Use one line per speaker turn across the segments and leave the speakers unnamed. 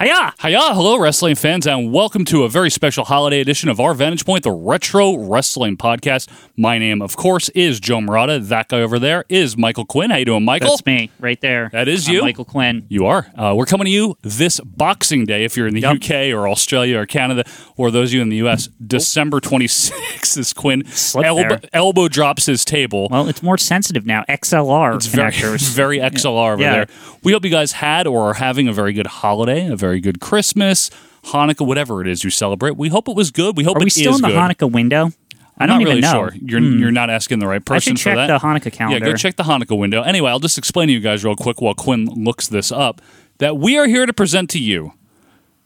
Hiya!
Hiya, hello, wrestling fans, and welcome to a very special holiday edition of our Vantage Point, the Retro Wrestling Podcast. My name, of course, is Joe Murata. That guy over there is Michael Quinn. How you doing, Michael?
That's me, right there.
That is
I'm
you.
Michael Quinn.
You are. Uh, we're coming to you this Boxing Day if you're in the UK or Australia or Canada or those of you in the US. December 26th is Quinn elbow,
there.
elbow drops his table.
Well, it's more sensitive now. XLR
It's very,
connectors.
very XLR over
Yeah.
there. We hope you guys had or are having a very good holiday, a very good Christmas, Hanukkah, whatever it is you celebrate. We hope it was good. We hope
Are
it
we still
is
in the
good.
Hanukkah window? I
I'm
don't
not
even
really
know. Hmm.
sure. You're you're not asking the right
I
person
should check
for that.
the Hanukkah calendar.
Yeah, go check the Hanukkah window. Anyway, I'll just explain to you guys real quick while Quinn looks this up that we are here to present to you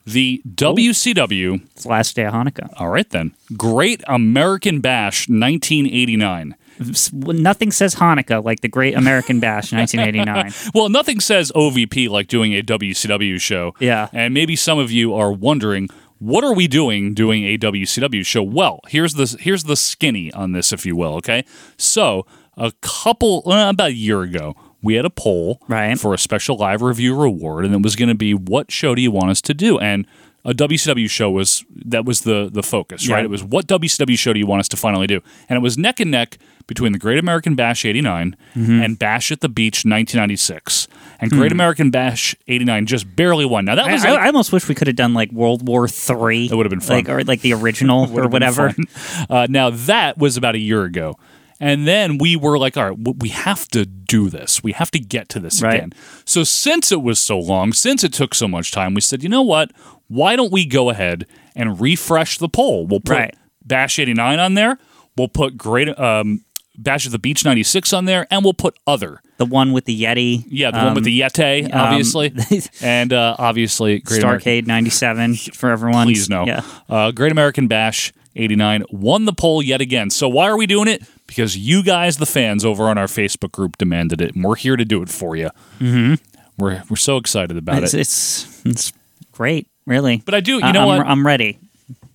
the
Oh.
WCW.
It's the last day of Hanukkah.
All right, then. Great American Bash 1989.
S- Nothing says Hanukkah like the Great American Bash, 1989.
Well, nothing says OVP like doing a WCW show.
Yeah.
And maybe some of you are wondering, what are we doing doing a WCW show? Well, here's the here's the skinny on this, if you will. Okay, so a couple uh, about a year ago. We had a poll
Right.
for a special live reviewer award, and it was going to be what show do you want us to do? And a WCW show was that was the the focus,
Yeah.
right? It was what WCW show do you want us to finally do? And it was neck and neck between the Great American Bash 89
Mm-hmm.
and Bash at the Beach 1996. And Great American Bash 89 just barely won. Now that
Hmm. I,
was
I,
like,
I almost wish we could have done like World War Three. That
would've been fun.
like, or like the original or whatever.
uh, now that was about a year ago. And then we were like, all right, w- we have to do this. We have to get to this
Right.
again. So since it was so long, since it took so much time, we said, you know what? Why don't we go ahead and refresh the poll? We'll put
Right.
Bash 89 on there. We'll put Great um, Bash of the Beach 96 on there. And we'll put Other.
The one with the Yeti. um,
Yeah, the one with the Yeti, obviously. and uh, obviously, Great American
Starcade '97 for everyone.
please no.
Yeah.
Uh, Great American Bash 89 won the poll yet again. So why are we doing it? Because you guys, the fans over on our Facebook group, demanded it, and we're here to do it for you. Mm-hmm. We're, we're so excited about
It's,
it.
it's it's great, really.
But I do, you
I-
know
Uh, I'm,
what?
I'm ready.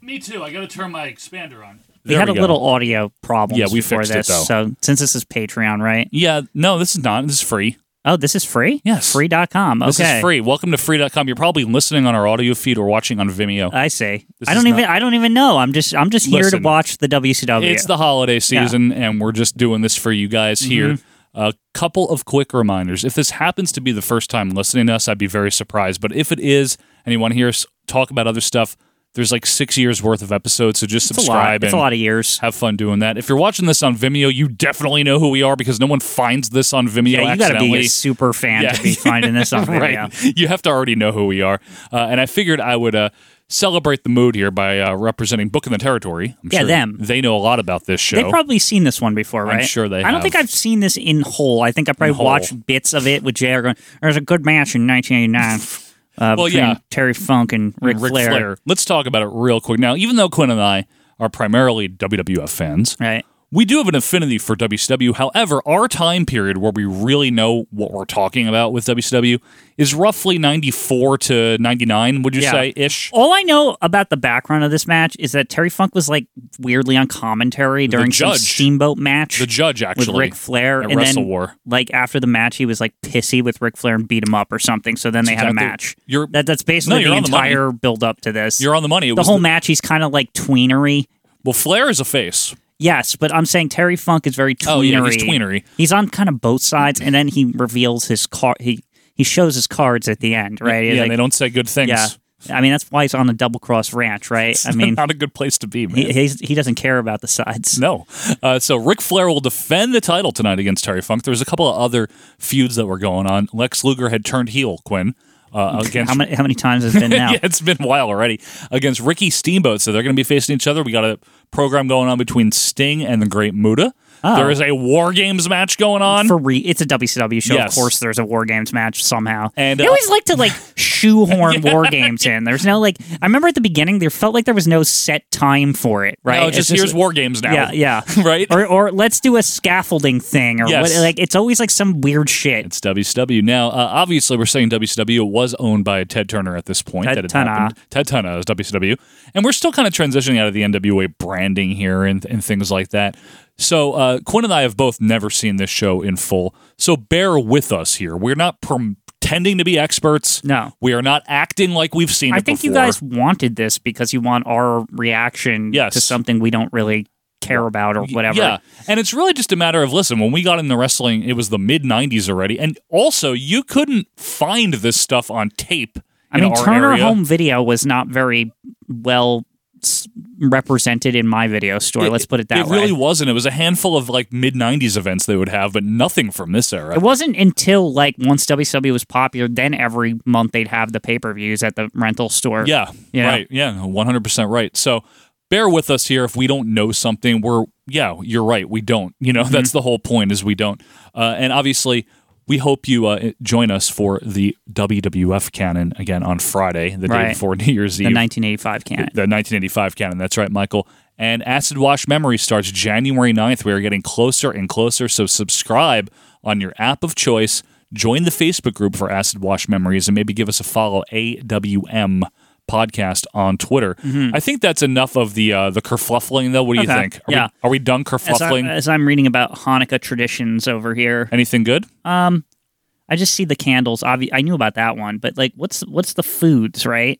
Me too. I got to turn my expander on.
We had a little audio problem.
Yeah, we
before
fixed it,
this,
though.
So since this is Patreon, right?
Yeah, no, this is not. This is free.
Oh, this is free.
Yes.
free.com. Okay,
This is free. Welcome to free.com. You're probably listening on our audio feed or watching on Vimeo.
I see.
This
I
is
don't even.
not-
I don't even know. I'm just. I'm just here
Listen.
to watch the WCW.
It's the holiday season, and we're just doing this for you guys here.
Mm-hmm.
A couple of quick reminders. If this happens to be the first time listening to us, I'd be very surprised. But if it is, and you want to hear us talk about other stuff, there's like six years worth of episodes. So just
It's a lot.
subscribe
It's
and
a lot of years.
have fun doing that. If you're watching this on Vimeo, you definitely know who we are because no one finds this on Vimeo.
Yeah, you got to be
accidentally.
a super fan
Yeah.
to be finding this on video.
Right. You have to already know who we are. Uh, and I figured I would uh, celebrate the mood here by uh, representing Book in the Territory. I'm
Yeah,
sure
them.
They know a lot about this show.
They've probably seen this one before, right?
sure they
I don't
have.
think I've seen this in whole. I think I probably
whole.
watched bits of it with JR going, there's a good match in 1989 uh,
Well,
between
yeah.
Terry Funk and Ric,
Ric
Flair.
Let's talk about it real quick. Now, even though Quinn and I are primarily WWF fans,
Right.
we do have an affinity for WCW. However, our time period where we really know what we're talking about with WCW is roughly 94 to 99, would you
Yeah.
say, ish?
All I know about the background of this match is that Terry Funk was like weirdly on commentary during some
judge.
Steamboat match
The judge,
with
actually.
Ric Flair,
at
and
Wrestle
then
War.
like after the match, he was like pissy with Ric Flair and beat him up or something. So then they had a
exactly-
match.
you're-
that, that's
No,
basically
you're
the
on the money.
entire build up to this.
You're on the money. It
the
was
whole match, he's kind of like tweenery.
well, Flair is a face.
Yes, but I'm saying Terry Funk is very tweenery.
Oh, yeah, he's tweenery.
He's on kind of both sides, and then he reveals his card. He he shows his cards at the end, right? He's
yeah,
like-
they don't say good things.
yeah. I mean, that's why he's on the double cross ranch, right? I mean,
not a good place to be, man.
he he's, he doesn't care about the sides.
No. Uh, so Ric Flair will defend the title tonight against Terry Funk. There's a couple of other feuds that were going on. Lex Luger had turned heel, Quinn, uh, against.
How many how many times has it been now?
yeah, it's been a while already. Against Ricky Steamboat. So they're going to be facing each other. We got a program going on between Sting and the Great Muda.
Oh.
There is a War Games match going on.
For re- it's a WCW show.
Yes.
Of course, there's a War Games match somehow.
And,
they
uh,
always like to like shoehorn War Games in. There's no like. I remember at the beginning, there felt like there was no set time for it. Right?
No,
It's
just, here's War Games now.
Yeah, yeah.
Right?
Or, or let's do a scaffolding thing, or
Yes.
what, like it's always like some weird shit.
It's WCW. Now, uh, obviously, we're saying WCW was owned by Ted Turner at this point.
Ted
that had
Turner.
happened. Ted Turner is WCW. And we're still kind of transitioning out of the NWA branding here and, and things like that. So, uh, Quinn and I have both never seen this show in full. So, bear with us here. We're not pretending pretending to be experts.
No.
We are not acting like we've seen
I
it
think you
before.
guys wanted this because you want our reaction
Yes.
to something we don't really care about or whatever.
Yeah. And it's really just a matter of listen, when we got into wrestling, it was the mid 90s already. And also, you couldn't find this stuff on tape.
I
in
mean,
our
Turner
area.
Home Video was not very well s- represented in my video store. let's put it that
It
way.
really wasn't. It was a handful of like mid 90s events they would have, but nothing from this era.
it wasn't until like once WCW was popular, then every month they'd have the pay per views at the rental store.
Yeah.
You know?
Right. Yeah. 100% right. So bear with us here if we don't know something. We're, yeah, you're right. We don't. You know, that's
Mm-hmm.
the whole point is we don't. Uh, and obviously, we hope you uh, join us for the WWF canon again on Friday, the day
Right.
before New Year's
the
Eve.
1985 canon.
The 1985 canon. That's right, Michael. And Acid Wash Memory starts January 9th. We are getting closer and closer. So subscribe on your app of choice. Join the Facebook group for Acid Wash Memories and maybe give us a follow, AWM podcast on Twitter. I think that's enough of the uh, the kerfluffling, though. What do you
Mm-hmm. Okay.
think? Are,
Yeah.
we, are we done
As, I,
kerfluffling?
am reading about Hanukkah traditions over here,
Anything good?
I just see the candles. Obvi- I knew about that one, but like, what's what's the foods, right?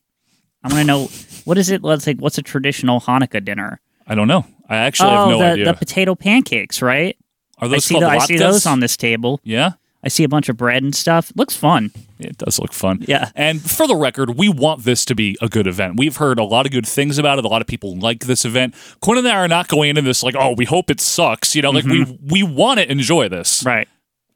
I want to know what is it. Let's like, what's a traditional Hanukkah dinner?
I don't know. I actually
oh,
have no
the,
idea.
the potato pancakes, right?
are
I
those
see,
called
tho- I see
latkes?
those on this table.
Yeah.
I see a bunch of bread and stuff. Looks fun.
It does look fun.
Yeah.
And for the record, we want this to be a good event. We've heard a lot of good things about it. A lot of people like this event. Quinn and I are not going into this like, oh, we hope it sucks. You know, like we we want to enjoy this.
Mm-hmm. Right.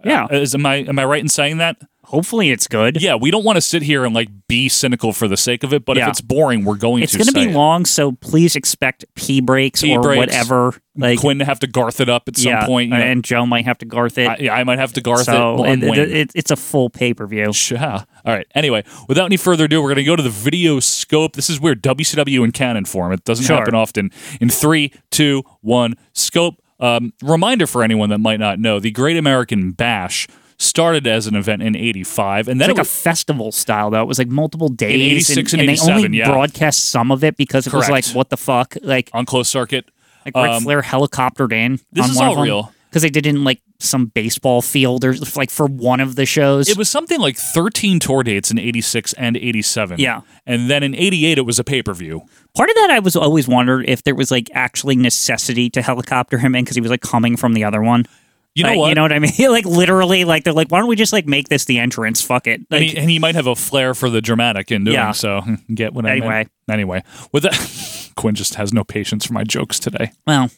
Uh,
Yeah.
Is, am I am I right in saying that?
Hopefully it's good.
Yeah, we don't want to sit here and like be cynical for the sake of it, but if
Yeah.
it's boring, we're going
It's
to
going to
say
be
it.
long, so please expect pee breaks
Pee
or
breaks.
whatever. Like
Quinn to have to garth it up at some
yeah, uh,
point. you know.
and Joe might have to garth it.
I, yeah, I might have to garth it.
so
Well, I'm
it-
Wayne.
it- it- it's a full pay per view.
Yeah. All right. Anyway, without any further ado, we're going to go to the video scope. This is weird. WCW in canon form. It doesn't
Sure.
happen often. In three, two, one, scope. Um, reminder for anyone that might not know: the Great American Bash started as an event in '85, and then
It's
it
like a
was-
festival style though. It was like multiple days,
86 and
and, they
87,
only
yeah.
broadcast some of it because it
Correct.
was like, what the fuck? Like,
on closed circuit. Um,
like Ric Flair helicoptered in.
this
on
is
one
all real.
because they did it in like some baseball field or like for one of the shows.
It was something like 13 tour dates in 86 and 87.
Yeah.
And then in 88, it was a pay per view.
Part of that I was always wondered if there was like actually necessity to helicopter him in because he was like coming from the other one.
You know
Like,
what?
You know what I mean? like literally, like they're like, why don't we just like make this the entrance? Fuck it. Like,
and, he, and he might have a flair for the dramatic in doing
Yeah.
so. Get what I
Anyway.
meant? Anyway, with that, Quinn just has no patience for my jokes today.
well,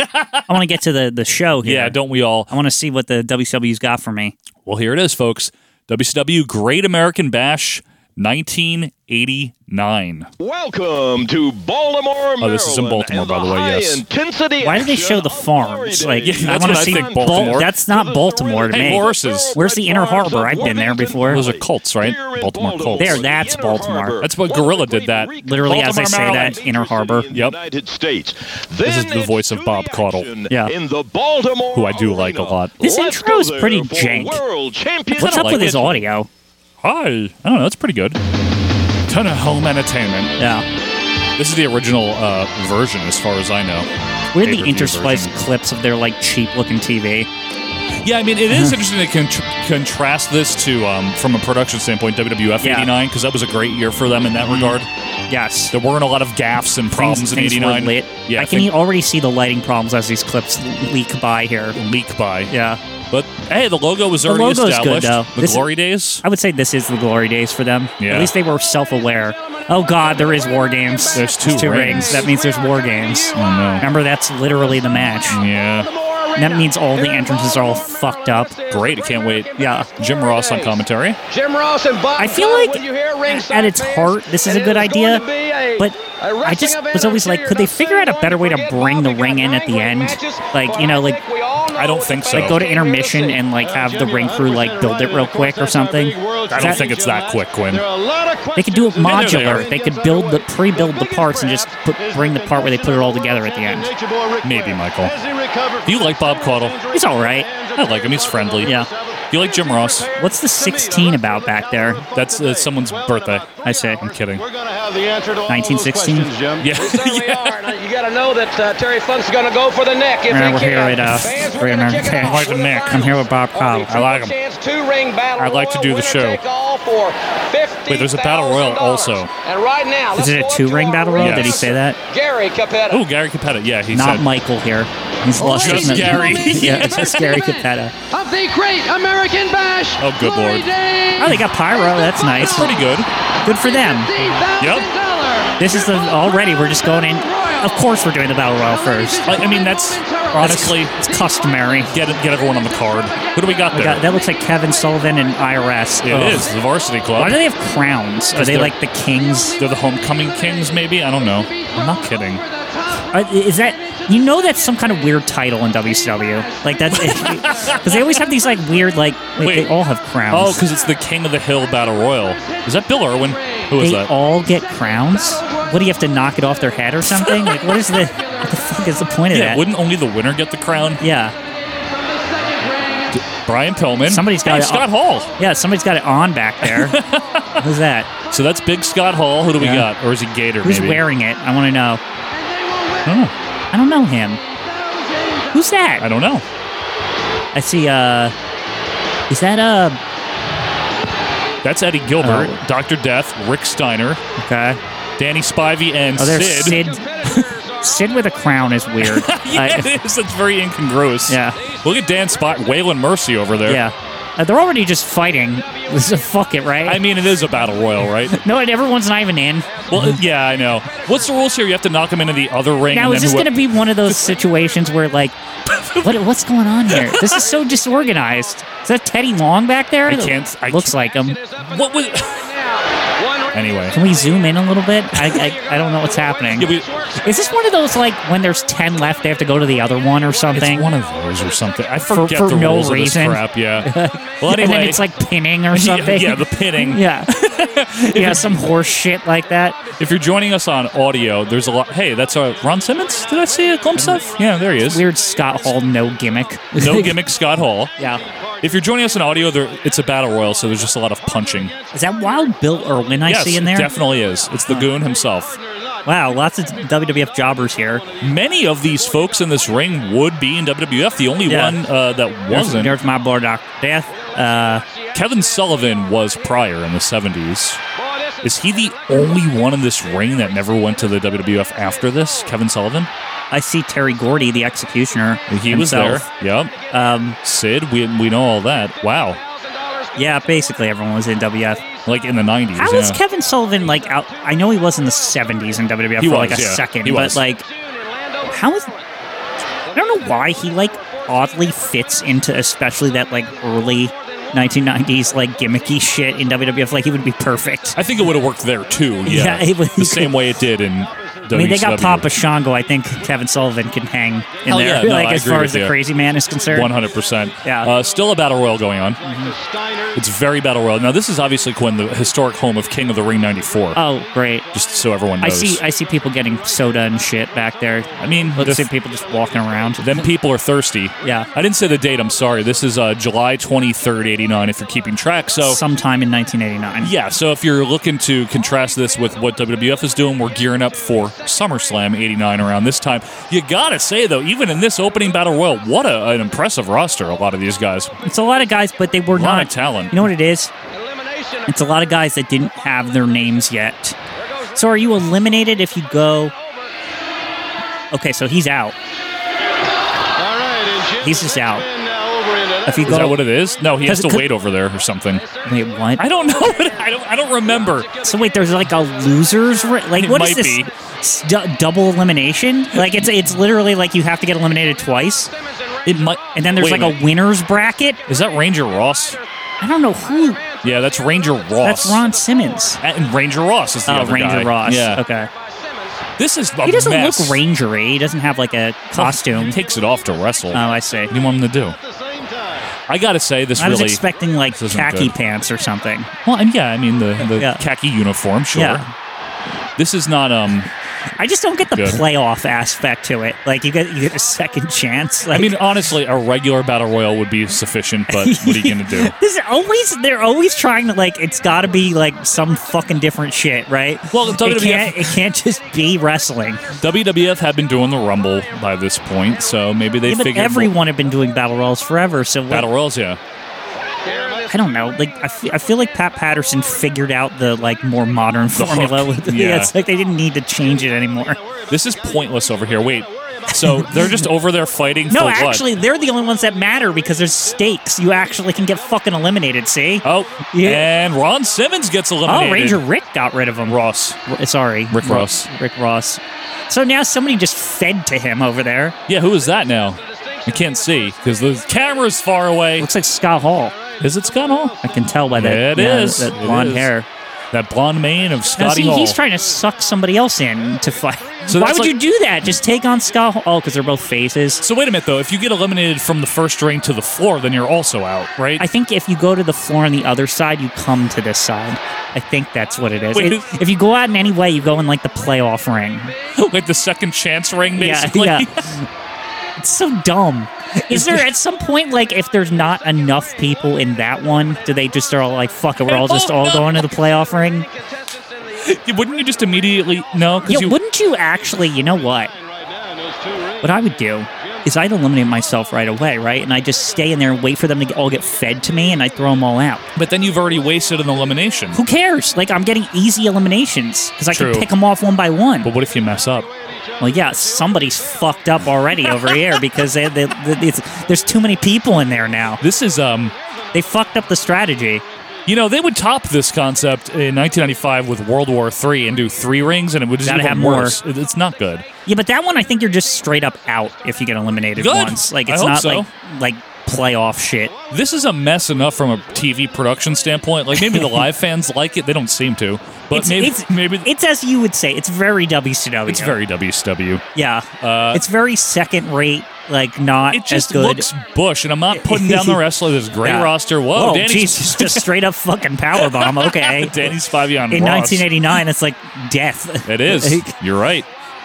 I want to get to the the show here.
Yeah, don't we all?
I want to see what the WCW's got for me.
Well, here it is, folks. WCW Great American Bash, 1989.
Welcome to Baltimore, Maryland.
Oh, this is in Baltimore,
and
by the way, yes.
Intensity
Why do they show the farms?
farms?
Like,
Yeah,
I
that's
want
what
to
I
see
think Baltimore.
that's not Baltimore to
Hey,
me.
Morris.
Where's the Inner Harbor? I've been there before.
Those are Colts, right? Baltimore Colts.
There, that's Baltimore.
That's what Gorilla did that.
Literally, as I
Baltimore,
say
Maryland.
that, Inner Harbor.
Yep.
United States.
This is
Then
the
it's
voice of
to
Bob
the
Caudle.
action
Yeah.
in the Baltimore
Who I do like a
Arena.
lot.
This
Let's
intro
go
is pretty
there for
jank.
World Champion
What's up
like
with his
it.
audio?
Hi. I don't know. That's pretty good. Ton of home entertainment.
Yeah,
This is the original uh, version, as far as I know.
we're the
Pay-per-view
interspliced
version.
clips of their like cheap looking TV.
Yeah, I mean, it is
Mm-hmm.
interesting to con- contrast this to, um, from a production standpoint, WWF
Yeah. Mm-hmm.
'89 because that was a great year for them in that regard.
Yes,
There weren't a lot of gaffes and problems in
were
'89.
lit.
Yeah,
I
I
can
think-
already see the lighting problems as these clips leak by here.
leak by.
Yeah,
But hey, the logo was already
logo's good,
established.
though.
the
This is-
glory days.
I would say this is the glory days for them.
Yeah.
At least they were self-aware. Oh God, there is war games.
There's two rings.
That means there's war games.
no.
Remember, that's literally the match.
Yeah.
And that means all the entrances are all fucked up.
Great. I can't wait.
Yeah.
Jim Ross on commentary.
Jim Ross and Bob.
I feel
Dunn,
like
when you hear ringside
at its
fans,
heart, this is
and
a
it
good
going
idea,
to be a-
but
a
I
wrestling
just
event
was always
until
like,
you're
could they
not
figure out a
soon
better way to
going
bring
Bob,
the
we got
ring in
nine
at the
great
end?
matches,
Like,
but
you know,
I
like-
think we all know
I don't
the
think so.
fans
Like,
Go
came
to
here
intermission
see.
and like have the
Jim,
ring
you're
crew like
100%
build it
right.
real
Of
quick or
course, that's our
something.
big world
I don't think it's that
championship
quick, Quinn.
match. There are a lot of
They could do it
questions in this
modular.
area.
They could build the pre-build the parts and just put, bring the part where they put it all together at the end.
Maybe, Michael. Do you like Bob Caudle?
He's all right.
I like him. He's friendly.
Yeah.
Do you like Jim Ross?
What's the 16 about back there?
That's uh, someone's birthday.
I see.
I'm kidding.
We're going to have the answer to all those
1916?
questions, Jim.
Yeah.
We certainly are. And uh, you got to know that uh, Terry Funk's going to go for the neck if
Yeah,
he
we're
can.
here at, uh,
Fans,
Grand
gonna
Rapids.
kick it
I
off
like
with
the neck.
I'm here with Bob
finals.
Cowell. I
like him.
Chance, two-ring battle
I'd like to
royal,
do the
winner
show.
take all for
Wait, there's a battle royal
$50,000.
also.
And right now, let's
Is it
go
a
up
two
to
ring
our
battle royal? Did he
Yes.
say that?
Gary Capetta.
Oh, Gary Capetta. Yeah, he
Not
said.
Michael here. He's lost
Just
his
Gary.
yeah, it's just Gary Capetta.
Of the Great American Bash.
Oh, good
Glory
lord.
Days.
Oh, they got pyro. That's nice.
Pretty good.
Good for them.
Yep.
This is the already. We're just going in. Of course, we're doing the battle royal first.
I, I mean, that's honestly
It's customary.
get get everyone on the card. Who do we got
We
there?
got- that looks like Kevin Sullivan and IRS.
Yeah,
Ugh.
it is the varsity
Why do
club.
they have crowns? Are
Is
they
there-
like the kings?
They're the homecoming kings, maybe. I don't know. I'm not kidding.
Uh, is that you know that's some kind of weird title in WCW? Like that's because they always have these like weird like wait,
Wait.
they all have crowns.
Oh, because it's the King of the Hill Battle Royal. Is that Bill Irwin? Who
they
is that?
all get crowns. What do you have to knock it off their head or something? Like what is the what the fuck is the point of
Yeah,
that?
wouldn't only the winner get the crown?
yeah,
Brian Pillman.
Somebody's got
Hey,
it.
Scott Hall.
yeah. Somebody's got it on back there. Who's that?
So that's Big Scott Hall. Who do we
Yeah.
got? Or is he Gator?
Who's
maybe?
wearing it? I want to know.
I don't know.
I don't know him. Who's that?
I don't know.
I see. uh Is that uh
That's Eddie Gilbert,
Oh.
Doctor Death, Rick Steiner,
okay?
Danny Spivey, and
Oh, there's
Sid.
Sid. Sid, with a crown is weird.
yeah,
I-
it is. That's very incongruous.
Yeah.
Look at Dan Spot, Waylon Mercy over there.
yeah. Uh, they're already just fighting. This is fuck it, right?
I mean, it is a battle royal, right?
no, and everyone's not even in.
well, yeah, I know. What's the rules here? You have to knock him into the other ring.
Now
and
is
then
this
whoe-
going to be one of those situations where like, what what's going on here? This is so disorganized. Is that Teddy Long back there?
I can't- I
Looks
can't-
like him.
What was? anyway,
Can we zoom in a little bit? I I, I don't know what's happening.
Yeah, we-
is this one of those like when there's ten left, they have to go to the other one or something?
it's one of those or something. I
For-
forget
for
the
no
rules
reason.
of this crap. Yeah. Well, anyway,
and then it's like pinning or
Yeah,
something.
yeah, the pinning.
Yeah. yeah, some horse shit like that.
If you're joining us on audio, there's a lot. Hey, that's uh, Ron Simmons. Did I see a glimpse of? Yeah, there he is.
Weird Scott Hall, no gimmick.
No gimmick, Scott Hall.
yeah.
If you're joining us on audio, there, it's a battle royal, so there's just a lot of punching.
Is that Wild Bill Irwin I
yes,
see in
it
there?
definitely is. It's the goon himself.
wow, lots of WWF jobbers here.
Many of these folks in this ring would be in WWF. The only
Yeah.
one uh, that
There's,
wasn't,
there's my boy, Dr. Death. Uh,
Kevin Sullivan, was prior in the 70s. Is he the only one in this ring that never went to the WWF after this? Kevin Sullivan?
I see Terry Gordy, the executioner.
He
himself.
was there. Yep.
Um,
Sid, we, we know all that. Wow.
yeah, basically everyone was in WWF.
Like in the 90s.
How
yeah.
was Kevin Sullivan like out? I know he was in the 70s in WWF
He
for
was,
like a
yeah.
second,
He
but
was.
like, how is. I don't know why he like oddly fits into especially that like early 1990s like gimmicky shit in WWF. Like he would be perfect.
I think it would have worked there too. Yeah.
Yeah, it would-
the same way it did in WCW.
I mean, they got Papa Shango. I think Kevin Sullivan can hang in
Hell
there.
Oh, yeah, no,
like
I
as
agree
far
with
as the
you.
crazy man is concerned.
One hundred percent.
Yeah.
Uh, still a battle royal going on. It's very battle royal. Now this is obviously Quinn, the historic home of King of the Ring '94.
Oh, great.
just so everyone
I
knows.
see. I see people getting soda and shit back there.
I mean, this-
Let's see people just walking around.
them people are thirsty.
Yeah.
I didn't say the date. I'm sorry. This is uh, July 23rd, 89. If you're keeping track, so.
sometime in 1989.
yeah, so if you're looking to contrast this with what WWF is doing, we're gearing up for SummerSlam 89 around this time. You gotta say, though, even in this opening battle royal, what a, an impressive roster, a lot of these guys.
It's a lot of guys, but they were
Lot
not
of talent.
You know what it is? It's a lot of guys that didn't have their names yet. So are you eliminated if you go? Okay, so he's out.
All right, and Jim
He's just out.
Finn now over into
If you
Is that
go,
what it is? No, he has
Does it
to
co-
wait over there or something.
wait, what?
I don't know. what- I don't. I don't remember.
so wait, there's like a losers ri- like
It
what is
might
this?
be.
S- du- double elimination? Like it's it's literally like you have to get eliminated twice,
It might.
and then there's
Wait
like a,
minute.
winners bracket.
Is that Ranger Ross?
I don't know who.
Yeah, that's Ranger Ross. Uh,
That's Ron Simmons.
And Ranger Ross is the
Oh,
other
Ranger
guy.
Ross.
Yeah.
Okay.
This is a
He doesn't
mess.
look rangery. He doesn't have like a costume.
He takes it off to wrestle.
Oh, I see.
what do you want him to do?
the same time.
I gotta say, this
I was
really.
expecting like
this isn't
khaki
good.
pants or something.
well, and yeah, I mean the the
Yeah.
khaki uniform, sure.
Yeah.
This is not um.
I just don't get the
Good.
playoff aspect to it. Like you get you get a second chance. Like
I mean, honestly, a regular battle royal would be sufficient, but what are you going to do?
This is always they're always trying to like it's got to be like some fucking different shit, right?
Well,
it
WWF
can't, it can't just be wrestling.
WWF had been doing the Rumble by this point, so maybe they
Yeah, but
figured
everyone had been doing battle royals forever, so what,
battle royals. Yeah,
I don't know. Like I fe- I feel like Pat Patterson figured out the like more modern formula.
hook,
With, yeah.
yeah.
it's like they didn't need to change it anymore.
this is pointless over here. Wait, so they're just over there fighting for
No,
what?
actually, they're the only ones that matter because there's stakes. You actually can get fucking eliminated. See?
oh,
Yeah.
and Ron Simmons gets eliminated.
Oh, Ranger Rick got rid of him.
Ross.
R- Sorry,
Rick
Ro-
Ross.
Rick Ross. So now somebody just fed to him over there.
Yeah, who is that now? I can't see because the camera's far away.
Looks like Scott Hall.
Is it Scott Hall?
I can tell by that.
It
yeah,
is.
that
It
blonde
is.
hair.
That blonde mane of
Now,
Scotty
see,
Hall.
he's trying to suck somebody else in to fight.
So
Why
that's like-
would you do that? Just take on Scott Hall. Oh, because they're both faces.
so wait a minute though. If you get eliminated from the first ring to the floor, then you're also out, right?
I think if you go to the floor on the other side, you come to this side. I think that's what it is.
Wait,
It-
who-
if you go out in any way, you go in like the playoff ring.
like the second chance ring, basically.
Yeah, It's so dumb. Is there at some point like if there's not enough people in that one, do they just are all like fuck it, we're all just all going to the playoff ring?
Wouldn't you just immediately no?
Yeah,
Because you
wouldn't you actually, you know what? What I would do is I'd eliminate myself right away, right? And I just stay in there and wait for them to all get fed to me and I throw them all out.
But then you've already wasted an elimination.
Who cares? Like I'm getting easy eliminations cuz I
True.
can pick them off one by one.
But what if you mess up?
Well, yeah, somebody's fucked up already over here because they, they, they, it's, there's too many people in there now.
This is um,
They fucked up the strategy.
you know, they would top this concept in 1995 with World War III and do three rings, and it would just
Gotta
even
have more.
worse. It- It's not good.
Yeah, but that one I think you're just straight up out if you get eliminated
Good.
once. Like
I
it's
hope
not
so.
like like playoff shit.
This is a mess enough from a TV production standpoint. Like maybe the live fans like it; they don't seem to. But
it's,
maybe
it's,
maybe
it's as you would say. It's very WCW.
it's very WSW.
yeah.
Uh,
it's very second rate. Like not
It just
as good.
looks bush, and I'm not putting down the wrestler. This great
Yeah.
roster. Whoa,
Whoa
Danny,
Jesus! just straight up fucking powerbomb. Okay.
Danny Spavian.
In
Ross.
1989, it's like death.
It is.
Like,
You're right.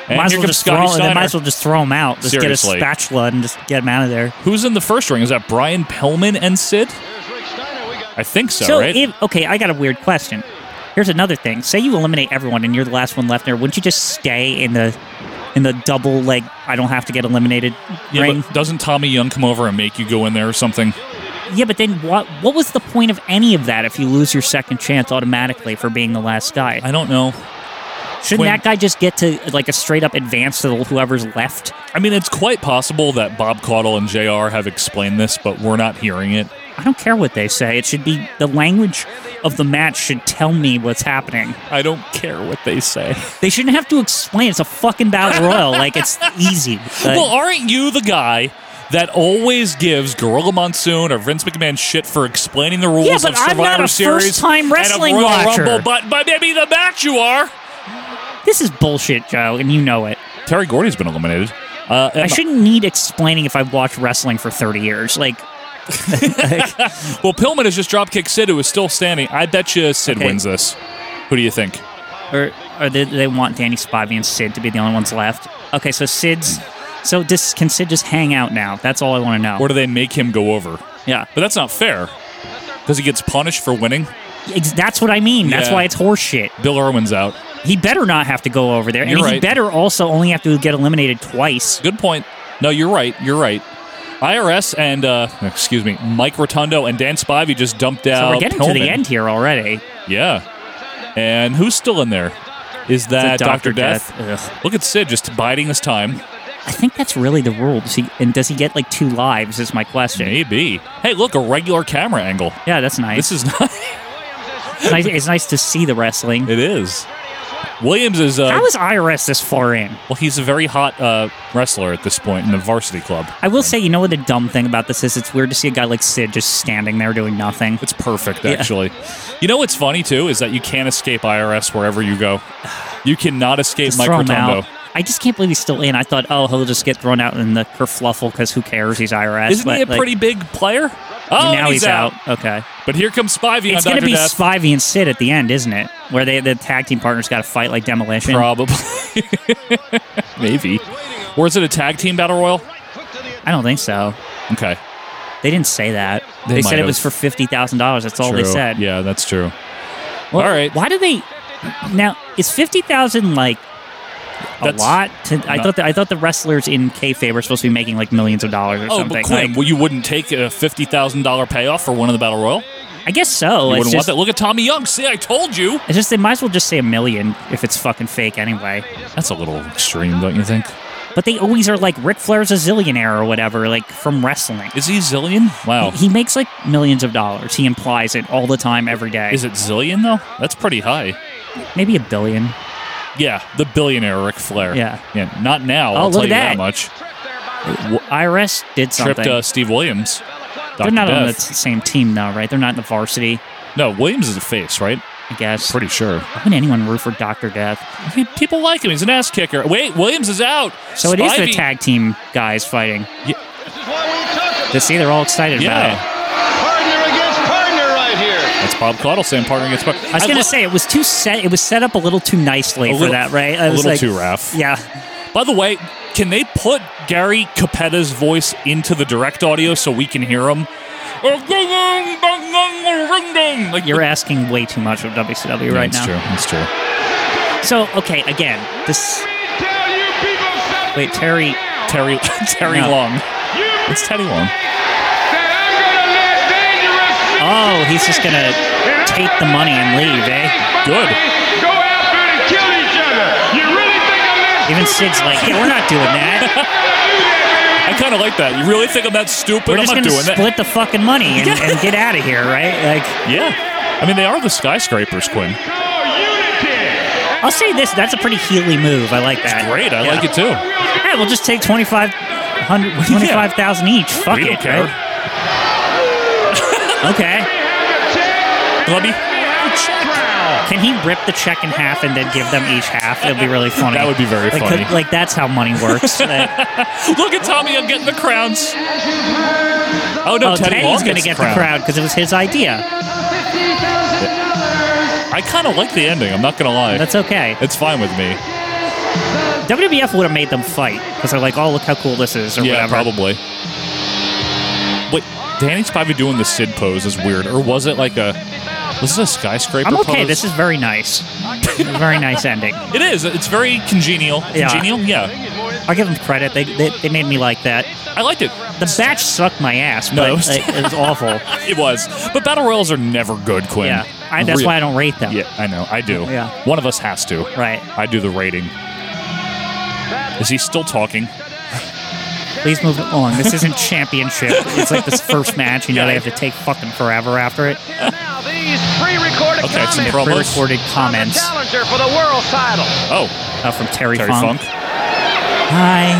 And
might as
here
well
comes
just
Scotty
throw. They
Steiner.
might as well just throw him out. Just
Seriously.
get a spatula and just get him out of there.
Who's in the first ring? Is that Brian Pillman and Sid? I think so,
So
right?
if okay, I got a weird question. Here's another thing. Say you eliminate everyone and you're the last one left there. Wouldn't you just stay in the in the double like I don't have to get eliminated
Yeah,
ring?
but doesn't Tommy Young come over and make you go in there or something?
yeah, but then what what was the point of any of that if you lose your second chance automatically for being the last guy?
I don't know.
Shouldn't
when-
that guy just get to like a straight up advance to whoever's left?
I mean, it's quite possible that Bob Caudle and JR have explained this, but we're not hearing it.
I don't care what they say. It should be the language of the match should tell me what's happening.
I don't care what they say.
They shouldn't have to explain. It's a fucking battle royal. Like it's easy. Like-
well, aren't you the guy that always gives Gorilla Monsoon or Vince McMahon shit for explaining the rules
Yeah, but
of
I'm
Survivor
not a
Series and
first-time
of
wrestling
Royal
watcher.
Rumble, but, but maybe the match you are.
This is bullshit, Joe, and you know it.
Terry Gordy's been eliminated. Uh,
I
and-
shouldn't need explaining if I've watched wrestling for 30 years. Like,
Well, Pillman has just dropkicked Sid, who is still standing. I bet you Sid
Okay.
wins this. Who do you think?
or, or they, they want Danny Spivey and Sid to be the only ones left. Okay, so Sid's. So this, can Sid just hang out now? That's all I want to know.
Or do they make him go over?
yeah.
But that's not fair because he gets punished for winning.
Ex- That's what I mean. That's
Yeah.
why it's horseshit.
Bill Irwin's out.
He better not have to go over there.
You're
and he
right.
better also only have to get eliminated twice.
Good point. No, you're right. You're right. IRS and uh, excuse me, Mike Rotundo and Dan Spivey just dumped
So
out.
we're getting to
Pillman.
the end here already.
Yeah. And who's still in there? Is that
It's a
Uh, Doctor Death?
Death. Ugh.
Look at Sid just biding his time.
I think that's really the rule. Does he, and does he get like two lives? Is my question.
Maybe. Hey, look, a regular camera angle.
Yeah, that's nice.
This is not.
it's nice. It's nice to see the wrestling.
it is. Williams is. Uh,
How is IRS this far in?
Well, he's a very hot uh, wrestler at this point in the varsity club.
I will say, you know what the dumb thing about this is? It's weird to see a guy like Sid just standing there doing nothing.
It's perfect, actually. You know what's funny, too, is that you can't escape IRS wherever you go. You cannot escape
Just
Mike
throw him
Rotundo.
out. I just can't believe he's still in. I thought, oh, he'll just get thrown out in the kerfluffle because who cares? He's IRS.
Isn't
but,
he a
like,
pretty big player? Oh,
now
and
he's out. Okay.
But here comes Spivey
it's
on Dr.
going to be
Death.
Spivey and Sid at the end, isn't it? Where they the tag team partners got to fight like demolition.
Probably. Maybe. Or is it a tag team battle royal?
I don't think so.
Okay.
They didn't say that.
They
They, said
might
it was
have.
for fifty thousand dollars. That's all they
True.
said.
Yeah, that's true.
Well,
all right.
Why do they? Now is fifty thousand like a
That's-
lot? To, I
No.
thought the, I thought the wrestlers in kayfabe were supposed to be making like millions of dollars or
Oh,
something.
but Quinn,
Like,
well, you wouldn't take a fifty thousand dollar payoff for one of the battle royal.
I guess so.
You
It's
wouldn't want
just,
that. Look at Tommy Young. See, I told you.
it's just they might as well just say a million if it's fucking fake anyway.
That's a little extreme, don't you think?
But they always are like Ric Flair's a zillionaire or whatever, like from wrestling.
Is he zillion? Wow.
He makes like millions of dollars. He implies it all the time, every day.
Is it zillion though? That's pretty high.
Maybe a billion.
Yeah, the billionaire Ric Flair.
Yeah.
Yeah. Not now.
Oh,
I'll
look
tell
at
you that,
that.
much.
IRS did something.
Tripped uh, Steve Williams.
They're
Dr.
not on the
Death.
t- same team though, right? They're not in the varsity,
No, Williams is a face, right?
I guess.
Pretty sure.
How can anyone root for Doctor Death?
Hey, People like him. He's an ass kicker. Wait, Williams is out.
So it is
Spivey-
the tag team guys fighting.
This is why we talk about
To see they're all excited about it.
Yeah,
partner against partner right here.
that's Bob Cottlesand partnering against.
I was gonna say it was too set. It was set up a little too nicely
A
for
little-
that, right?
a
I was
little
like-
too rough.
Yeah,
By the way, can they put Gary Capetta's voice into the direct audio so we can hear him? Like
you're asking way too much of WCW right
That's
now.
true. That's true.
So okay, again, this. Wait, Terry.
Terry Terry
No.
Long. It's Teddy Long.
Oh, he's just gonna take the money and leave, eh?
Good.
Go out there and kill each other. You really think I'm that
Even Sid's like, yeah, we're not doing that.
I kind of like that. You really think I'm that stupid?
We're
I'm
just
not
gonna
doing
split the fucking money and, and get out of here, right? Like.
that. Yeah. I mean, they are the skyscrapers, Quinn.
call unity?
I'll say this: that's a pretty Healy move. I like that.
Great. I
Yeah.
like it too.
Yeah, we'll just take 25,000 each. Fuck
we
it.
don't care.
right? Okay.
Glubby.
Can he rip the check in half and then give them each half? It'd be really funny.
That would be very
like,
funny.
could- like that's how money works. Like,
Look at Tommy. I'm getting the crowns. Oh no,
oh,
Teddy Long
Teddy's gonna
gets
get
the crown.
the crowd because it was his idea.
$50,000.
I kind of like the ending. I'm not gonna lie.
That's okay.
it's fine with me.
WWF would have made them fight because they're like, "Oh, look how cool this is," or
yeah,
whatever.
probably. Wait, Danny's probably doing the Sid pose is weird, or was it like a? Was this a skyscraper?
I'm okay.
pose?
This is very nice. very nice ending.
It is. It's very congenial.
Yeah.
Congenial. Yeah.
I'll give them credit. They, they they made me like that.
I liked it.
The batch sucked my ass,
No.
but it, it was awful.
It was. But battle royals are never good, Quinn.
Yeah, I, that's
Real-
why I don't rate them.
Yeah, I know. I do.
Yeah.
One of us has to.
Right.
I do the rating. Is he still talking?
Please move it along. This isn't championship. It's like this first match. You know
Yeah.
they have to take fucking forever after it.
Now these pre-recorded
Okay, some
comments
promos.
Pre-recorded
from the
comments
challenger for the world title.
Oh,
uh, from Terry,
Terry
Funk.
Funk.
Hi.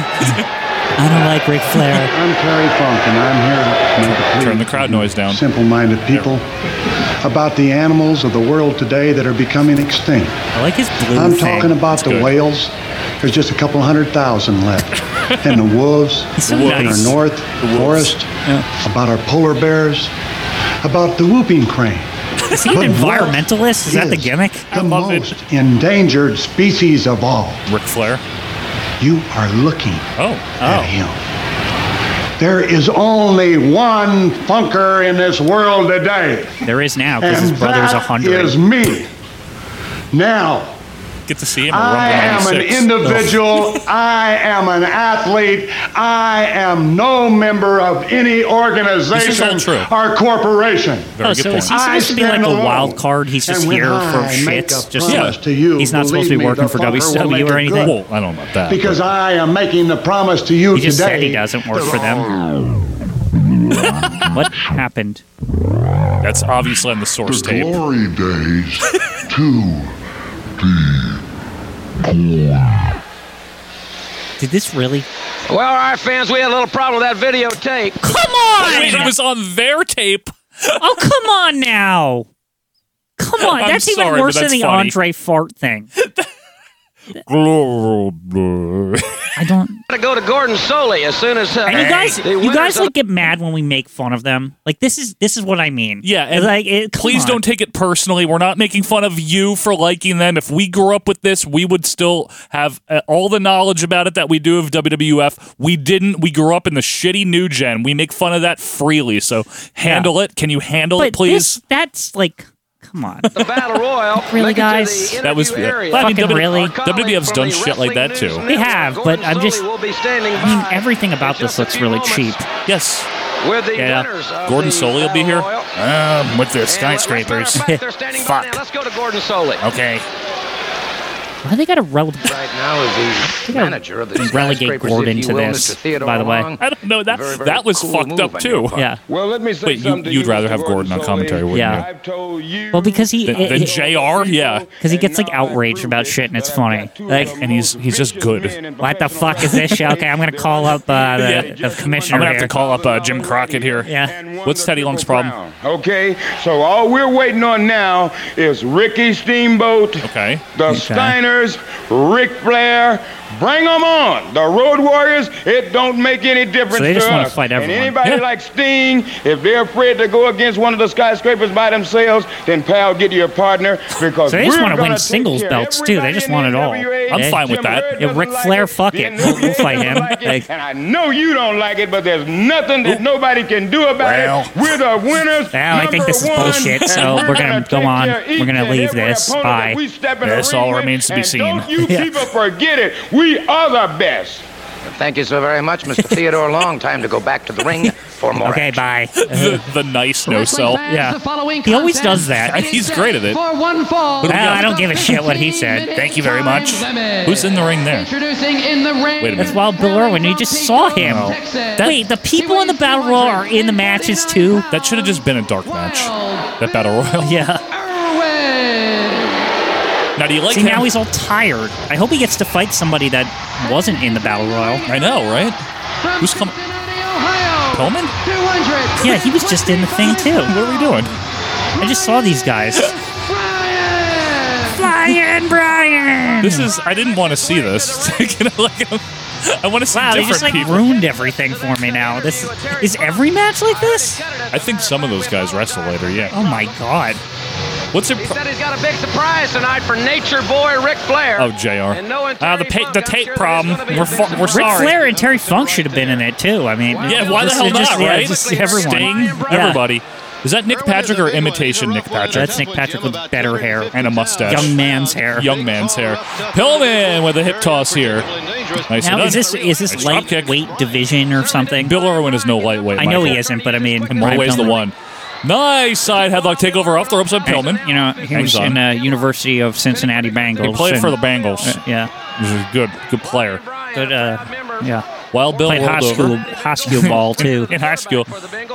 I don't like Ric Flair.
I'm Terry Funk, and I'm here to make a plea
Turn the crowd noise
to
down.
Simple-minded people about the animals of the world today that are becoming extinct.
I like his blue
I'm
thing.
talking about the
good.
whales. There's just a couple hundred thousand left, and the wolves
so
in
nice.
our north forest. About our polar bears. About the whooping crane.
Is he an
But what
environmentalist? Is that the
is
gimmick?
The
love it.
most endangered species of all.
Ric Flair.
You are looking
Oh.
at him. There is only one funker in this world today,
There is now
and
because his brother's a
that
hundred.
is me. Now,
Get to see him at
I am
Rumble
an
96.
individual. I am an athlete. I am no member of any organization
true.
or corporation.
Very
oh,
good
so
point.
is he supposed to be like
stand
a
alone.
wild card? He's just
And when
here for
I make a
shits. Just
promise
Yeah.
to you,
He's not
believe
supposed to be
me,
working
the
for
fucker will
WCW
make
or
it
anything.
good.
Well, I don't know about that.
Because I am making the promise to you
He just
today.
said he doesn't work for them. what happened?
but That's obviously on the source
the
tape.
glory days to
Did this really?
Well, all right, fans, we had a little problem with that videotape.
Come on!
Wait, it was on their tape.
Oh, come on now. Come on.
I'm
That's even
sorry, but
worse
that's
than the
funny.
Andre fart thing. I don't.
Gotta go to Gordon Soley as soon as. Uh,
And you guys,
the
you
winners
guys
of-
like get mad when we make fun of them. Like this is this is what I mean.
Yeah, and
like it, come
please
on.
don't take it personally. We're not making fun of you for liking them. If we grew up with this, we would still have uh, all the knowledge about it that we do of WWF. We didn't. We grew up in the shitty new gen. We make fun of that freely. So handle it. Can you handle
But
it, please?
this- that's like, come on.
the Battle Royal.
Really,
make it to
guys?
the
That was-
interview area.
Well, I mean,
Fucking
W-
really?
Our colleague
WWF's
from
done
the
shit like that,
Wrestling
too.
News
They
Network,
have,
Gordon
but I'm just-
Soley will be standing
I mean,
by
everything
in
about
just
this
a
looks
few
really
moments
cheap.
yes.
With the
Yeah.
winners of
Gordon
the
Soley will be here.
Battle Royal.
Um, with the
And let- let's matter of
skyscrapers.
fact, they're standing by now. Let's go to Gordon Soley.
Okay.
Why they got a relevant?
Right now is the
gotta
manager of the
relegate
skyscrapers,
Gordon
if you
to
will,
this,
Mr. Theodore
by the way.
Long.
I don't know that.
Very, very
that was
cool
fucked
move
up
on your
too.
part.
Yeah.
Well, let me say
Wait, you-
something to
you'd rather have
Mr.
Gordon on
Soley.
commentary, wouldn't
Yeah. you?
I've told you.
Well, because he
Then-
it-
then
it-
JR? Yeah.
Because he gets, like,
uh,
outraged about shit and it's funny. Like-
And he's- he's just good.
What the fuck is this show? Okay, I'm gonna call up uh, the, the commissioner
I'm gonna have
here.
to call up uh, Jim Crockett here.
Yeah.
What's Teddy Long's problem?
Okay, so all we're waiting on now is Ricky Steamboat,
Okay.
the Steiners, Ric Flair. Bring them on, the Road Warriors. It don't make any difference
So they just
to
wanna
us.
fight
and
everyone.
anybody
Yeah.
like Sting, if they're afraid to go against one of the skyscrapers by themselves, then pal, get your partner because
So they just
we're
wanna win
gonna take
singles
care of
belts, too. They just
everybody
want
in
it
the
all. I'm
NWA.
fine with
Jim
that.
Hurd
Yeah,
doesn't
Ric Flair,
it.
fuck
The
it. We'll- we'll fight him.
NWA doesn't like it.
Like-
And I know you don't like it, but there's nothing that nobody can do about
Well.
it. We're the winners.
Well, I think this is
number one,
bullshit,
and
so we're gonna go
take
on.
care of each
We're gonna
and
leave
every
this.
opponent
Bye.
that we step in the
This
ring
all
with,
remains to be
and
seen.
Don't you
Yeah.
people forget it. We are the best.
Thank you so very much, Mr. Theodore Long. Time to go back to the ring for more.
Okay, bye.
the, the nice no
Wrestling
sell.
fans,
Yeah.
the following
He always
contest
does that.
is
He's
set
great at it.
For one fall.
What do we got?
with
I
don't give a shit what he
15
said.
minute
Thank you very much.
time limit.
Who's in the ring there?
Introducing in the ring.
Wait a minute. That's
Wild Bill Irwin. You
from
just
Pecos,
saw him. No.
Texas.
That-
Wait, the people in the battle royal are in the matches, too?
That should have just been a dark match. That battle royal.
yeah.
Irwin.
Now do you like
See,
him?
now he's all tired. I hope he gets to fight somebody that wasn't in the battle royal.
I know, right?
From
Who's coming?
Cincinnati, Ohio.
Coleman?
200.
Yeah, he was just in the thing too.
What are we doing?
I just saw these guys.
Brian.
Brian, Brian.
This is. I didn't want to see this. You know, like, I want to see
wow. They
different
just like
people.
ruined everything for me now. This is every match like this.
I think some of those guys wrestle later. Yeah.
Oh my god.
What's their?
He
Pro-
said he's got a big surprise tonight for Nature Boy Ric Flair.
oh, Jr.
And knowing
Ah, the
Terry
pa- the
Funk, I'm
tape
sure
problem.
there's gonna be a
We're
big
fu- we're
surprise.
Ric
sorry.
Flair and Terry Funk should have been in it too. I mean,
Yeah, why the
just-
hell
just-
not,
yeah,
right?
Just everyone.
Sting,
Yeah.
everybody. Is that Nick Patrick or imitation Nick Patrick?
That's Nick Patrick with better hair
And a mustache.
Young man's hair.
Young man's hair. Pillman with a hip toss here. Nice and
Now
done.
is this is this
Nice drop kick.
lightweight division or something?
Bill Irwin is no lightweight.
I know
Michael.
he isn't, but I mean,
And Morway's the one. Nice side headlock takeover off the ropes on Pillman.
You know, he
Hangs
was
on.
in uh, University of Cincinnati Bengals.
He played
and-
for the Bengals.
uh, yeah,
He's a good, good player.
but uh, yeah,
Wild Bill
played high
rolled
school
over
high school ball too.
in high school.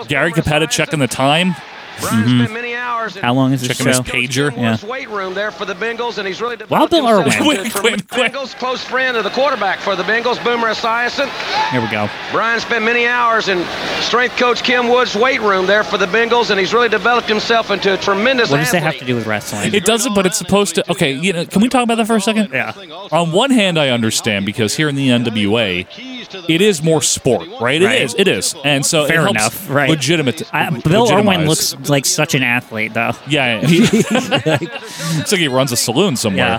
Gary Capetta checking the time.
Brian spent many hours in
Mm-hmm. How long is this
Checking his
show?
pa- Pager.
Yeah. Weight room there for the Bengals, and he's really
Wild Bill
developed
Irwin.
himself
Quick,
into
quick, quick.
a tremendous Bengals close friend of the quarterback for the Bengals, Boomer Esiason.
Here we go.
Brian spent many hours in strength coach Kim Wood's weight room there for the Bengals, and he's really developed himself into a tremendous.
What does that
athlete.
have to do with wrestling?
It doesn't, but it's supposed to. Okay, you know, can we talk about that for a second?
Yeah.
On one hand, I understand because here in the NWA, it is more sport, right?
Right.
It is, it is, and so
Fair
it helps
enough, right.
Legitimate.
I, Bill Irwin
legitimize.
looks like such an athlete, though.
Yeah, yeah, he, it's like he runs a saloon somewhere.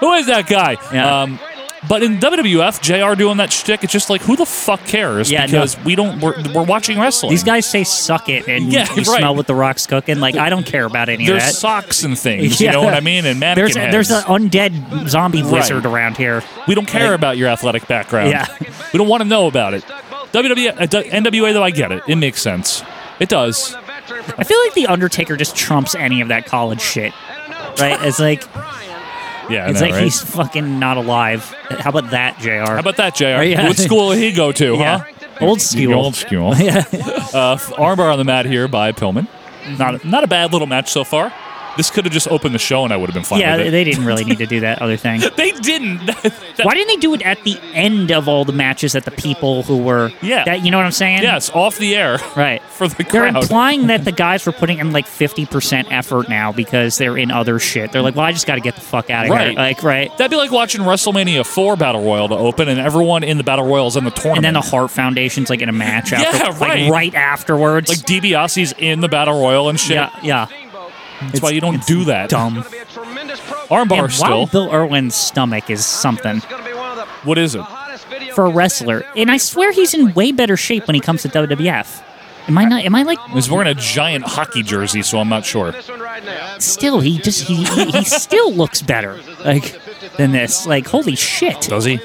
Who is that guy?
Yeah.
Um, but in WWF, Jr. doing that shtick, it's just like who the fuck cares?
Yeah, no.
because we don't. We're, we're watching wrestling.
These guys say "suck it" and
Yeah,
you
right.
smell what the rock's cooking. Like I don't care about any
There's
of that.
socks and things. You
Yeah.
know what I mean? And mannequin
there's a, there's an
heads.
undead zombie
Right.
wizard around here.
We don't care about your athletic background.
Yeah.
We don't want to know about it. WWE, uh, d- NWA, though, I get it. It makes sense. It does.
I feel like the Undertaker just trumps any of that college shit. Right? It's like
Yeah, I
it's
know,
like
right?
he's fucking not alive. How about that, Jr.?
How about that, Jr.?
yeah.
What school did he go to,
Yeah.
huh?
Old
The
school.
Old school. uh, f- armbar on the mat here by Pillman. Not a, not a bad little match so far. This could have just opened the show and I would have been fine
yeah,
with it.
they didn't really need to do that other thing.
They didn't. That-
Why didn't they do it at the end of all the matches that the people who were
Yeah.
that you know what I'm saying?
yes, off the air.
Right.
For the
They're
crowd.
implying that the guys were putting in like 50% effort now because they're in other shit. They're like, well, I just got to get the fuck out of
Right.
here. Like, right.
That'd be like watching WrestleMania 4 Battle Royal to open and everyone in the Battle Royal is in the tournament.
And then the Hart Foundation's like in a match
Yeah,
after,
right.
like right afterwards.
like DiBiase's in the Battle Royal and shit.
yeah, yeah.
That's why you don't do that.
Dumb.
Armbar
And
still.
Wild Bill Irwin's stomach is something
what is it?
for a wrestler, and I swear he's in way better shape when he comes to WWF. Am I not? Am I like?
He's wearing a giant hockey jersey, so I'm not sure.
Still, he just he he, he still looks better like than this. Like, holy shit,
Does he?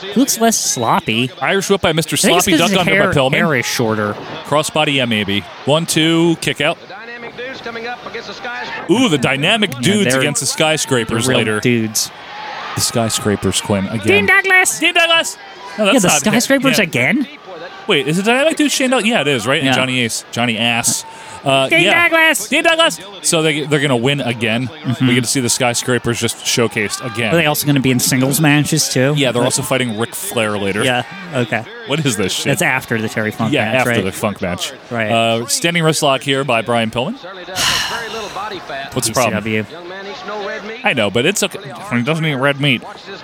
he looks less sloppy.
Irish whip by Mr.
I think it's
Sloppy
'cause
Duck
his
under
hair,
by Pillman.
hair is shorter.
Crossbody, yeah, maybe. One, two, kick out.
Dynamic dudes coming up against the skyscraper.
Ooh, the dynamic dudes
they're-
against the
They're
skyscrapers
real
later.
dudes.
The skyscrapers, Quinn,
Dean
again.
Douglas.
Dean Douglas! No,
Yeah,
that's
the
not-
skyscrapers
yeah.
again.
Wait, is it Dynamic Dude Shane Douglas? Yeah, it is, right? And
Yeah.
Johnny Ace. Johnny Ass. Uh,
Dean
yeah.
Douglas! Mm-hmm.
Dean Douglas! So they, they're going to win again. We get to see the skyscrapers just showcased again.
Are they also going to be in singles matches too?
yeah, they're also fighting Ric Flair later.
Yeah. Okay.
What is this shit?
That's after the Terry Funk
yeah,
match,
after
right?
the funk match.
Right.
Uh, standing wrist lock here by Brian Pillman.
Certainly does. Has very little body fat.
What's the problem?
ECW.
Young man eats no red meat.
I know, but it's okay. He doesn't eat red meat.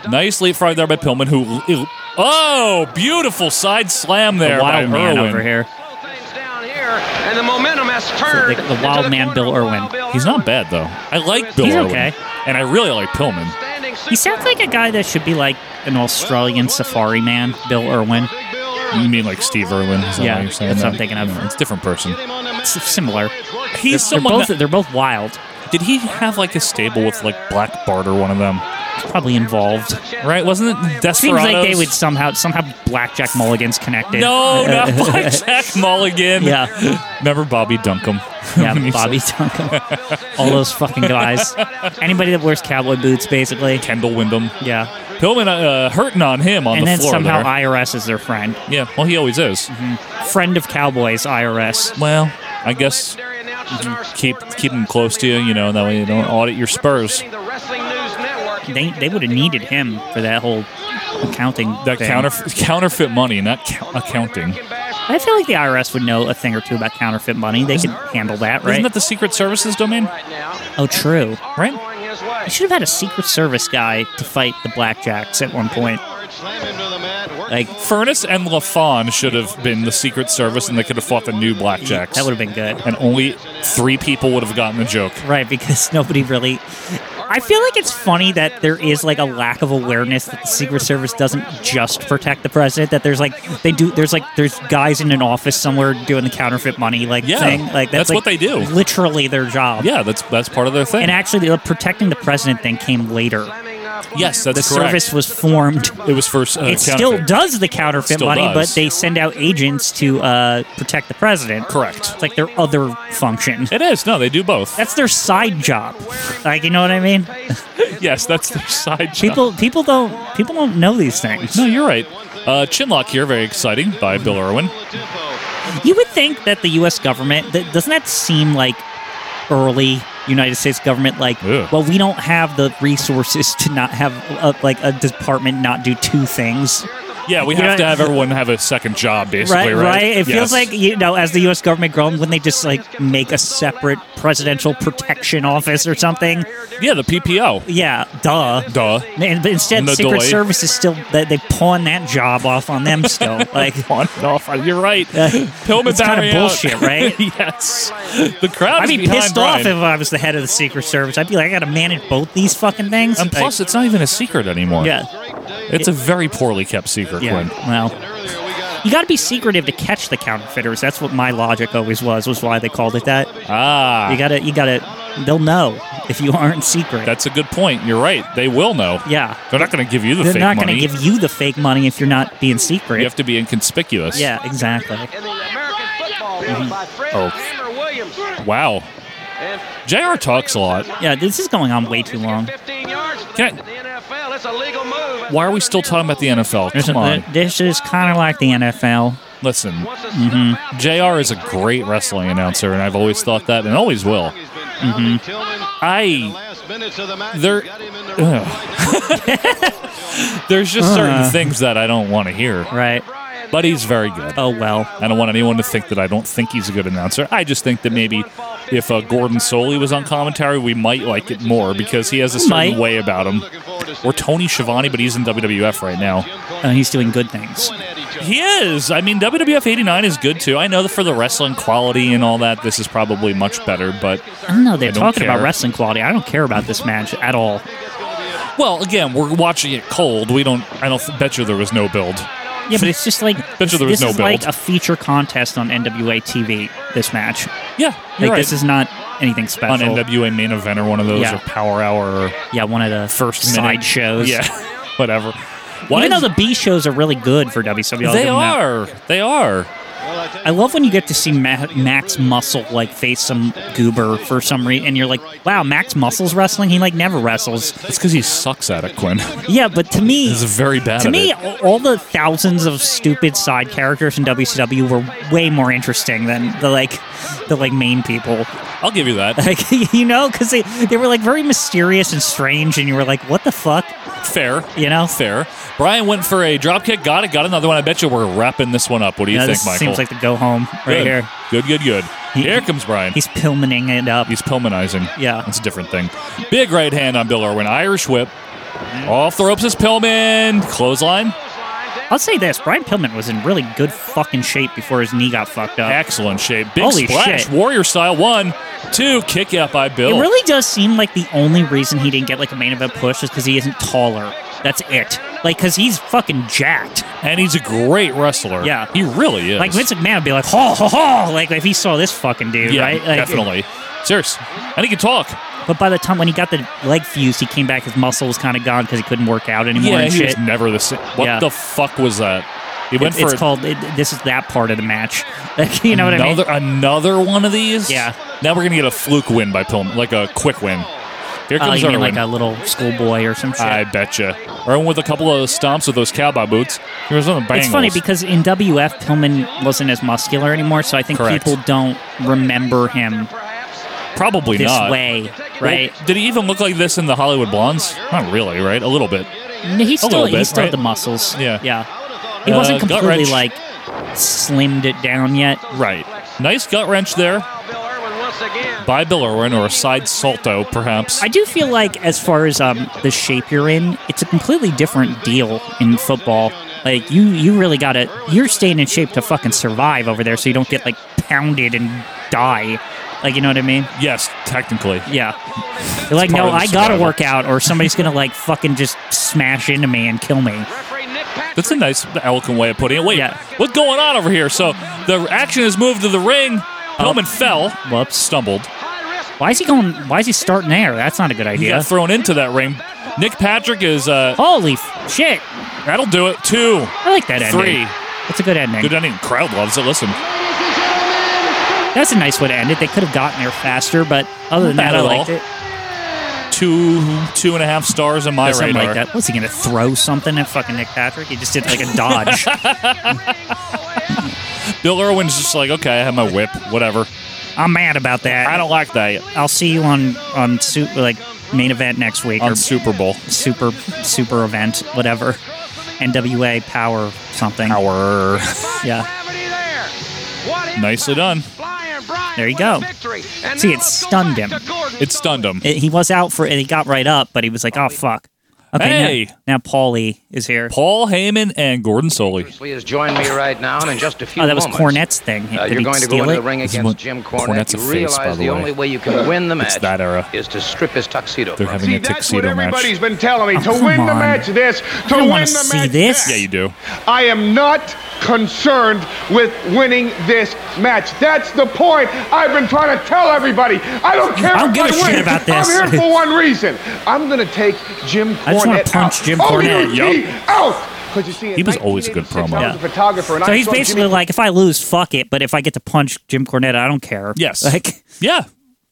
Nice leap right there by Pillman, who. Oh, beautiful side slam there
The wild
by
man
Irwin.
over here.
Slow things down here, and the momentum has turned.
The- the wild
into
man,
corner
Bill
of
Irwin.
Wild Bill
He's
Irwin.
not bad though. I like Bill
He's
Irwin,
okay.
and I really like Pillman.
Standing
He sounds like a guy that should be like an Australian safari man, Bill Irwin.
You mean like Steve Irwin? Is that
Yeah,
why you're saying
that's
that?
what I'm thinking of.
Yeah, it's a different person.
It's similar.
He's
They're
someone.
both,
that-
they're both wild.
did he have like a stable with like Black Bart or one of them?
Probably involved.
Right? Wasn't it
Seems
Desperados?
like they would somehow somehow Blackjack Mulligan's connected.
No, not Blackjack Mulligan.
Yeah.
Remember Bobby Duncombe?
Yeah,
When he
Bobby
said
Duncan. All those fucking guys. Anybody that wears cowboy boots, basically.
Kendall Wyndham.
Yeah.
Pillman uh, hurting on him on
And
the
then
floor
somehow
there.
IRS is their friend.
yeah, well, he always is.
Mm-hmm. Friend of cowboys, IRS.
Well, I guess keep keep him close to you, you know, that way you don't audit your spurs.
They, they would have needed him for that whole accounting.
That
thing.
counterf- counterfeit money, not cou- accounting.
I feel like the IRS would know a thing or two about counterfeit money. They could handle that, right?
Isn't that the Secret Services domain?
oh, true.
Right?
I should have had a Secret Service guy to fight the Blackjacks at one point. Like,
Furnace and LaFon should have been the Secret Service, and they could have fought the new Blackjacks.
that would have been good.
and only three people would have gotten the joke.
Right, because nobody really. I feel like it's funny that there is like a lack of awareness that the Secret Service doesn't just protect the president. That there's like they do. There's like there's guys in an office somewhere doing the counterfeit money like
Yeah,
thing. Like
that's
that's, like,
what they do.
Literally their job.
Yeah, that's that's part of their thing.
And actually, the protecting the president thing came later.
yes, that's
the
correct.
service was formed.
It was first. Uh,
it still
counterfeit.
does the counterfeit
Still
money,
does.
but they send out agents to uh, protect the president.
Correct.
It's like their other function.
It is. No, they do both.
That's their side job. Like you know what I mean?
yes, that's their side job.
People people don't people don't know these things.
No, you're right. Uh, Chinlock here, very exciting by Bill Irwin.
You would think that the U.S. government that, doesn't that seem like early United States government like
Ugh.
well we don't have the resources to not have a, like a department not do two things
Yeah, we
You
have
know-
to have everyone have a second job, basically,
right,
right?
right. It
Yes.
feels like you know, as the U.S. government grown, when they just like make a separate presidential protection office or something.
yeah, the PPO.
Yeah, duh.
Duh.
And, but instead,
No
Secret
doy.
Service is still they, they pawn that job off on them still. Like
On and off. You're right. Pillman's
it's kind
already
of
out.
bullshit, right?
yes. The crowd
I'd be
behind
pissed
Brian.
off if I was the head of the Secret Service. I'd be like, I got to manage both these fucking things.
and plus, it's not even a secret anymore.
Like, yeah,
It's a very poorly kept secret,
yeah.
Quinn.
Well, you got to be secretive to catch the counterfeiters. That's what my logic always was. Was why they called it that.
Ah.
You gotta, you gotta. They'll know if you aren't secret.
That's a good point. You're right. They will know.
Yeah.
They're not going to give you the
They're
fake
not
money.
going to give you the fake money if you're not being secret.
you have to be inconspicuous.
yeah, exactly.
In the American football League by Fred
Oh.
Hammer Williams.
Wow.
And
JR talks a lot.
Yeah, this is going on way too long.
15 yards back
Can I-
to the NFL. It's a legal move.
Why are we still talking about the NFL?
There's a-
Come on.
This is kind of like the NFL.
Listen,
Once a
Mm-hmm.
snap out,
JR is a great wrestling announcer, and I've always thought that and always will. Mm-hmm. I
Last minutes of the match.
There-
got him in the ring
there's just certain things that I don't want to hear.
Uh-huh. Right.
But he's very good.
Oh, well.
I don't want anyone to think that I don't think he's a good announcer. I just think that maybe if uh, Gordon Soley was on commentary, we might like it more because he has a certain
Might.
way about him. Or Tony Schiavone, but he's in WWF right now.
And Oh, he's doing good things.
at each other.
He is. I mean, WWF 89 is good too. I know that for the wrestling quality and all that, this is probably much better, but.
I don't know. They're
I don't
talking about
care.
wrestling quality. I don't care about this match at all.
Well, again, we're watching it cold. We don't. I don't. Bet you there was no build.
Yeah, but it's just like
Bet you there was
this
no
is like
build.
a feature contest on NWA TV. This match,
Yeah,
like
you're right.
this is not anything special.
on NWA main event or one of those
Yeah.
or Power Hour or
yeah, one of the
first minute.
side shows.
Yeah, whatever.
Even
is-
though the B shows are really good for WWE, I'll
they
give them that.
are. They are.
I love when you get to see Ma- Max Muscle like face some goober for some reason, and you're like, "Wow, Max Muscle's wrestling. He like never wrestles."
It's because he sucks at it, Quinn.
Yeah, but to me,
He's very bad
to
at
me,
it.
all all the thousands of stupid side characters in WCW were way more interesting than the like the like main people.
I'll give you that.
Like you know, because they they were like very mysterious and strange, and you were like, "What the fuck?"
Fair.
You know.
Fair. Brian went for a drop kick. Got it. Got another one. I bet you we're wrapping this one up. What do you
Yeah,
think,
this
Michael?
seems like the go home right
good.
here.
Good. Good. Good.
He-
here comes Brian.
He's pilmaning it up.
He's Pillmanizing.
Yeah.
That's a different thing. Big right hand on Bill Irwin. Irish whip.
Mm-hmm.
Off the ropes is Pillman. Clothesline.
I'll say this: Brian Pillman was in really good fucking shape before his knee got fucked up.
Excellent shape. Big
Holy
splash.
shit.
Warrior style. One, two. Kick out by Bill.
It really does seem like the only reason he didn't get like a main event push is because he isn't taller. That's it. Like, because he's fucking jacked.
and he's a great wrestler.
Yeah.
He really is.
Like Vince McMahon would be like, "Ho ho ho!" Like if he saw this fucking dude,
Yeah,
right? Like,
definitely. Serious. And he can talk.
But by the time when he got the leg fused, he came back. His muscle was kind of gone because he couldn't work out anymore
Yeah,
and
he
shit.
was never the same. What
Yeah.
the fuck was that? He went
It-
for
it's called. It, this is that part of the match. Like, you know what I mean?
another another one of these.
Yeah.
Now we're gonna get a fluke win by Pillman, like a quick win. Here
Uh,
comes
you
our
mean
win.
like a little schoolboy or some shit?
I betcha. Irwin with a couple of stomps with those cowboy boots. He was on the
It's funny because in WF, Pillman wasn't as muscular anymore, so I think
Correct.
people don't remember him
probably
this
not.
way, right?
Well, did he even look like this in the Hollywood Blondes? Not really, right? A little bit.
he still
little bit,
he still
right?
had the muscles.
Yeah.
yeah. He
Uh,
wasn't
gut wrench.
completely like slimmed it down yet.
Right. Nice gut wrench there
Bill Irwin once again.
by Bill Irwin, or a side salto, perhaps.
I do feel like as far as um, the shape you're in, it's a completely different deal in football. Like you, you really gotta you're staying in shape to fucking survive over there, so you don't get like pounded and die. Like you know what I mean?
yes, technically.
Yeah. They're like,
part
no,
of the
I gotta
survival.
work out, or somebody's gonna like fucking just smash into me and kill me.
Referee Nick Patrick.
That's a nice, eloquent way of putting it. Wait,
Yeah.
what's going on over here? So the action has moved to the ring.
Oh.
Pillman fell. Whoops. Stumbled.
Why is he going? Why is he starting there? That's not a good
He
idea.
got thrown into that ring. Nick Patrick is, uh,
Holy f- shit!
that'll do it. Two,
I like that ending.
three.
That's a good ending.
Good ending. Crowd loves it. Listen,
That's a nice way to end it. They could have gotten there faster, but other than
Not
that,
bad
I
at
liked
all.
it.
two, two and a half stars on my
Or something
radar.
like that. Was he gonna throw something at fucking Nick Patrick? He just did like a dodge.
Bill Irwin's just like, okay, I have my whip, whatever.
I'm mad about that.
I don't like that
I'll see you on on su- like main event next week
on
or
Super Bowl.
super super event, whatever. NWA Power something.
Our
Yeah.
Gravity there. What is
nicely done.
Flying Brian
There you
with
go.
the victory. And
See,
now
it
let's go
stunned
back
him.
to Gordon.
It stunned him.
It- he was out for and he got right up, but he was like, "Oh fuck." Okay,
Hey!
now, now Paulie is here.
Paul Heyman and Gordon Soley.
Lee has joined me right now, and in just a few
Oh, that was
moments,
Cornette's thing.
Uh,
Did
you're
he
going to go
steal
into
it?
the ring
This is
against
what
Jim
Cornette's
Cornette. You
a face,
realize
by the way.
only way you can win the match
that era.
is to strip his tuxedo.
They're
from
having
him.
a
See, that's what
tuxedo
everybody's
match.
been telling me. to
Oh, come
win the
on.
match this, to
don't
win
wanna
the
see
match
this.
that.
Yeah, you do.
I am not concerned with winning this match. That's the point I've been trying to tell everybody. I don't care
I don't
if
give a
I
shit
win.
about
I'm
this.
here for one reason. I'm going to take Jim Cornette
I just wanna punch
out.
Jim
Oh,
Cornette.
you
Yup.
need out. 'Cause you see, in
He was always a good
1986,
promo.
I was
Yeah.
a photographer, and
So
I
he's
saw Jimmy
basically like, if I lose, fuck it. But if I get to punch Jim Cornette, I don't care.
Yes.
Like,
Yeah.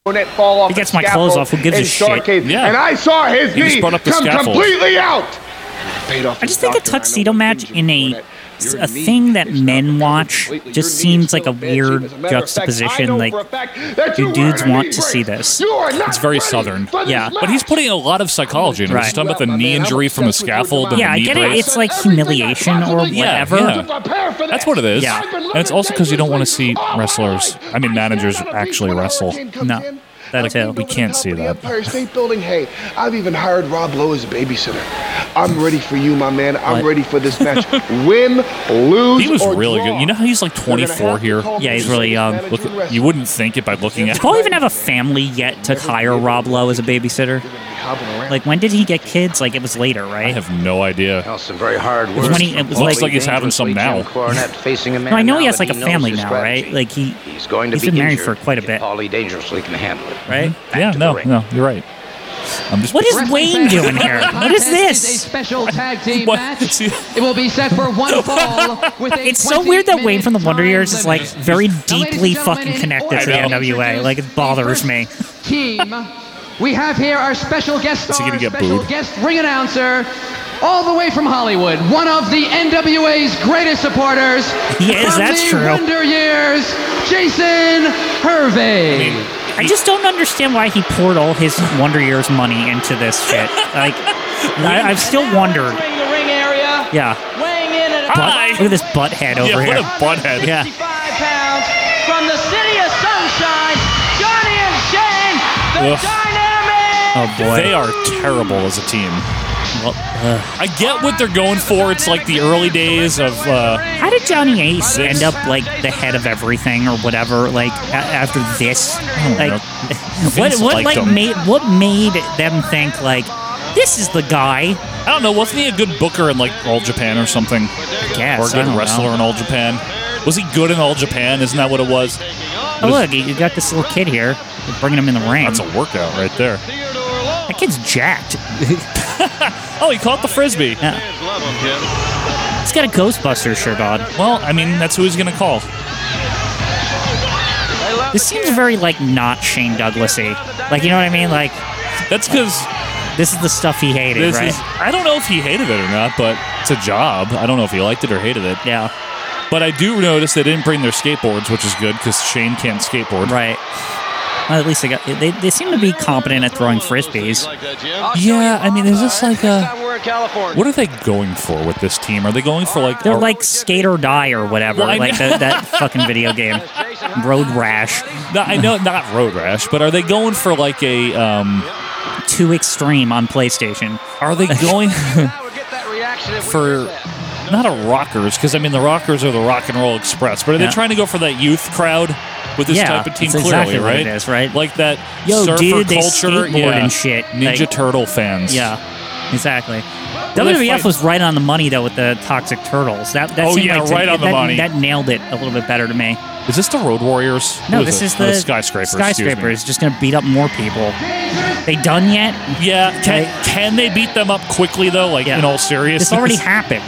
Cornette fall off.
He gets
the
my clothes
scaffold
off, who gives
in
a shit?
Starrcade,
Yeah.
And I saw his
He just
knee
brought up the
come
scaffold.
completely out. Paid off
I
his
just think a
doctor, I know
tuxedo
what
match
Jim
in a
Cornette
s- a thing that men watch just seems like a weird juxtaposition. Like, do dudes want to see this?
It's very southern.
Yeah.
But he's putting a lot of psychology in it.
Right.
He's talking about the knee injury from a scaffold. And
Yeah,
the
I
knee
get it.
brace.
It's like humiliation or
Yeah,
whatever.
yeah. That's what it is.
Yeah.
And it's also because you don't want to see wrestlers, I mean, managers actually wrestle.
No, that too.
We can't see that.
Empire State Building. Hey, I've even hired Rob Lowe as a babysitter. I'm ready for you, my man. I'm
What?
ready for this match. Win, lose,
He was
or
really
draw.
good. You know how he's like 24 here?
Yeah, he's really young.
Look, you wouldn't think it by looking at
Does Paul even have a family yet to hire Rob Lowe as a babysitter? Like, when did he get kids? Like, it was later,
I
right?
have no idea.
Oh,
Well, some very hard
was
work.
when he- it was
Looks like he's having some now.
Cornet facing a man
No, I know he
now
has
that
like a
knows
family
his
now,
strategy.
right? Like he,
he's going to
he's
be
been married
injured
for quite a
if
bit.
Paulie dangerously can handle it.
right?
Yeah,
to
no,
the ring.
no, you're right. I'm just.
What is Wayne doing here? What is
a
this?
special tag team
What?
match.
See-
It will be set for one fall. With a
It's so weird that
20
Wayne from the Wonder
minute
Years is
time
like
limit.
very
Now, ladies and
deeply
gentlemen,
fucking
in
connected to the
order
NWA.
introduce
Like it bothers
the
me.
first Team, we have here our special guest
Is he
star,
gonna get
special
booed?
guest ring announcer, all the way from Hollywood, one of the NWA's greatest supporters.
He is,
from
that's
the
true.
Wonder Years, Jason Hervey.
I just don't understand why he poured all his Wonder Years money into this shit. Like I, I've still wondered.
Entering the ring area,
Yeah.
weighing in at
Butt, look at this butt head
Yeah,
over
what a
here.
butthead.
Yeah.
65 pounds from the city of sunshine, Johnny and Shane, the
Ugh.
dynamic.
Oh boy.
They are terrible as a team.
Well, uh,
I get what they're going for. It's like the early days of. Uh,
how did Johnny Ace end up like the head of everything or whatever? Like a- after this, like what
Vince
what
liked
like
him.
made what made them think like this is the guy?
I don't know. Wasn't he a good booker in like All Japan or something?
I guess
or a
I
good
don't
wrestler
know.
in All Japan? Was he good in All Japan? Isn't that what it was?
Oh, look, you got this little kid here. We're bringing him in the ring.
That's a workout right there.
that kid's jacked.
Oh, he caught the frisbee.
He's got a Ghostbuster shirt on.
Well, I mean, that's who he's gonna call.
This seems very like not Shane Douglasy. Like you know what I mean? Like
That's because
this is the stuff he hated,
this
right?
is. I don't know if he hated it or not, but it's a job. I don't know if he liked it or hated it.
yeah,
But I do notice they didn't bring their skateboards, which is good because Shane can't skateboard.
right. Well, at least they got they, they seem to be competent at throwing frisbees.
Oh, Yeah, I mean, is this like
Next
a?
time we're in California.
What are they going for with this team? Are they going for like?
They're
a-
like skate or die or whatever,
Well, I
like
know-
the, that fucking video game, Road Rash.
No, I know not road rash, but are they going for like a? um
Too extreme on PlayStation.
Are they going
I would get that reaction if we
for?
did that.
Not a rockers, because I mean the rockers are the rock and roll express, but are
Yeah.
they trying to go for that youth crowd with this
Yeah,
type of team?
that's
clearly,
exactly what
right?
it is, right?
Like that
Yo,
surfer
dude, they
culture,
skateboard
yeah,
and shit,
Ninja
like-
Turtle fans.
Yeah, exactly.
they
WWF
fight-
was right on the money though with the Toxic Turtles. That, that
Oh,
seemed
yeah,
like to-
right on the
that-
money.
That nailed it a little bit better to me.
Is this the Road Warriors?
No,
Who
this
it?
is
Oh,
the,
skyscrapers. excuse me.
Skyscrapers just gonna beat up more people. They done yet?
Yeah, can,
Right?
can they beat them up quickly though? Like
Yeah.
in all seriousness,
This already happened.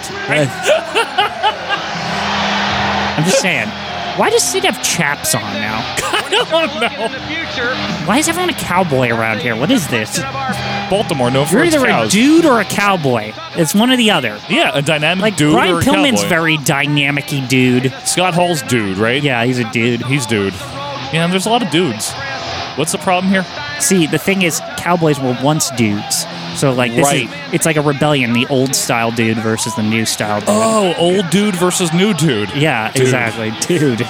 I'm just saying. Why does Sid have chaps on now?
I don't
In
know.
the future,
Why is everyone a cowboy around here? What is this?
Baltimore, no for
You're
its
either a
cows.
dude or a cowboy. It's one or the other.
yeah, a dynamic
Like
dude
Brian
or a
Pillman's
cowboy.
very dynamic-y dude.
Scott Hall's dude, right?
Yeah, he's a dude.
he's dude. Yeah, there's a lot of dudes. What's the problem here?
See, the thing is, cowboys were once dudes. So like this
Right.
is it's like a rebellion, the old style dude versus the new style dude.
Oh, old dude versus new dude.
yeah,
Dude.
exactly. Dude.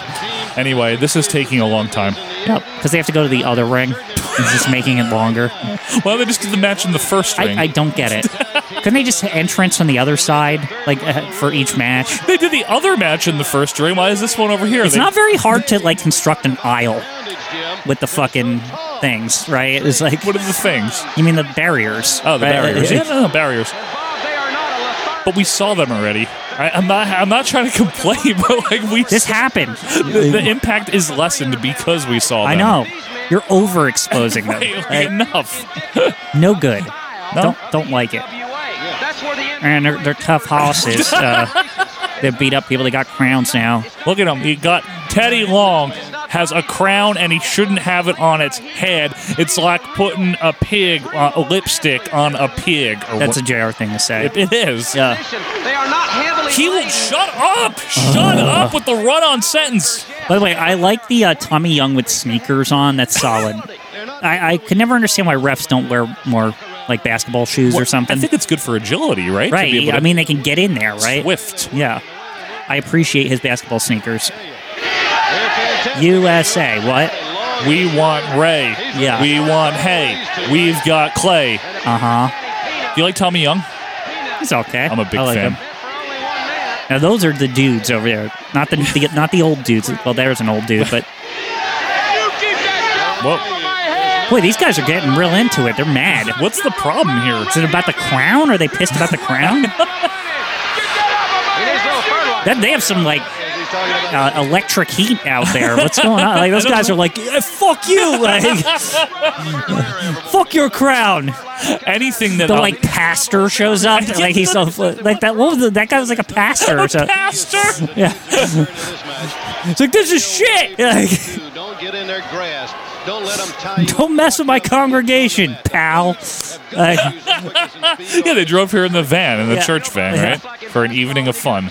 Anyway, this is taking a long time.
Yep. Because they have to go to the other ring. It's just making it longer.
Why don't they just do the match in the first ring?
I, I don't get it. Couldn't they just entrance on the other side, like uh, for each match?
they did the other match in the first ring. Why is this one over here?
It's
They-
not very hard to like construct an aisle with the fucking things, right? It's like
what are the things?
you mean the barriers?
Oh, the
right?
barriers. Yeah, no, no, barriers. But we saw them already. I, I'm not. I'm not trying to complain, but like we,
This happened.
the, the impact is lessened because we saw. Them.
I know. You're overexposing them.
Right, like,
Like,
enough.
no good.
No?
Don't don't like it.
that's where the end.
And they're, they're tough hosses. Uh, they beat up people. They got crowns now.
Look at him. He got Teddy Long has a crown and he shouldn't have it on its head. It's like putting a pig, uh, a lipstick on a pig. Or
That's a
what-
JR thing to say.
it, it is.
Yeah.
They are not heavily.
He will shut up. Shut
Uh.
up with the run-on sentence.
By the way, I like the uh, Tommy Young with sneakers on. That's solid. I, I could never understand why refs don't wear more like basketball shoes or something.
I think it's good for agility, right? To be
right.
able to
I mean, they can get in there, right?
swift.
Yeah. I appreciate his basketball sneakers. USA. What?
We want Ray.
Yeah.
We want Hay. We've got Clay.
Uh huh.
Do you like Tommy Young?
He's okay.
I'm a big
I like
fan.
him. Now those are the dudes over there, not the, the not the old dudes. Well, there's an old dude, but
Whoa.
boy, these guys are getting real into it. They're mad.
What's the problem here?
Is it about the crown? Are they pissed about the crown?
He needs a little fertilizer.
that they have some like uh, electric heat out there. What's going on? Like those guys are like, "Eh, fuck you, like, fuck your crown.
Anything that
The
I'll-
like pastor shows up, like he's so like that. What was the, that guy was like a pastor or something.
Pastor.
Yeah, it's like this is shit. Like,
Don't get in their grasp. Don't let them tie you.
Don't mess with my congregation, pal. Like,
Yeah, they drove here in the van, in the
Yeah.
church van, right? For an evening of fun.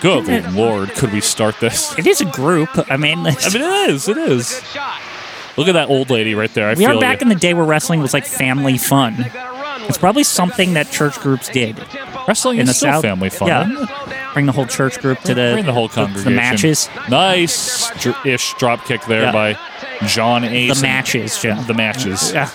Good lord, could we start this?
it is a group. I mean,
I mean, it is. It is. Look at that old lady right there. I
we
feel
are back
you.
in the day where wrestling was like family fun. It's probably something that church groups did.
wrestling
in
is
the
still
South.
family fun. isn't it?
Yeah. Bring the whole church group to the,
Bring the whole
to
congregation.
The matches.
Nice dr- ish drop kick there
Yeah.
by John Ace.
The
and-
matches, Jim.
The matches.
Yeah.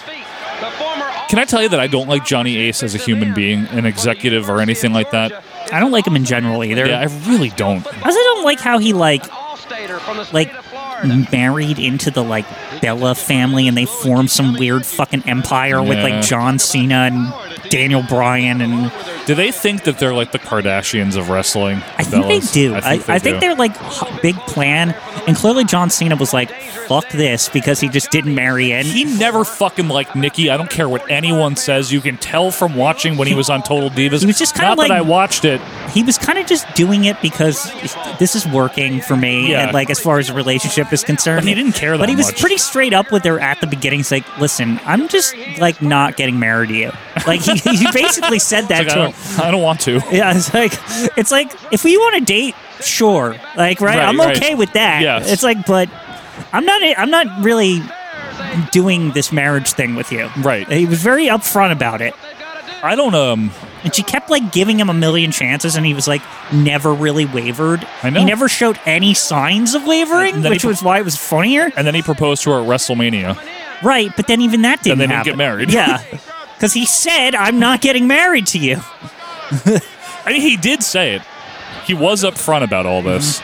Can I tell you that I don't like Johnny Ace as a human being, an executive, or anything like that?
I don't like him in general either.
Yeah, I really don't.
I also don't like how he like
All-stater from the state
like
of Florida.
Mm-hmm.
married into the like Bella family and they formed some weird fucking empire with
Yeah.
like John Cena and Daniel Bryan and
Do they think that they're like the Kardashians of wrestling?
I think
fellas?
they do. I I think,
do.
they're like h- big plan, and clearly John Cena was like, "Fuck this," because he just didn't marry in.
He never fucking liked Nikki. I don't care what anyone says. You can tell from watching when he was on Total Divas.
He was just kinda
Not
like-
that I watched it.
He was kind of just doing it because this is working for me,
Yeah.
and like as far as a relationship is concerned,
But he didn't care
But
that
he was
much.
pretty straight up with her at the beginning. He's like, "Listen, I'm just like not getting married to you." Like he, he basically said that
It's like, I,
to him.
don't, I don't want to.
Yeah, it's like it's like if we want to date, sure. Like, right?
Right,
I'm
right.
okay with that.
Yes.
It's like, but I'm not. I'm not really doing this marriage thing with you.
Right.
He was very upfront about it,
I don't. Um.
and she kept like giving him a million chances, and he was like never really wavered.
I know.
He never showed any signs of wavering,
And then he
which
pro-
was why it was funnier.
And then he proposed to her at WrestleMania.
Right. But then even that didn't.
they didn't
happen.
get married.
Yeah. Because he said, "I'm not getting married to you."
I mean, he did say it. He was upfront about all this.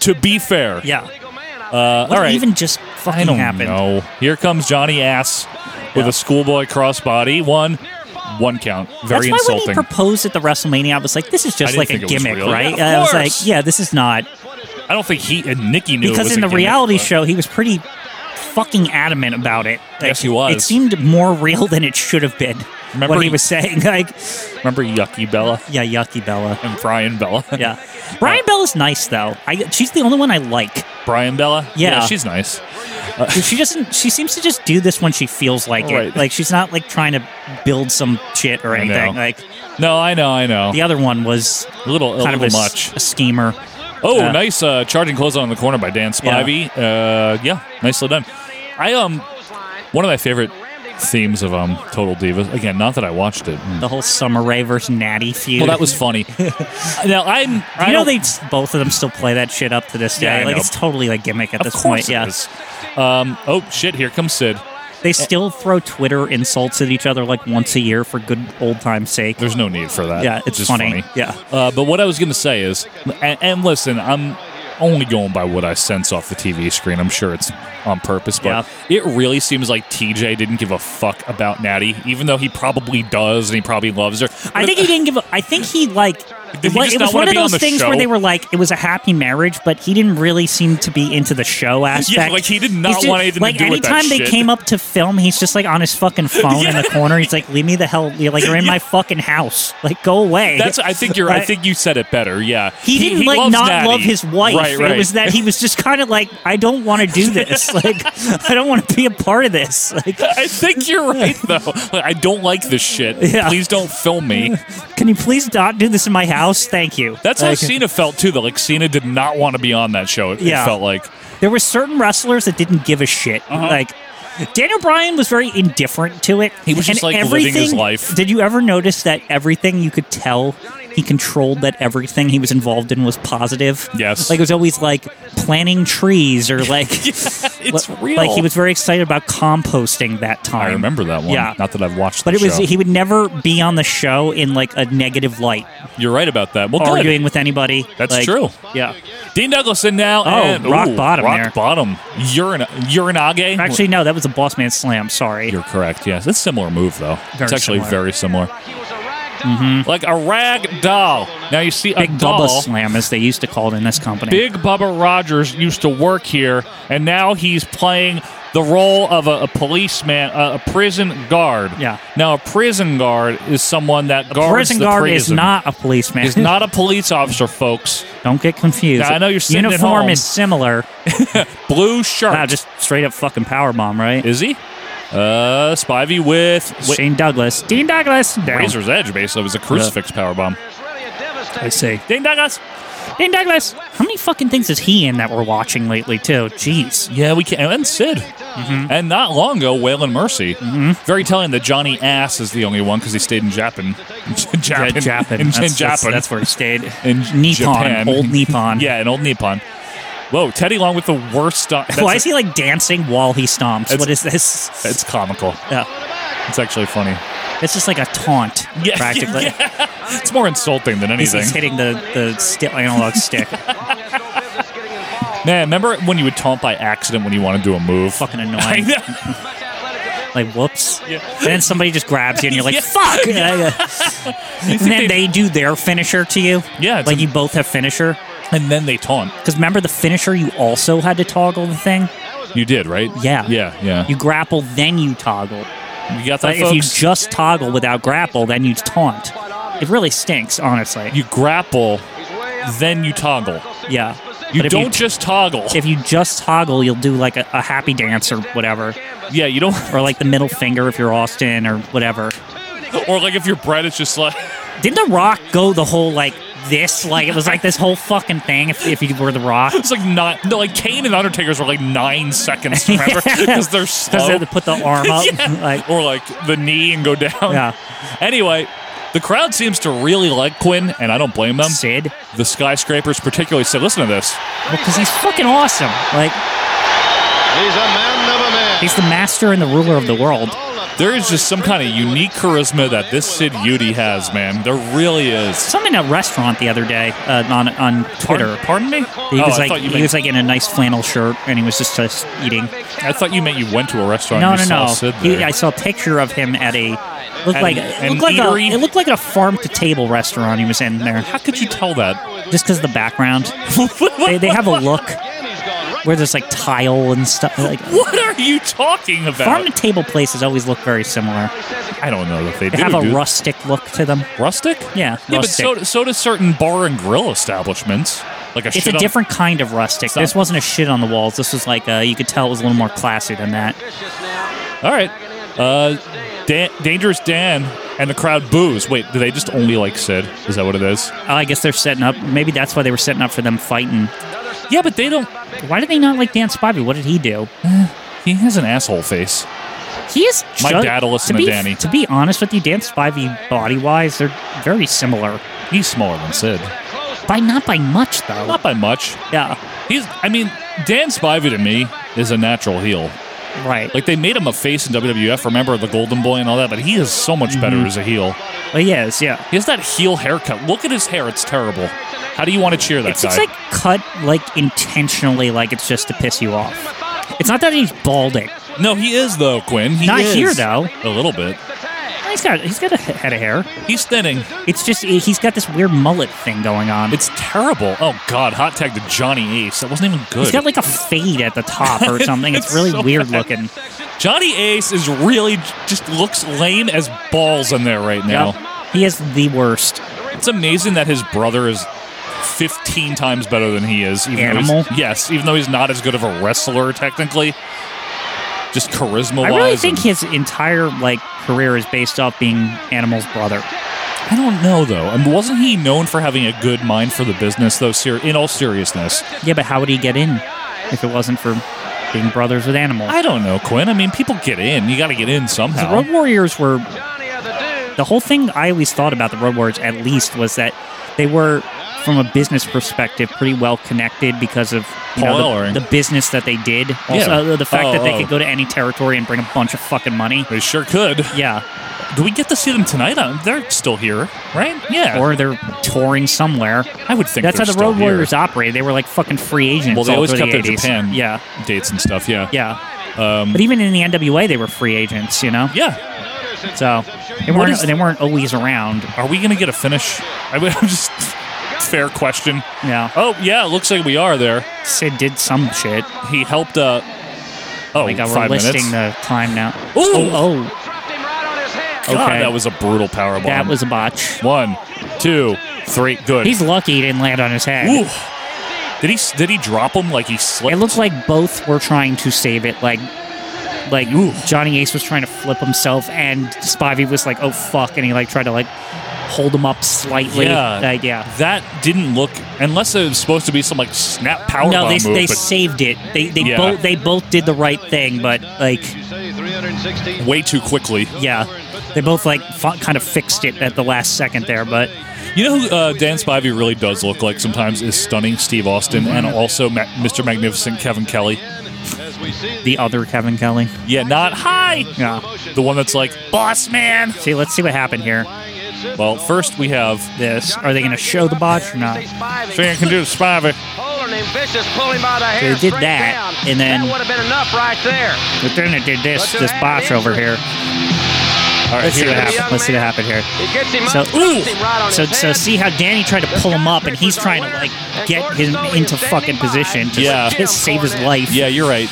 To be fair.
Yeah.
Uh,
What
all right.
even just fucking
I don't
happened?
know. Here comes Johnny Ass with
Yeah.
a schoolboy crossbody. One, one count. Very
That's why
insulting.
when he proposed at the WrestleMania, I was like, "This is
I
just
didn't
like a
think it was
gimmick,
real.
right?"
Yeah, of
I was
course.
like, "Yeah, this is not."
I don't think he and Nikki knew it
Because
was
in
a
the
gimmick,
reality
but-
show, he was pretty fucking adamant about it.
Yes, he was.
It seemed more real than it should have been.
Remember
what he
he-
was saying, like,
Remember Yucky Bella
"Yeah, yucky Bella."
and Brian Bella?
Yeah, Brian Bella's nice though. I she's the only one I like.
Brian Bella?
Yeah.
she's nice.
She doesn't. She seems to just do this when she feels like it.
Uh, Right.
Like she's not like trying to build some shit or
I know.
anything. Like
No, I know, I know.
the other one was
A little, a
kind
little
of a, s-
much.
a schemer.
Oh,
Uh,
nice uh, charging close on the corner by Dan Spivey. Yeah. Uh, yeah, nicely done. I um, one of my favorite themes of um Total Divas. Again, not that I watched it. Mm.
The whole Summer Rae versus Natty feud.
Well, that was funny. now I'm. I
you know
don't-
they both of them still play that shit up to this day.
Yeah, I
like
know.
it's totally like gimmick at
Of
this
course
point.
it
yeah,
is. Um. Oh shit! Here comes Sid.
they still throw Twitter insults at each other like once a year for good old time's sake.
There's no need for that.
Yeah, it's
just
funny. Yeah.
Uh, but what I was going to say is, and, and listen, I'm only going by what I sense off the TV screen. I'm sure it's on purpose, but it really seems like TJ didn't give a fuck about Natty, even though he probably does and he probably loves her.
I think he didn't give. A, I think he like
Did he
Well,
just
it
not wanna
was one of
be on
those
the
things
show?
where they were like, it was a happy marriage, but he didn't really seem to be into the show aspect.
like, he did not
He's ju-
want anything to
like,
do with that
anytime they
shit.
came up to film, he's just like on his fucking phone in the corner. He's like, "Leave me the hell! You're like, you're in my fucking house. Like, go away."
That's. I think you're. I
Like,
think you said it better. Yeah.
he didn't like
loves
not
Natty.
love his wife.
Right. Right.
It was that he was just kind of like, I don't want to do this. like, I don't want to be a part of this. Like,
I think you're right though. Like, I don't like this shit.
Yeah.
Please don't film me.
can you please not do this in my house? Thank you.
That's how
Like-
Cena felt too. Though, like Cena did not want to be on that show. It, it
Yeah.
felt like
there were certain wrestlers that didn't give a shit.
Uh-huh.
Like Daniel Bryan was very indifferent to it. He
was just, like, living his life.
Did you ever notice that everything you could tell he controlled that everything he was involved in was positive?
Yes.
Like it was always like planting trees or like
it's
like,
real.
Like he was very excited about composting that time.
I remember that one.
Yeah.
Not that I've watched.
But
the
it was
show.
he would never be on the show in like a negative light,
You're right about that. Well, good.
arguing with anybody.
That's
Like,
true.
Yeah.
Dean Douglas in now.
Oh,
and,
rock
ooh,
bottom
Rock
there.
bottom. Urina, Urinage.
Actually, no, that was a boss man slam. Sorry.
You're correct. Yes, it's a similar move though.
Very
it's actually
similar.
very similar.
Mhm.
Like a rag doll. Now you see
Big
a doll.
Bubba Slam, as they used to call it in this company.
Big Bubba Rogers used to work here, and now he's playing the role of a, a policeman, a, a prison guard.
Yeah.
Now a prison guard is someone that guards
prison
the
guard is
prison.
not a policeman.
is not a police officer, folks.
Don't get confused.
Now, I know you're sitting at
Uniform
home.
is similar.
Blue shirt.
Wow, just straight up fucking power bomb, right?
is he? Uh, Spivey with wait,
Shane Douglas, Dean Douglas, down.
Razor's Edge, basically. It was a crucifix power bomb. Mm-hmm.
I see.
Ding Douglas.
Dean Douglas. How many fucking things is he in that we're watching lately too? Jeez.
Yeah, we can. And Sid.
Mm-hmm.
And not long ago, Waylon Mercy. Very telling that Johnny Ass is the only one because he stayed in Japan. Japan.
Yeah, Japan.
In, in
That's, that's-
Japan.
That's, where he stayed.
in
Nippon,
Japan.
old Nippon.
yeah, in old Nippon. Whoa, Teddy Long with the worst. Sto- that's-
Why is he like dancing while he stomps?
It's-
What is this?
It's comical.
yeah.
It's actually funny.
It's just like a taunt,
Yeah,
practically.
yeah. It's more insulting than
He's,
anything.
he's hitting the the sti- analog stick.
Man, remember when you would taunt by accident when you want to do a move?
Fucking annoying.
I know.
like whoops
Yeah.
and then somebody just grabs you and you're like
Yeah.
fuck and then they do their finisher to you
Yeah, it's
like
a-
you both have finisher
And then they taunt.
because remember the finisher you also had to toggle the thing
You did, right?
Yeah.
Yeah, yeah.
you grapple then you toggle
You got that,
but if you
folks?
just toggle without grapple then you taunt it really stinks honestly
you grapple, then you toggle.
yeah
You
but if
don't
you,
just toggle.
if you just toggle you'll do like a, a happy dance or whatever
yeah, you don't.
or like the middle finger if you're austin or whatever
Or like if you're bread, it's just like.
Didn't The Rock go the whole like this? Like it was like this whole fucking thing. If if you were The Rock,
It's like not. No, like Kane and Undertaker's were like nine seconds, remember? Because they're slow.
because they had to put the arm up. Like
or like the knee and go down.
Yeah.
Anyway, the crowd seems to really like Quinn, and I don't blame them.
Sid,
The skyscrapers particularly said, "Listen to this."
because he's fucking awesome. Like
He's a man of a man.
he's the master and the ruler of the world.
There is just some kind of unique charisma that this Sid Udy has, man. There really is.
Some in a restaurant the other day uh, on on Twitter.
Pardon me?
He
oh,
was
I
like
thought you
he
meant,
was like in a nice flannel shirt and he was just just eating.
I thought you meant you went to a restaurant.
No,
and
no,
you
no.
Saw Sid
He,
there.
I saw a picture of him at a looked
At
like
an-
it
an
looked like
eatery?
a it looked like a farm to table restaurant he was in there.
How could you tell that?
Just because the background, they, they have a look where there's like tile and stuff. Like
What are you talking about?
farm to table places always look very similar.
I don't know if they,
They
do.
have a
dude.
rustic look to them.
rustic.
Yeah,
yeah,
rustic.
but so so does certain bar and grill establishments. Like a
It's
shit
a
on-
different kind of rustic.
not-
This wasn't a shit on the walls. This was like uh you could tell it was a little more classy than that.
All right. Uh, Dan, Dangerous Dan and the crowd boos. Wait, do they just only like Sid? Is that what it is?
Oh, I guess they're setting up. Maybe that's why they were setting up for them fighting.
Yeah, but they don't.
Why did they not like Dan Spivey? What did he do?
He has an asshole face.
He is.
My
ju-
dad'll listen
be,
to Danny.
To be honest with you, Dan Spivey body wise, they're very similar.
He's smaller than Sid.
By not by much though.
Not by much.
Yeah.
He's. I mean, Dan Spivey to me is a natural heel.
Right.
Like they made him a face in WWF. Remember the Golden Boy and all that. But he is so much better
Mm-hmm.
as a heel.
But yes, yeah.
He has that heel haircut. Look at his hair. It's terrible. How do you want to cheer that
It's
guy?
just like cut like intentionally, like it's just to piss you off. It's not that he's balding.
no, he is though, Quinn. He
Not
is.
here, though.
A little bit.
Eh, he's got he's got a he- head of hair.
He's thinning.
It's just he's got this weird mullet thing going on.
It's terrible. Oh God, hot tag to Johnny Ace. That wasn't even good.
He's got like a fade at the top or something. It's,
It's
really
so
weird
bad.
looking.
Johnny Ace is really just looks lame as balls in there right now.
He is the worst.
It's amazing that his brother is 15 times better than he is. Even though he's-
Animal?
Yes, even though he's not as good of a wrestler technically. Just charisma
I
wise.
really think his entire like career is based off being Animal's brother.
I don't know though. I mean, wasn't he known for having a good mind for the business though? Ser- in all seriousness,
Yeah, but how would he get in if it wasn't for being brothers with Animal?
I don't know, Quinn. I mean, people get in. You got to get in
The
somehow.
Road Warriors were the whole thing. I always thought about the Road Warriors, at least, was that they were, from a business perspective, pretty well connected because of you
Paul
know,
Ellering.
the, the business that they did.
Yeah.
Also, uh, the fact
Oh,
that they
oh.
could go to any territory and bring a bunch of fucking money.
They sure could.
Yeah,
Do we get to see them tonight? Uh, They're still here, right? Yeah.
or they're touring somewhere.
I would think
That's how
they're
the
still
Road Warriors
Here.
operated. They were like fucking free agents.
Well, they
all
always
through
kept
the
their
80s.
Japan
Yeah,
dates and stuff. Yeah.
yeah.
Um,
But even in the NWA, they were free agents. You know.
yeah.
So they
What
weren't
is-
they weren't always around.
Are we gonna get a finish? I mean, I'm just fair question.
Yeah.
Oh yeah, it looks like we are there.
Sid did some shit.
He helped. Uh, oh,
Like, uh, we're
five minutes.
listing the time now.
Ooh!
Oh, oh,
God,
okay.
that was a brutal power bomb.
that was a botch.
one, two, three. Good.
He's lucky he didn't land on his head.
Ooh. Did he did he drop him like he slipped?
It looked like both were trying to save it. Like, like Johnny Ace was trying to flip himself, and Spivey was like, "Oh fuck," and he like tried to like hold him up slightly.
Yeah.
Like, yeah.
that didn't look unless it was supposed to be some like snap power
No,
bomb
they,
move.
they
but
saved it. They they
Yeah.
both they both did the right thing, but like
way too quickly.
yeah, they both like f- kind of fixed it at the last second there. But
You know who uh, Dan Spivey really does look like sometimes is stunning Steve Austin and also Ma- Mr. Magnificent Kevin Kelly.
the other Kevin Kelly.
Yeah, not hi.
Yeah.
The one that's like boss man.
See, let's see what happened here.
Well, first we have
This are they going to show the botch or not?
fan can do the Spivey.
Polar named Vicious pulled him by the
They
hair.
did
straight
that,
down.
and then-
that would have been enough right there.
But then it did this,
But to
this
add
botch
in-
over here.
All right,
Let's see
here
what
it is.
happens. Let's see what happened here.
He gets him
So,
up,
ooh,
puts him right on
so,
his
so
head.
see how Danny tried to pull him up, and he's trying to like get him into fucking position to
Yeah.
just save his life.
Yeah, you're right.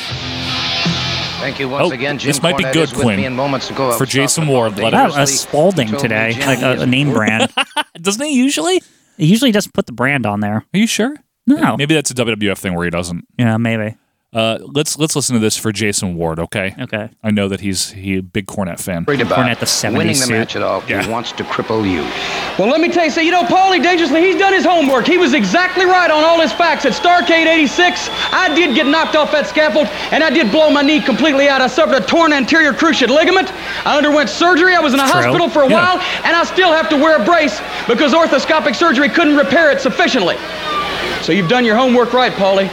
Thank you once
Oh,
again, Jim.
this might be
Cornette
good,
is with
Quinn.
me in moments to go
For Jason Ward, let
Wow, a Spalding today, like a, a name brand.
Doesn't he usually? Are
It usually doesn't put the brand on there.
you sure?
No.
Maybe that's a WWF thing where he doesn't.
Yeah, maybe.
Uh, let's let's listen to this for Jason Ward, okay?
Okay.
I know that he's he a big Cornet fan.
Worried about
Cornette the 70s
winning the
suit.
match at all.
Yeah.
He wants to cripple you.
Well, let me tell you, so you know, Paulie Dangerously, he's done his homework. He was exactly right on all his facts. At Starcade 86, I did get knocked off that scaffold, and I did blow my knee completely out. I suffered a torn anterior cruciate ligament. I underwent surgery. I was in a
True.
hospital for a
Yeah.
while, and I still have to wear a brace because orthoscopic surgery couldn't repair it sufficiently. So you've done your homework right, Paulie.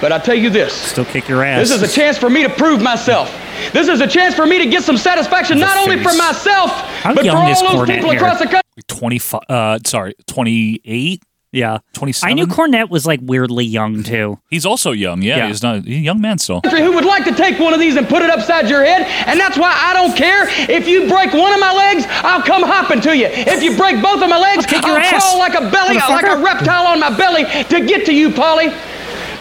But I tell you this.
Still kick your ass.
This is a chance for me to prove myself. This is a chance for me to get some satisfaction not only for
face.
myself,
How
but for
young is
all those
Cornette
people
here?
across the country.
Like 25 uh sorry, 28,
yeah.
27.
I knew Cornette was like weirdly young too.
He's also young. Yeah,
Yeah.
he's not he's a young man still.
country who would like to take one of these and put it upside your head, and that's why I don't care. If you break one of my legs, I'll come hopping to you. If you break both of my legs,
kick your
I'll
ass,
crawl like a belly, like a
motherfucker.
reptile on my belly to get to you, Polly.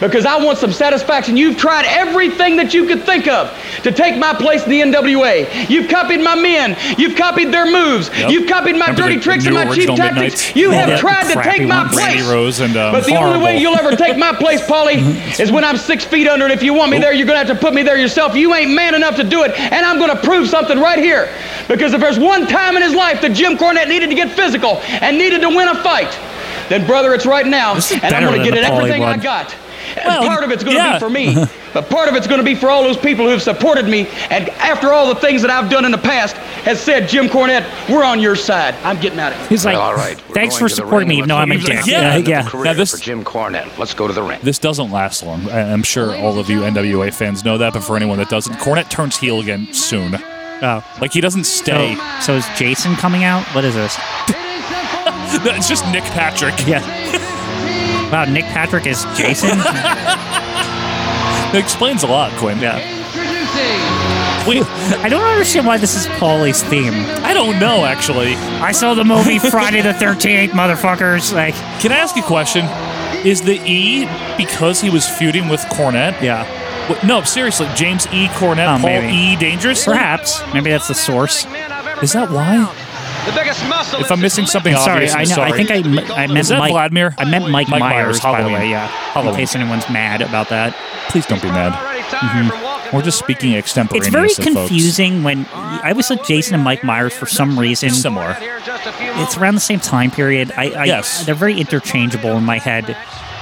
Because I want some satisfaction. You've tried everything that you could think of to take my place in the NWA. You've copied my men. You've copied their moves.
Yep.
You've copied my
Remember
dirty
the
tricks and
new
my cheap
original
tactics.
Midnights?
You
All
have
that
tried to
crappy
take my
ones.
place.
Randy Rose and um,
But the only
horrible.
way you'll ever take my place, Polly, is when I'm six feet under. And if you want me there, you're going to have to put me there yourself. You ain't man enough to do it. And I'm going to prove something right here. Because if there's one time in his life that Jim Cornette needed to get physical and needed to win a fight, then, brother, it's right now.
This is
And I'm
better
going to
than
get
the
it
Pauly
everything
one.
I got. And
Well,
part of it's going to
yeah.
be for me, but part of it's going to be for all those people who have supported me. And after all the things that I've done in the past, has said, Jim Cornette, we're on your side. I'm getting out of here.
He's like,
Well, all right. We're
thanks
going
for
to the ring.
supporting me, even though I'm a
Let's
dick.
see
Yeah,
Yeah,
the
yeah.
Career
Now this-
for Jim Cornette. Let's go to the ring.
This doesn't last long. I- I'm sure all of you NWA fans know that, but for anyone that doesn't, Cornette turns heel again soon.
Oh.
Like he doesn't stay.
So, so is Jason coming out? What is this?
No, it's just Nick Patrick.
Yeah. Wow, Nick Patrick is Jason.
It explains a lot, Quinn. Yeah.
Introducing
I don't understand why this is Paulie's theme.
I don't know, actually.
I saw the movie Friday the 13th, motherfuckers. Like,
Can I ask you a question? Is the E because he was feuding with Cornette?
Yeah.
What- No, seriously, James E. Cornette,
Oh,
Paul
maybe.
E. Dangerous?
perhaps. Maybe that's the source.
Is that why?
The biggest muscle
If I'm missing something
I'm sorry,
obvious,
I,
I'm
know,
sorry.
I think I, m- I meant
Is that
Mike.
Vladimir?
I meant Mike,
Mike
Myers,
Myers,
by the
Halloween.
way, yeah.
Halloween.
In case anyone's mad about that.
Please don't be mad.
Mm-hmm.
Mhm. We're just speaking
It's
extemporaneously,
very
folks.
confusing when I always like Jason and Mike Myers for some reason.
Similar.
It's around the same time period. I, I
Yes.
they're very interchangeable in my head.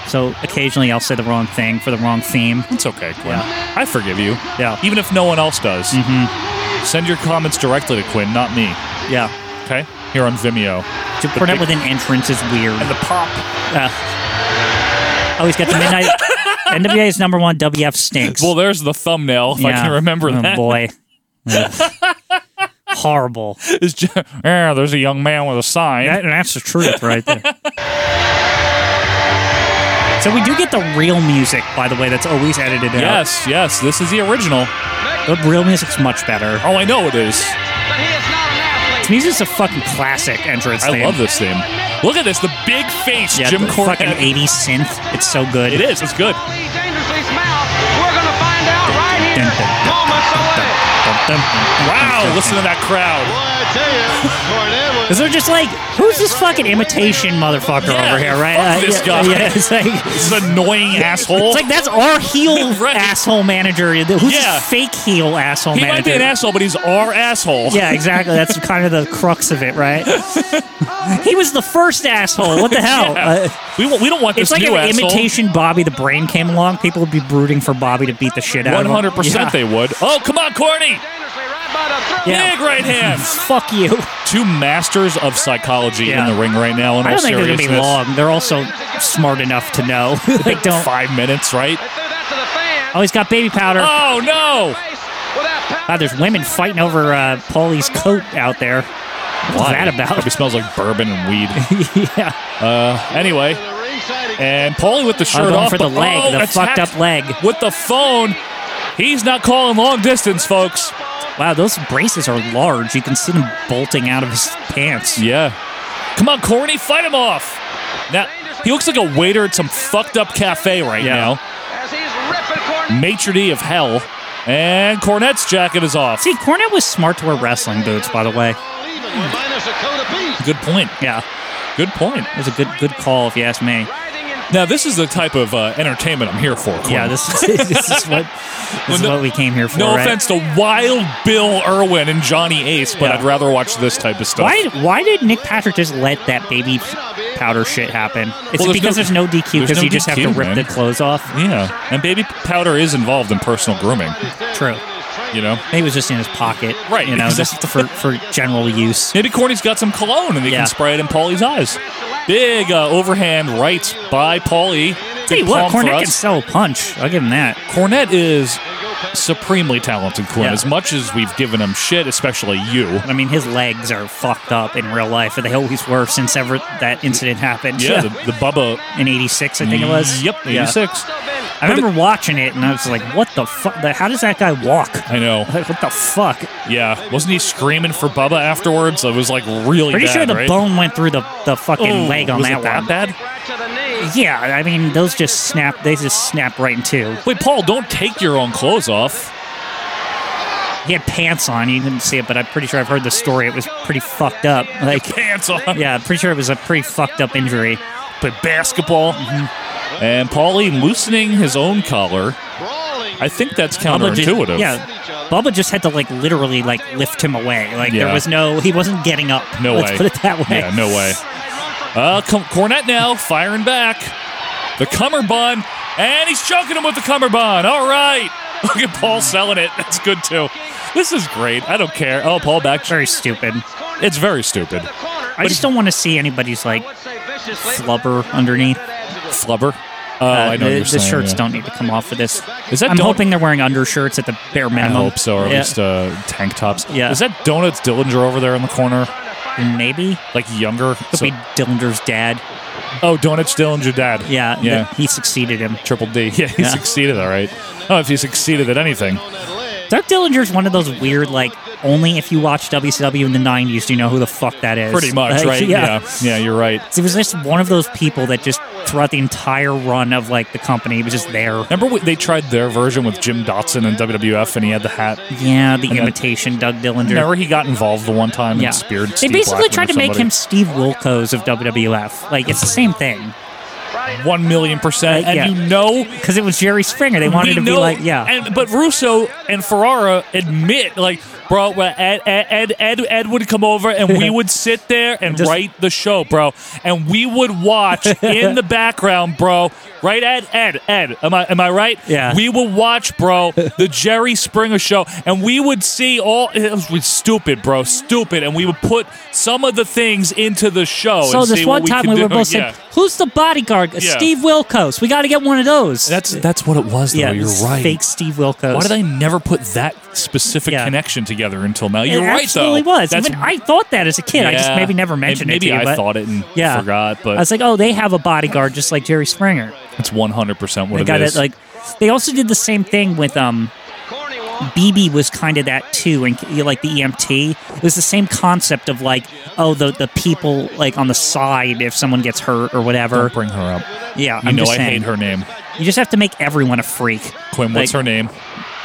So occasionally I'll say the wrong thing for the wrong theme.
It's okay, Quinn.
Yeah.
I forgive you.
Yeah.
Even if no one else does. Mm-hmm. Send your comments directly to Quinn, not me.
Yeah.
Okay? Here on Vimeo.
To put it with an entrance is weird.
And the pop.
Uh, always got the midnight. NWA's number one. WF stinks.
Well, there's the thumbnail, if I
Yeah.
can remember
oh,
that.
boy. Ugh. Horrible.
It's just, "Ah, there's a young man with a sign.
That- that's the truth right there. So we do get the real music, by the way. That's always edited out.
yes, yes, this is the original.
the real music's much better.
Oh, I know it is.
This music's a fucking classic entrance.
I
theme.
love this theme. Look at this, the big face,
Yeah,
Jim
the
Cornette.
fucking '80s synth. It's so good.
It is. It's good.
Dun, dun, dun, dun, dun, dun, dun,
Wow,
dun,
listen
dun.
to that crowd.
I tell you, Cornette was.
Because they're just like, who's this fucking imitation motherfucker
Yeah,
over here, right? Uh,
fuck this
yeah,
guy.
yeah, it's like,
This is annoying asshole.
it's like that's our heel
Right.
asshole manager. Who's
Yeah.
this fake heel asshole
he
manager?
might be an asshole, but he's our asshole.
Yeah, exactly. That's kind of the crux of it, right? he was the first asshole. What the hell? Uh,
We, won't- we don't want
it's
this
like
new
an
asshole.
imitation Bobby the Brain came along. People would be brooding for Bobby to beat the shit out of
One
him.
hundred percent, they would. Oh, come on, Corny!
Yeah.
Big right hand.
Fuck you.
Two masters of psychology
Yeah.
in the ring right now. In
I
all
don't think they're gonna be
seriousness.
long. They're also smart enough to know. they don't.
Five minutes, right?
Oh, he's got baby powder.
Oh no!
Wow, there's women fighting over uh, Paulie's coat out there. What's
Why?
that about?
Probably smells like bourbon and weed.
yeah.
Uh, anyway, and Paulie with the
I'm
shirt
Oh, going
off
for the
but-
leg,
oh,
the
attacked
fucked up leg.
with the phone. He's not calling long distance, folks.
Wow, those braces are large. You can see them bolting out of his pants.
Yeah. Come on, Corny, fight him off. Now he looks like a waiter at some fucked up cafe right
Yeah.
now. Maitre d' of hell. And Cornette's jacket is off.
See, Cornette was smart to wear wrestling boots, by the way.
We're minus a coat apiece.
Good point.
Yeah,
Good point.
it was a good good call, if you ask me.
Now this is the type of uh, entertainment I'm here for. Corny.
Yeah, this is, this is what this is
no-
what we came here for.
No
right?
offense to Wild Bill Irwin and Johnny Ace, but
Yeah.
I'd rather watch this type of stuff.
Why why did Nick Patrick just let that baby powder shit happen? It's
Well, there's
because
no-
there's no DQ
there's
because
no
you just have to
DQ,
rip
man. Hmm?
the clothes off.
Yeah, and baby powder is involved in personal grooming.
True.
You know,
Maybe it was just in his pocket.
Right,
You know, just
exactly.
for, for general use.
maybe Corny's got some cologne and he
Yeah.
can spray it in Paulie's eyes. Big uh, overhand right by Paulie.
Tell you
Big
what,
palm
Cornette can
thrust.
sell a punch. I'll give him that.
Cornette is supremely talented. Quinn,
Yeah.
as much as we've given him shit, especially you.
I mean, his legs are fucked up in real life, and they always were since ever that incident happened.
Yeah, the, the Bubba.
in '86, I think it was.
Yep,
Yeah.
eighty-six.
I remember watching it, and I was like, "What the fuck? How does that guy walk?
I know.
Like, what the fuck?"
Yeah, wasn't he screaming for Bubba afterwards? It was like really.
Pretty
bad,
sure the
right?
bone went through the, the fucking
Oh,
leg on
was
that
it that
one.
bad?
Yeah, I mean, those just snap. They just snap right in two.
Wait, Paul, don't take your own clothes off.
He had pants on. You didn't see it, but I'm pretty sure I've heard the story. It was pretty fucked up. Like,
Pants on.
yeah, I'm pretty sure it was a pretty fucked up injury.
But basketball. And Paulie loosening his own collar.
Brawling.
I think that's
Bubba just-
counterintuitive.
yeah, Bubba just had to like literally like lift him away. Like there
Yeah.
was no, he wasn't getting up.
No
Let's
way.
put it that way.
Yeah, no way. Uh, Com- Cornette now firing back. The cummerbund. And he's choking him with the cummerbund. All right. Look at Paul selling it. That's good too. This is great. I don't care. Oh, Paul back.
Very stupid.
It's very stupid.
I just don't want to see anybody's like flubber underneath.
Flubber. Oh,
Uh,
I know
the,
what you're
the
saying,
shirts
yeah.
don't need to come off for this.
Is that
I'm
don't-
hoping they're wearing undershirts at the bare
I
minimum.
hope so, or at
Yeah.
least uh, tank tops.
Yeah.
Is that Donuts Dillinger over there in the corner?
maybe
Like younger?
could
uh, So-
be Dillinger's dad.
oh, Donuts Dillinger dad.
Yeah,
Yeah.
th- he succeeded him.
Triple D. Yeah, he
Yeah.
Oh, succeeded, all right. I don't know if he succeeded at anything.
Dirk Dillinger's one of those weird, like, only if you watch WCW in the 90s do you know who the fuck that is.
Pretty much,
Like,
right?
Yeah.
yeah. Yeah, you're right.
He was just one of those people that just throughout the entire run of, like, the company, he was just there.
Remember when they tried their version with Jim Dotson and WWF and he had the hat?
Yeah, the imitation Doug Dillinger.
Remember he got involved the one time
Yeah.
and speared
They
Steve
basically
Blackman
tried
or
to make
somebody?
him Steve Wilkos of WWF. Like, it's the same thing.
One million percent. and
Like, yeah.
you know
Because it was Jerry Springer. They wanted
We
to be
know-
like, yeah.
And, but Russo and Ferrara admit, like, bro, well, Ed, Ed, Ed, Ed, Ed would come over and we would sit there and
Just-
write the show, bro. And we would watch in the background, bro. Right, Ed, Ed, Ed. Am I am I right?
Yeah.
We would watch, bro, the Jerry Springer show, and we would see all. It was, was stupid, bro, stupid. And we would put some of the things into the show.
so
and see
this
what
one
we
time
could
we were
do. Oh,
both
yeah.
saying, "Who's the bodyguard?
Yeah.
Steve Wilkos. We got to get one of those."
That's that's what it was. Though
yeah,
you're
this
right.
Fake Steve Wilkos.
Why did I never put that specific connection together until now? You're
it
right, though.
absolutely was.
That's-
Even I thought that as a kid. I just
Yeah.
maybe never
May-
mentioned
maybe
it. to you,
I
but
thought it and
yeah.
forgot, but
I was like, "Oh, they have a bodyguard just like Jerry Springer."
it's 100% what
they
it
got
is.
it like. They also did the same thing with um. BB was kind of that too, and you know, like the EMT. It was the same concept of like, oh, the the people like on the side if someone gets hurt or whatever.
Don't bring her up.
Yeah,
You
I'm
know
just
I
saying.
hate her name.
You just have to make everyone a freak.
Quinn, what's
Like,
her name?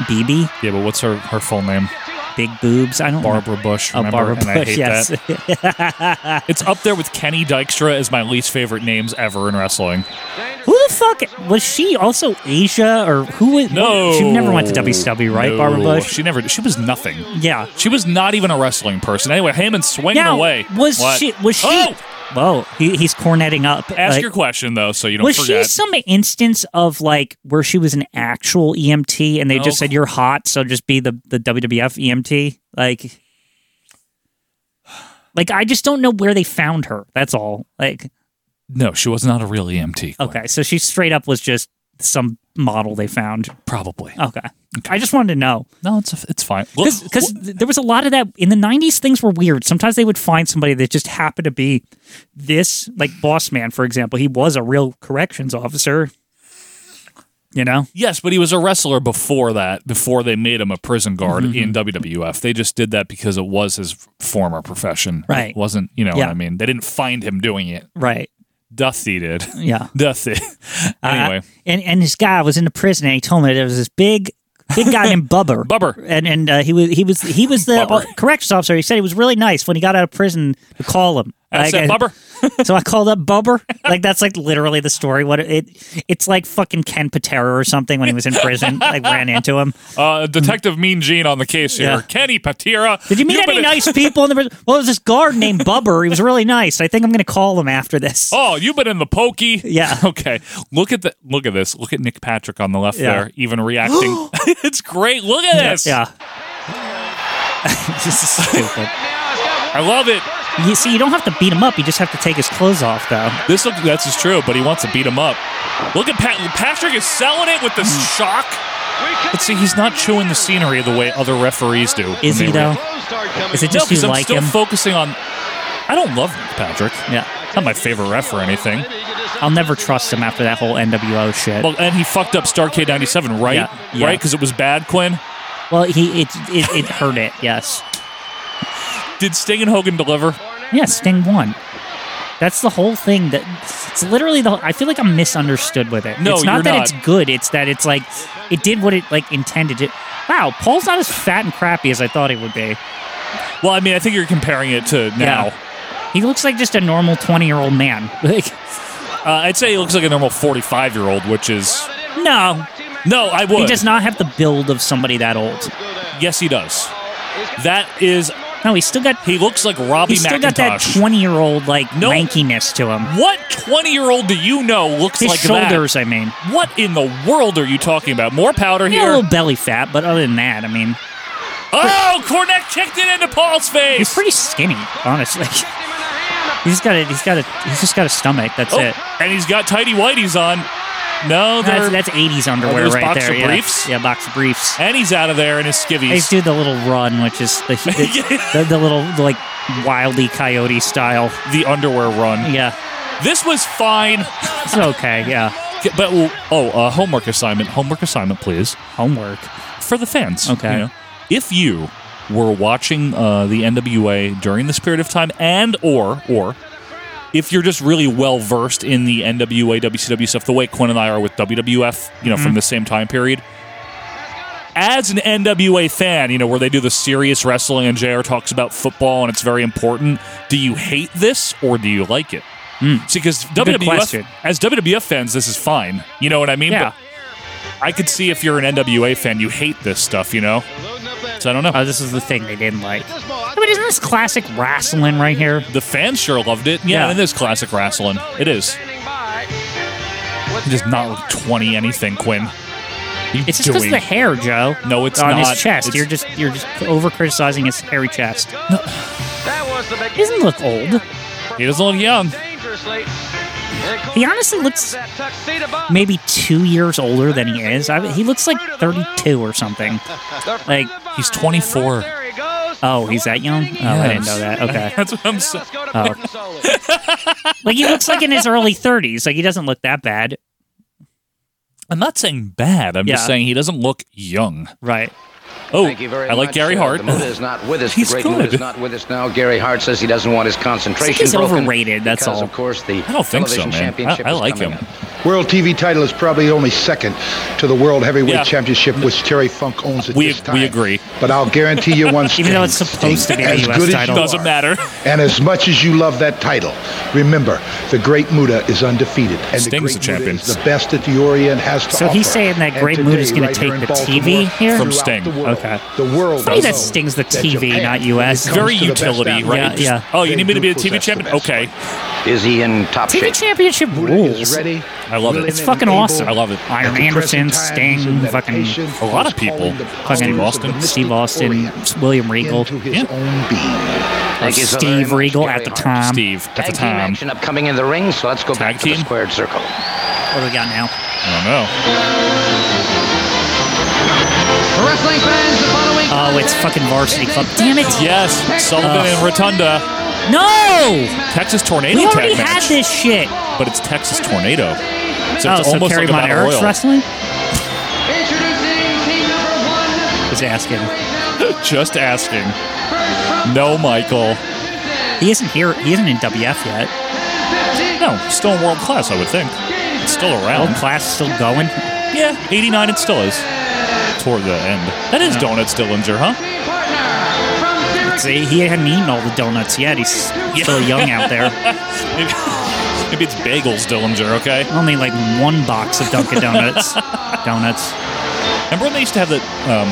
BB,
Yeah, but what's her, her full name?
big boobs. I don't. know.
Barbara Bush.
Oh,
Remember?
Barbara
and I
Bush,
hate
yes.
that. it's up there with Kenny Dykstra as my least favorite names ever in wrestling.
Who the fuck was she? Also Asia or who? Was,
No,
she never went to WCW, right?
No.
Barbara Bush.
She never. She was nothing.
Yeah.
She was not even a wrestling person. Anyway, Heyman swinging
Now,
away.
was
What?
she? Was she?
Oh!
Whoa, he, he's cornetting up.
Ask
like-
your question though, so you don't
was
forget.
she some instance of like where she was an actual EMT and they
No.
just said you're hot, so just be the the WWF EMT? E Like, like I just don't know where they found her. That's all. Like,
no, she was not a real E EMT.
okay, so she straight up was just some model they found.
Probably.
Okay, I just wanted to know
No, it's it's fine. Well,
because there was a lot of that in the 90s things were weird sometimes they would find somebody that just happened to be this like boss man for example he was a real corrections officer you know
Yes, but he was a wrestler before that, before they made him a prison guard
Mm-hmm.
in WWF. They just did that because it was his former profession.
Right.
It wasn't, you know what
Yeah.
I mean? They didn't find him doing it.
right
Dusty did.
Yeah.
Dusty. anyway.
Uh, and and this guy was in the prison and he told me there was this big big guy named Bubber.
Bubber.
And and uh, he was he was he was the uh, corrections officer. He said he was really nice when he got out of prison to call him.
I said,
I-
"Bubber."
so I called up Bubber. Like that's like literally the story. What it, it's like fucking Ken Patera or something when he was in prison. like ran into him.
uh, Detective Mean Gene on the case here.
Mm-hmm. Yeah.
Kenny Patera.
Did you meet
You've
any
been a-
nice people in the prison? Well, there's this guard named Bubber. He was really nice. I think I'm gonna call him after this.
Oh, you've been in the pokey.
Yeah.
Okay. Look at the look at this. Look at Nick Patrick on the left
Yeah.
there, even reacting. it's great. Look at this.
Yeah. this is stupid.
I love it.
You see, you don't have to beat him up. You just have to take his clothes off, though.
This look, that's is true, but he wants to beat him up. Look at Pat. Patrick is selling it with the shock. But see, he's not chewing the scenery the way other referees do. when
Is he
they
though?
re-
Is
No,
it just
'cause
you
I'm
like
still
him?
focusing on. I don't love Nick Patrick.
yeah,
Not my favorite ref or anything.
I'll never trust him after that whole NWO shit. Well,
Well, and he fucked up Starcade '97, right?
Yeah, yeah.
Right, because it was bad. Quinn
he it, it it hurt it. Yes,
did Sting and Hogan deliver?
yeah, Sting won. That's the whole thing. That it's literally the. I feel like I'm misunderstood with it.
No,
it's not
you're
that
not.
it's good. It's that it's like it did what it like intended it. Wow, Paul's not as fat and crappy as I thought he would be.
Well, I mean, I think you're comparing it to now.
He looks like just a normal twenty year old man. Like
Uh, I'd say he looks like a normal 45 year old, which is
no,
no. I would.
he does not have the build of somebody that old.
Yes, he does. That is.
No, he's still got
He looks like Robbie
he's still got that
McIntosh.
twenty year old like
No.
lankiness to him.
what twenty-year-old do you know looks
His
like
shoulders, I mean.
that? What in the world are you talking about? More powder
Yeah, a
here.
little belly fat, but other than that, I mean,
Oh, Cornette kicked it into Paul's
he's
face.
pretty skinny, honestly. He's got a he's got a he's just got a stomach. That's
Oh,
it.
and he's got tidy whities on. No,
That's
they're-
that's eighties underwear
those
right
boxer
there. yeah.
briefs?
Yeah. box briefs.
and he's out of there in his
They
skivvies.
do the little run, which is the the, the, the little like wildly coyote style.
The underwear run.
Yeah,
This was fine.
it's okay. Yeah,
Okay, but oh, uh, homework assignment. Homework assignment, please. Homework for the fans. Okay. If you were watching uh, the NWA during this period of time, and or or if you're just really well versed in the NWA WCW stuff, the way Quinn and I are with WWF, you know, from
Mhm.
the same time period. As an NWA fan, you know, where they do the serious wrestling and JR talks about football and it's very important, do you hate this or do you like it? See, because
Mm. Good
WWF,
question.
as WWF fans, this is fine. You know what I mean?
Yeah.
But I could see if you're an NWA fan, you hate this stuff, you know? So I don't know.
Oh,
this is the thing they didn't like.
I mean, isn't this classic wrestling right here?
The fans sure loved it. Yeah,
Yeah.
it is classic wrestling. It is. It does not look 20 anything, Quinn.
It's just 'cause of the hair, Joe.
No, it's
on
not.
his chest.
It's-
You're just you're just over criticizing his hairy chest. No. He doesn't look old.
He doesn't look young.
He honestly looks maybe two years older than he is. I, he looks like 32 or something. Like
he's 24.
Oh, he's that young? Oh, I didn't know that. Okay, Oh.
That's what I'm saying.
like he looks like in his early 30s. Like he doesn't look that bad.
I'm not saying bad. I'm just
Yeah.
saying he doesn't look young.
Right.
Oh,
Thank you very
I like
much,
Gary
sir.
Hart.
The Muda is not with us.
He's
the great Muda
good.
is not with us now. Gary Hart says he doesn't want his concentration
He's
broken.
overrated, that's
because,
all.
Of course, the
I don't think so,
television
man. I-
championship
I
is
like
coming
him.
World TV title is probably only second to the World Heavyweight
Yeah.
Championship, which Terry Funk owns at
We-
this time.
we agree.
But I'll guarantee you one thing.
Even though it's supposed to be the
As
U.S.
good as
title.
you
Doesn't
are.
matter.
And as much as you love that title, remember the Great Muda is undefeated, and
Sting's
the Great
the
Muda
champion.
is the best that the Orient has to
So
offer.
he's saying that
And
Great
today,
Mood is going
right
to take
here
the
in Baltimore,
TV here
From
throughout
Sting.
The world,
Okay.
The world.
Funny that
knows
Sting's the
that
TV,
Japan,
not US.
when it comes
Very
to the best
utility,
athletes,
right?
Yeah,
Just-
yeah.
Oh, you need me to be a
They do
TV
possess the
champion? Okay.
up. Is he in top
TV
shape?
Championship
Muda is
rules.
ready.
I love it.
It's fucking awesome.
I love it.
Iron
At the
Anderson,
present time,
Sting,
he's in
fucking
meditation.
A lot of people. Steve
fucking
Austin.
Steve Austin, William Regal,
Into his own being.
or
Thank you so very
Steve
much,
Regal
Gary
at the
Hart.
time.
Steve at
Tag
the
team
time.
action upcoming in the ring, so let's go back to
team?
the squared circle.
What do we got now?
I don't know.
Wrestling fans, the following
Oh, it's fucking Varsity Club. Damn it!
Yes, Sullivan
Ugh.
and Rotunda.
No,
Texas Tornado
we already
Tag
had
Match.
this shit.
But it's Texas Tornado. So
oh,
it's
so
almost
Terry
like a
Von
battle
Erich's
royal.
wrestling?
Introducing team number one.
Just asking.
Just asking. No, Michael.
He isn't here. He isn't in WF yet.
No, still in world class, I would think. It's still
Old
around.
class still going.
Yeah, 89 it still is. Toward the end. That is Donut Stillinger, huh?
See, he hadn't eaten all the donuts yet. He's still young out there.
Maybe, maybe it's Bagels Dillinger, okay?
Only like one box of Dunkin' Donuts. donuts.
Remember when they used to have the um,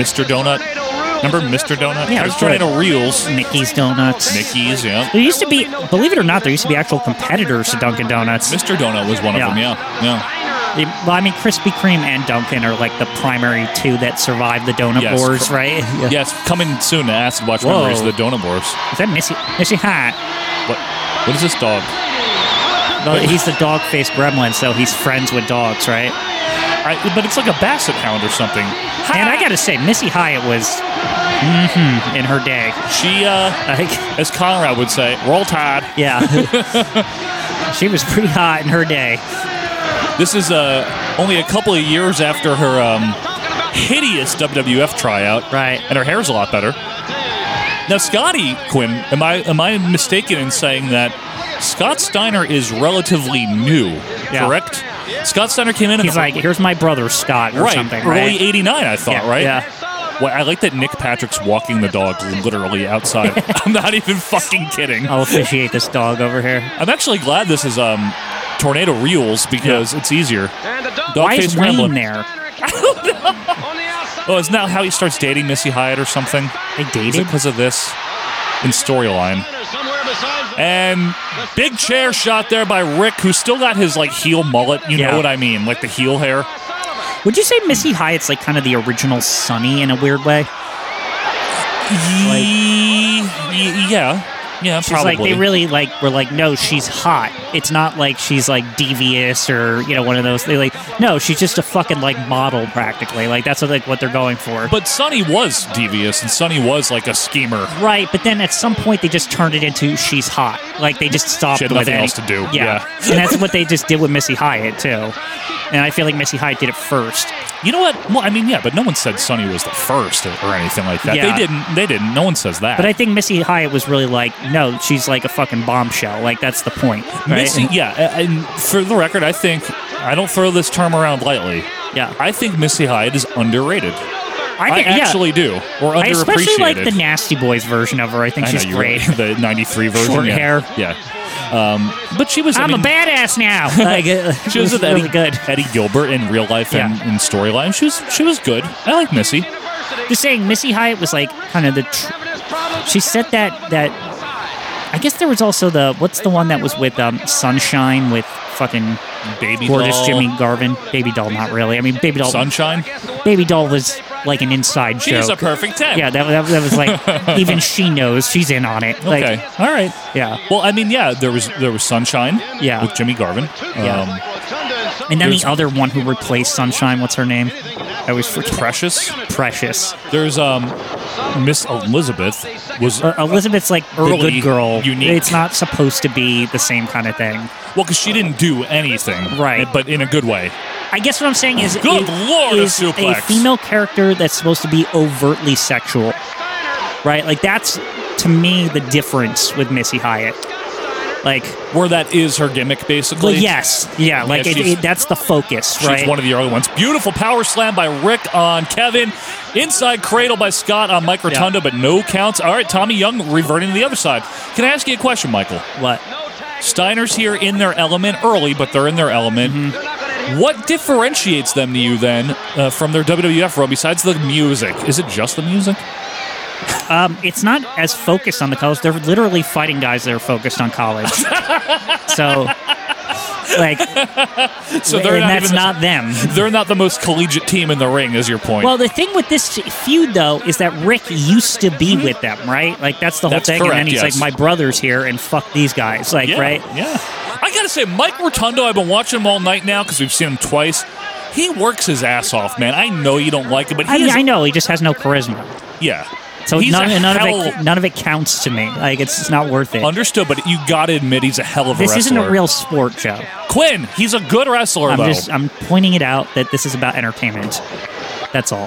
Mr. Donut? Remember Mr. Donut?
Yeah, it was
Texas Tornado
good.
Reels.
Mickey's Donuts.
Mickey's, yeah.
There used to be, believe it or not, there used to be actual competitors to Dunkin' Donuts.
Mr. Donut was one of
Yeah.
them, yeah. Yeah.
They- Well, I mean, Krispy Kreme and Dunkin' are like the primary two that survived the donut
Yes.
wars, right? Yeah.
Yes, coming soon to Acid Watch
Whoa.
Memories of the Donut Wars.
Is that Missy? Missy Hot?
What? What is this dog?
Well, he's the dog-faced gremlin, so he's friends with dogs, right?
I, but it's like a Basset Hound or something.
And I gotta say, Missy Hyatt was mhm, in her day.
She, uh,
Like,
as Conrad would say, roll tide.
yeah, she was pretty hot in her day.
This is uh, only a couple of years after her um, hideous WWF tryout,
Right.
And her hair's a lot better. Now, Scotty Quinn, am I am I mistaken in saying that Scott Steiner is relatively new?
Yeah.
Correct. Scott Steiner came in. in
He's
the-
like, "Here's my brother Scott" or
right,
something,
early
right?
'89, I thought,
Yeah,
right?
yeah.
Well, I like that Nick Patrick's walking the dog literally outside. I'm not even fucking kidding.
I'll officiate this dog over here.
I'm actually glad this is um, Tornado Reels because it's easier. Dog
Why is
face
Wayne
Gremlin.
there?
Oh, isn't that how he starts dating Missy Hyatt or something?
They
Is
dated.
it because of this in storyline?
Somewhere besides the
And big chair shot there by Rick, who still got his like heel mullet. You
Yeah.
know what I mean, like the heel hair.
Would you say Missy Hyatt's like kind of the original Sunny in a weird way?
Ye- ye- yeah, Yeah,
She's like
probably.
they really like were like no, she's hot. It's not like she's like devious or you know one of those. They like no, she's just a fucking like model practically. Like that's what, like what they're going for.
But Sonny was devious, and Sonny was like a schemer.
Right, but then at some point they just turned it into she's hot. Like they just stopped
She had
with
nothing
any-
else to do. Yeah.
and that's what they just did with Missy Hyatt too. And I feel like Missy Hyatt did it first.
You know what? Well, I mean, yeah, but no one said Sonny was the first or, or anything like that.
Yeah.
They didn't. They didn't. No one says that.
But I think Missy Hyatt was really like, no, she's like a fucking bombshell. Like that's the point. Right?
Missy, yeah, a- and for the record, I think I don't throw this term around lightly.
Yeah,
I think Missy Hyde is underrated. I,
think- yeah.
actually do, or
I
underappreciated.
especially like the Nasty Boys version of her. I think
I know
she's
you were-
great.
the '93 version,
Short
yeah.
hair.
Yeah, um, but she was. I
I'm
mean-
a badass now. Like uh,
she was with Eddie,
really good.
Eddie Gilbert in real life and in storyline. She was she was good. I like Missy.
Just saying, Missy Hyatt was like kind of the. Tr- she said that that. I guess there was also the what's the one that was with um, Sunshine with fucking
Baby
gorgeous
Doll.
Jimmy Garvin. Baby doll, not really. I mean, baby doll.
Sunshine.
Baby doll was like an inside
She
joke.
is a perfect 10.
Yeah, that, that, that was like even she knows she's in on it. Like,
Okay. All right.
Yeah.
Well, I mean, yeah, there was there was Sunshine.
Yeah.
With Jimmy Garvin.
Yeah.
Um,
And then
there's-
the other one who replaced Sunshine, what's her name? I always forget.
Precious.
Precious.
There's um Miss Elizabeth was
Uh, Elizabeth's like the
early
good girl.
unique.
It's not supposed to be the same kind of thing.
well because she didn't do anything
Right.
but in a good way.
I guess what I'm saying is,
Good
it
lord, a
is a
suplex.
female character that's supposed to be overtly sexual, right? Like that's to me the difference with Missy Hyatt. Like,
Where that is her gimmick basically.
well, yes, yeah, like it,
she's-
it, that's the focus,
She's
right?
one of the early ones. Beautiful power slam by Rick on Kevin. Inside cradle by Scott on Mike Rotunda, but no counts. All right, Tommy Young reverting to the other side. Can I ask you a question, Michael?
What?
Steiner's here in their element early, but they're in their element.
Mm-hmm.
What differentiates them to you then uh, from their WWF run besides the music? Is it just the music?
um, it's not as focused on the college. They're literally fighting guys that are focused on college. so, like,
So they're
and
not
that's
even the-
not them.
They're not the most collegiate team in the ring, is your point.
Well, the thing with this feud though is that Rick used to be with them, right? Like that's the whole
That's
thing. and
correct,
then he's
yes.
like, "My brother's here, and fuck these guys," like,
yeah,
right?
Yeah. I gotta say, Mike Rotundo, I've been watching him all night now because we've seen him twice. He works his ass off, man. I know you don't like it, but he
I,
is,
I know he just has no charisma,
yeah.
so
he's
none,
a
none
hell,
of it none of it counts to me. Like it's, it's not worth it.
understood, but you gotta admit he's a hell of a
this
wrestler.
isn't a real sport, Joe.
Quinn. He's a good wrestler,
I'm
though.
just I'm pointing it out that this is about entertainment. That's all.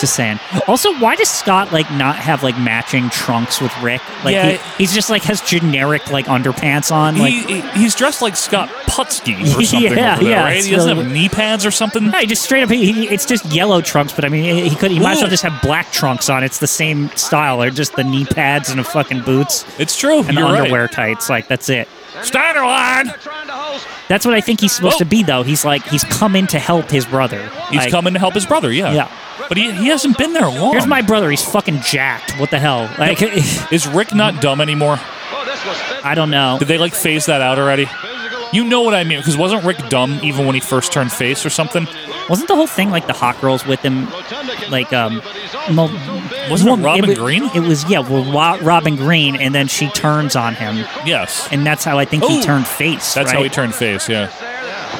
Just saying. Also, why does Scott like not have like matching trunks with Rick? Like
Yeah.
he, he's just like has generic like underpants on. Like
he, he- he's dressed like Scott Putski or something.
Yeah,
over there,
yeah,
Right?
it's
He doesn't
really-
have knee pads or something.
Yeah, he just straight up. He, he- it's just yellow trunks, but I mean, he- he could. He might as well
Ooh.
just have black trunks on. It's the same style, or just the knee pads and the fucking boots
It's true.
and the
You're right.
underwear tights. Like that's it.
Steiner line.
That's what I think he's supposed
Oh.
to be, though. He's like he's coming to help his brother.
He's
Like,
coming to help his brother. Yeah.
Yeah.
But he, he hasn't been there long.
Here's my brother. He's fucking jacked. What the hell? Like
Is Rick not dumb anymore?
I don't know.
Did they like phase that out already? You know what I mean? Because wasn't Rick dumb even when he first turned face or something?
Wasn't the whole thing like the hot girls with him? Like um, well,
Wasn't it
well,
Robin
was-
Green?
It was yeah, well, Ro- Robin Green, and then she turns on him,
Yes.
and that's how I think
Ooh.
he turned face.
That's how
right?
he turned face. Yeah.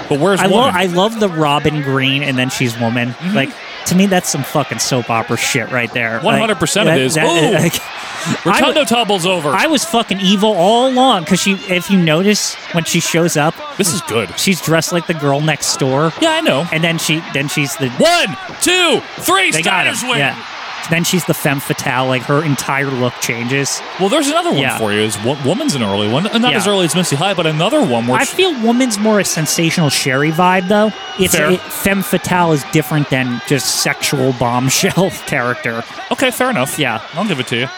But where's
I
one?
love I love the Robin Green and then she's woman.
Mm-hmm.
Like to me, that's some fucking soap opera shit right
100%
there.
it
like,
is.
that-
Ooh.
like, I,
Rotundo
w-
topbles over.
I was fucking evil all along because she, if you notice, when she shows up,
this is good.
she's dressed like the girl next door,
Yeah, I know.
and then she then she's the
One, two, three.
they got him.
Steiner's win.
Yeah. Then she's the femme fatale. Like her entire look changes.
Well, there's another one
Yeah.
for you. Is wo- woman's an early one, not
Yeah.
as early as Missy High, but another one where
I
she-
feel woman's more a sensational Sherry vibe, though. It's
Fair.
it, femme fatale is different than just sexual bombshell character.
okay, fair enough.
Yeah.
I'll give it to you.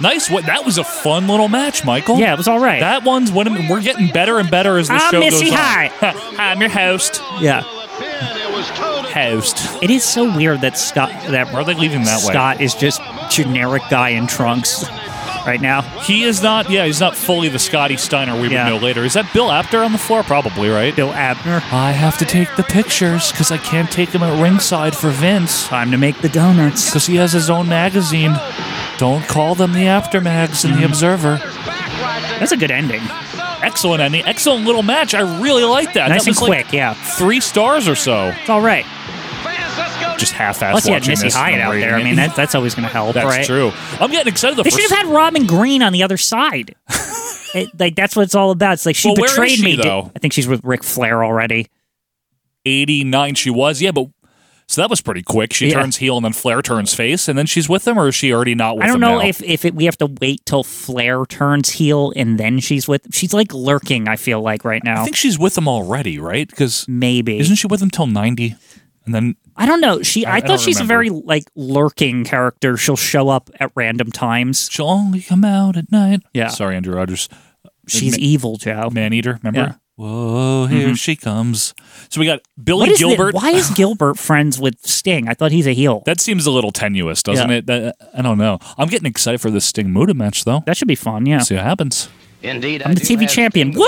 Nice. What? That was a fun little match, Michael.
Yeah, it was all right.
Oh. That one's when we're getting better and better as the
I'm
show
Missy
goes on.
Hyatt.
Hi, I'm your host.
yeah,
Host.
it is so weird that Scott that
Why are they leaving that way?
Scott is just generic guy in trunks right now.
He is not. Yeah, he's not fully the Scotty Steiner we
Yeah.
would know later. Is that Bill Apter on the floor? Probably right.
Bill Abner,
I have to take the pictures because I can't take them at ringside for Vince
time to make the donuts.
because he has his own magazine. Don't call them the aftermags
Mm-hmm.
and the observer.
That's a good ending.
Excellent ending. Excellent little match. I really like that.
Nice
that was
and
like
quick, yeah.
Three stars or so.
It's all right.
Just half-assed
Plus, you had
watching
Missy
this and
Hyatt
I'm
out
rating
there. I
it.
mean, that, that's always going to help,
That's
right?
true. I'm getting excited. The
They
first
should have had Robin Green on the other side. It- like that's what it's all about. It's like she
Well, where is
betrayed
she,
me. Did-
though?
I think she's with Ric Flair already.
89 she was. Yeah, but so that was pretty quick. She
Yeah.
turns heel and then Flair turns face and then she's with him or is she already not with
I don't
him
know
now?
if if it, we have to wait till Flair turns heel and then she's with. She's like lurking. I feel like right now.
I think she's with him already, right? Because
maybe
isn't she with him till 90? And then
I don't know. She.
I-
I,
I
thought
don't
she's
remember.
a very like lurking character. She'll show up at random times.
She'll only come out at night.
Yeah.
Sorry, Andrew Rogers.
She's evil, Joe.
Man eater. Remember?
Yeah.
Whoa, here
Mhm.
she comes. So we got
What
Billy
is the-
Gilbert.
why is Gilbert friends with Sting? I thought he's a heel.
that seems a little tenuous, doesn't
Yeah.
it? That, I don't know. I'm getting excited for this Sting Muda match, though.
That should be fun. Yeah.
See what happens.
Indeed,
I'm the TV champion. Woo!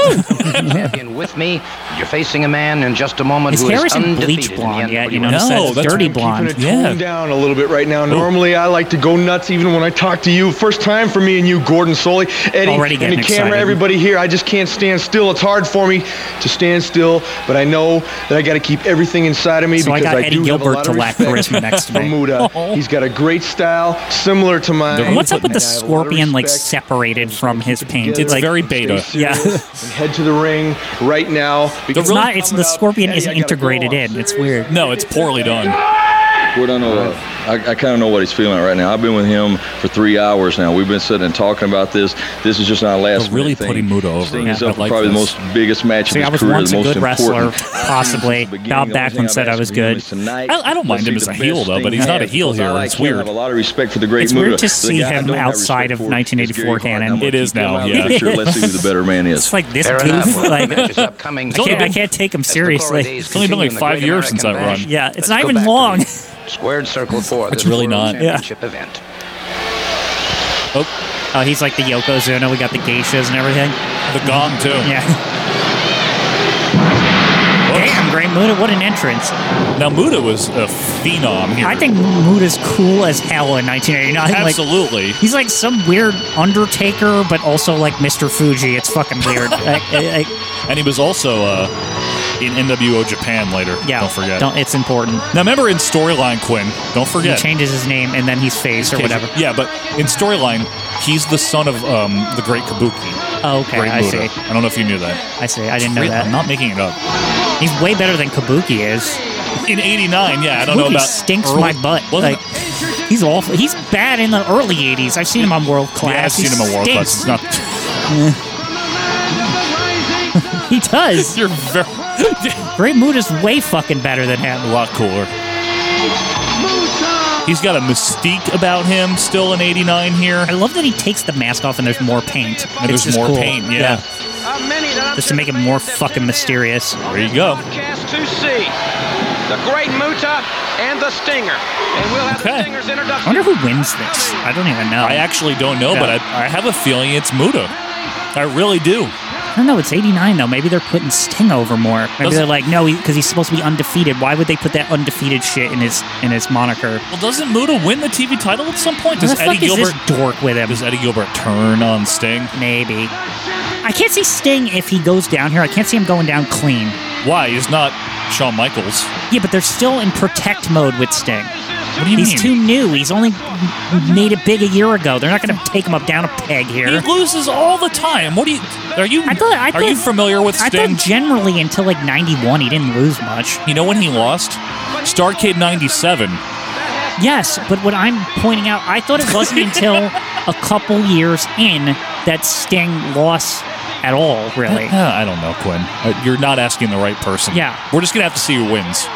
champion with me. You're facing a man in just a moment
His
who
hair
is
isn't bleach
undefeated in the
blonde yet. You
NWA.
notice
No,
that? It's
that's-
Oh, dirty
I'm keeping
blonde.
it Yeah.
Tone down a little bit right now. Normally, I like to go nuts even when I talk to you. First time for me and you, Gordon Soley, Eddie,
Already
and the
getting
camera,
excited.
everybody here. I just can't stand still. It's hard for me to stand still, but I know that I got to keep everything inside of me
So I
because
got
I,
Eddie
do
Gilbert
have
to
a lot
lack
of respect
charisma next to
for
me.
Muda.
Oh.
He's got a great style, similar to mine.
What's up with the
And I have a lot of
scorpion like
respect
separated from his paint?
together.
It's like
very
Stay
beta.
serious
Yeah.
and head to the ring right now. because
it's not. It's the
coming up,
scorpion
Eddie,
isn't
I gotta go.
integrated
I'm
in. It's weird.
No, Oh, it's poorly done.
We're done over. I, uh, I kind of know what he's feeling right now. I've been with him for three hours now. We've been sitting and talking about this. This is just not a last.
They're really
minute thing.
putting Muda over.
Sting
Yeah.
is
I
up for
like
probably
this.
the most biggest match
See,
of
I
his
was
career.
once
the
a
most
good wrestler,
important.
possibly. Bob Backlund said I was good.
Tonight,
I- I don't mind
let's
him
see
as
the
a heel,
best
though, but
Sting
he's not a
has,
heel
because I
here, and
like
it's
him. I have
weird.
a lot of respect for the great
It's
Muda.
weird to
The
see
guy I
him
don't have
outside
respect
of
for is
1984
Gary Hart.
canon.
I'm gonna
It is
keep him
now,
out of
yeah.
the picture. Let's see who the better man is.
It's like this
Fair enough.
goof.
Well,
Like,
the match is
I
upcoming.
can't, I can't take him
As the Cora
seriously.
days
It's only been
continue
like
in the
five
Great
years since
American
that run.
Bash,
Yeah, it's
let's
not
go
even
back to
long.
the Squared circle for
It's
this
really not.
World
Yeah.
Championship event.
Oh,
Oh, he's like the Yokozuna. We got the geishas and everything.
the gong, too.
Yeah. Damn, Gray Muda, what an entrance.
Now, Muda was a phenom here.
I think Muda's cool as hell in 1989. Like,
Absolutely.
He's like some weird Undertaker, but also like Mr. Fuji. It's fucking weird. Like, I- I-
And he was also uh, in NWO Japan later.
yeah,
Don't forget.
Don't, it's important.
now, remember in Storyline, Quinn, don't forget.
He changes his name and then he's face or
Okay,
whatever.
Yeah, but in Storyline, he's the son of um, the great Kabuki.
Oh, okay,
great
I
Muda.
see.
I don't know if you knew that.
I see. I didn't know
Really? I'm
that.
not making it up.
He's way better than Kabuki is.
In 89, yeah, I don't know
Kabuki
about.
stinks
early-
my butt.
wasn't
Like he's awful. He's bad in the early 80s. I've seen him on World Class.
Yeah, I've
He
seen him in World Class.
stinks.
It's not.
He does.
You're very.
Great Mood is way fucking better than
a
him.
lot cooler. He's got a mystique about him still in 89 here.
I love that he takes the mask off and there's more paint.
And there's
It's just
more
cool.
paint, yeah.
Just to make it more fucking mysterious.
There you go.
Podcast 2C, the Great Muta and the Stinger. And we'll have
Okay.
the Stinger's
I
introduction.
wonder who wins this. I don't even know.
I actually don't know, but I, I have a feeling it's Muda. I really do.
I don't know. It's 89, though. Maybe they're putting Sting over more. Maybe
Doesn't-
they're like, no, because he's supposed to be undefeated. Why would they put that undefeated shit in his in his moniker?
Well, doesn't Muda win the TV title at some point?
Who
Does
the fuck
Eddie Gilbert
is this dork with him?
does Eddie Gilbert turn on Sting?
Maybe. I can't see Sting if he goes down here. I can't see him going down clean.
Why? He's not Shawn Michaels.
Yeah, but they're still in protect mode with Sting.
What do you
He's
mean?
too new. He's only made it big a year ago. They're not going to take him up down a peg
he
here.
loses all the time. What do you? Are you?
I thought. I
are you
thought-
familiar with
I
Sting?
thought generally until like '91 he didn't lose much.
you know when he lost? Starcade '97.
Yes, but what I'm pointing out, I thought it wasn't until a couple years in that Sting lost at all. Really,
Uh, I don't know, Quinn. Uh, You're not asking the right person.
Yeah.
we're just gonna have to see who wins.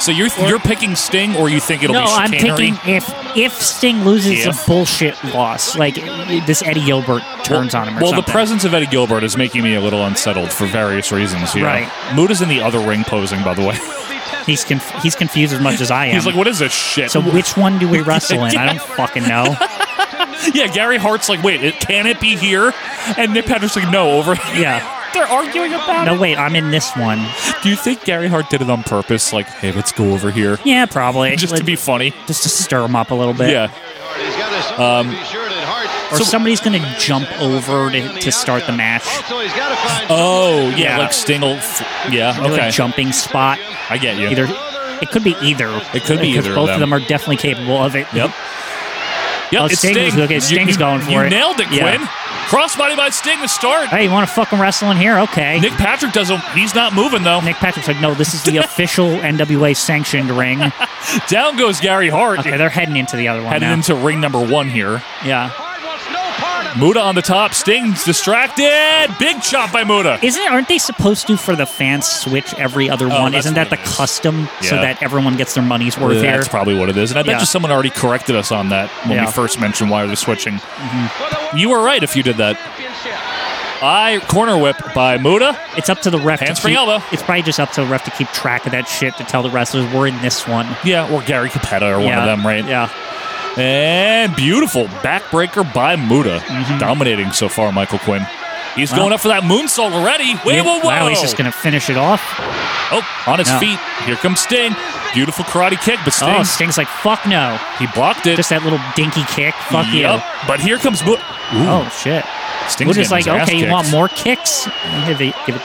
So you're you're picking Sting, or you think it'll
no,
be
I'm
chicanery?
thinking if if Sting loses,
If.
a bullshit loss. Like this Eddie Gilbert turns
well,
on him. Or
well, the
something.
presence of Eddie Gilbert is making me a little unsettled for various reasons. Here.
Right.
Muda's in the other ring posing, by the way.
he's conf- he's confused as much as I am.
He's like, "What is this shit?"
so which one do we wrestle in? I don't fucking know.
yeah, Gary Hart's like, "Wait, it, can it be here?" And Nick Patrick's like, "No, over."
Yeah.
They're arguing about
No,
it.
wait, I'm in this one.
Do you think Gary Hart did it on purpose? Like, hey, let's go over here
Yeah, probably.
just
Like,
to be funny.
just to stir him up a little bit.
Yeah.
He's got his
Um,
Or somebody's going to jump over to, to start the match.
Oh, yeah, like Stingle. f- Yeah,
Like
okay.
a jumping spot.
I get you.
Either it could be either.
It could be
'Cause
either of
Both
them.
of them are definitely capable of it.
Yep. Yep,
Oh,
it's
Sting was-
Sting.
okay,
You-
Sting's
you-
going for
you
it.
nailed it,
Yeah.
Quinn. Crossbody by Sting to start.
Hey, you want to fucking wrestle in here? Okay.
Nick Patrick doesn't. He's not moving though.
Nick Patrick's like, no, this is the official NWA sanctioned ring.
Down goes Gary Hart.
Okay, they're heading into the other one.
Headed
now.
into ring number one here.
yeah.
Muda on the top. Sting's distracted. Big chop by Muda.
Isn't aren't they supposed to for the fans switch every other
Oh,
one?
that's
Isn't
what
that the custom so
Yeah.
that everyone gets their money's worth here?
That's probably what it is. And I bet
Yeah.
you someone already corrected us on that when
Yeah.
we first mentioned why they're switching. You were right if you did that. I corner whip by Muda.
It's up to the ref. to
Handspring
keep-
elbow.
It's probably just up to the ref to keep track of that shit to tell the wrestlers we're in this one.
Yeah, or Gary Capetta or one
Yeah.
of them, right?
Yeah.
And beautiful backbreaker by Muda.
Mm-hmm.
Dominating so far, Michael Quinn. He's
Wow.
going up for that moonsault already. Wait,
Yeah,
whoa, whoa.
Wow, he's just gonna finish it off.
Oh, on his
Yeah.
feet. Here comes Sting. Beautiful karate kick, but Sting.
Oh, Sting's like, fuck no.
He blocked it.
Just that little dinky kick. Fuck
Yup.
you.
But here comes Muda.
Oh shit.
Sting's
Muda's
getting
like,
his ass
okay, you want
kicked.
more kicks? Give it, give it.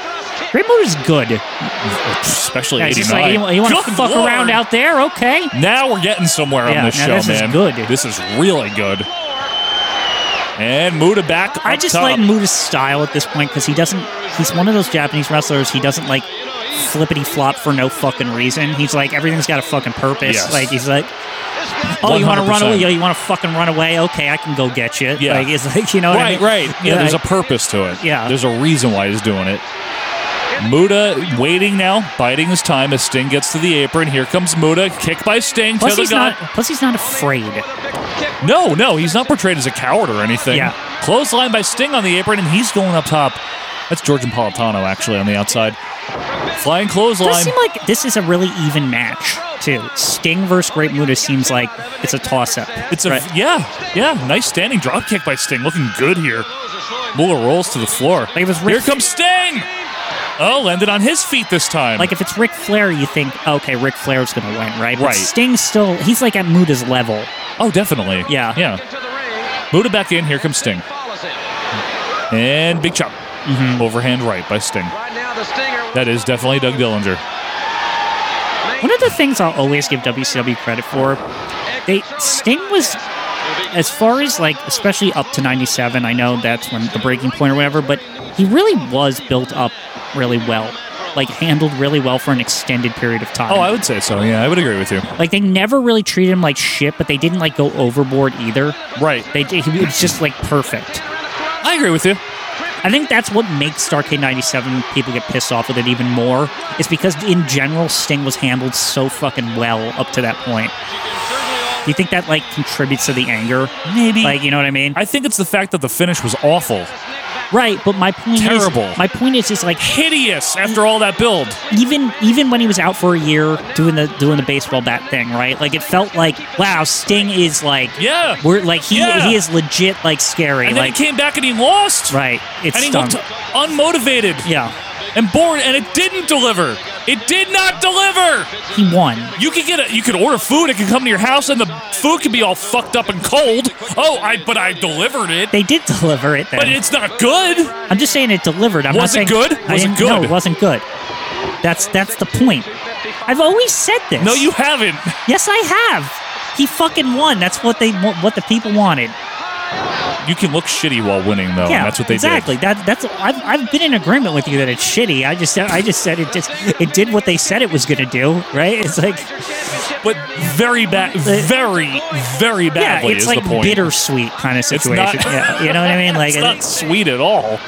Great Muda's good.
Especially
Yeah, he's
89.
just like, you, want to
Good
fuck
lord.
around out there? Okay.
Now we're getting somewhere
Yeah,
on this
now
show,
this is
man.
good.
This is really good. And Muda back.
I
up
just
top.
like Muda's style at this point because he doesn't. He's one of those Japanese wrestlers. He doesn't like flippity flop for no fucking reason. He's like everything's got a fucking purpose.
Yes.
Like he's like, oh, you want to run
100%.
away? Yo, you want to fucking run away? Okay, I can go get you.
Yeah.
Like it's like you know. what I
right,
mean?
right. Yeah, there's a purpose to it.
Yeah.
There's a reason why he's doing it. Muda waiting now, biding his time as Sting gets to the apron. Here comes Muda, kick by Sting
plus
to the
he's
gut.
not. Plus he's not afraid.
No, no, he's not portrayed as a coward or anything.
Yeah.
Clothesline by Sting on the apron, and he's going up top. That's George Napolitano actually on the outside. Flying
It does
clothesline.
seem like this is a really even match too. Sting versus Great Muda seems like it's a toss up.
It's a yeah, yeah. Nice standing drop kick by Sting, looking good here. Muller rolls to the floor.
Like it was
Here
Ric-
comes Sting. Oh, landed on his feet this time.
Like if it's Ric Flair, you think okay, Ric Flair's gonna win, right? But
Right.
Sting's still he's like at Muda's level.
oh, definitely.
Yeah.
yeah. Muda back in. Here comes Sting. And big chop,
Mm-hmm.
overhand right by Sting. That is definitely Doug Dillinger.
One of the things I'll always give WCW credit for, they Sting was as far as like especially up to 97 i know that's when the breaking point or whatever but he really was built up really well like handled really well for an extended period of time
Oh, I would say so. Yeah, I would agree with you.
Like they never really treated him like shit, but they didn't like go overboard either.
Right.
They it was just like perfect.
I agree with you.
I think that's what makes Starcade '97 people get pissed off with it even more. Is because in general Sting was handled so fucking well up to that point. Do you think that like contributes to the anger?
Maybe.
Like you know what I mean?
I think it's the fact that the finish was awful,
right. But my point
Terrible.
is my point is is like
hideous after all that build.
even even when he was out for a year doing the doing the baseball bat thing, right? Like it felt like wow, Sting is like
Yeah.
we're like he
Yeah.
he is legit like scary.
And then
like
he came back and he lost.
right, it's
and he
stunk.
looked unmotivated
yeah,
and bored, and it didn't deliver. It did not deliver.
he won.
You could get a, you could order food. It could come to your house, and the food could be all fucked up and cold. Oh, I but I delivered it.
They did deliver it. Then.
But it's not good.
I'm just saying it delivered. I'm
Was it
not saying
good?
I
Was it
didn't-
good?
No, it wasn't good. That's that's the point. I've always said this.
No, you haven't.
Yes, I have. He fucking won. That's what they wa- what the people wanted.
You can look shitty while winning, though. Oh,
yeah,
and that's what they
exactly. That that's I've, I've been in agreement with you that it's shitty. I just I just said it just it did what they said it was going to do. Right? It's like
did. But very bad, very, very
yeah,
badly
it's
is
like
the point.
bittersweet kind of
It's
situation.
not-
yeah, you know what I mean? Like
it's not sweet at all.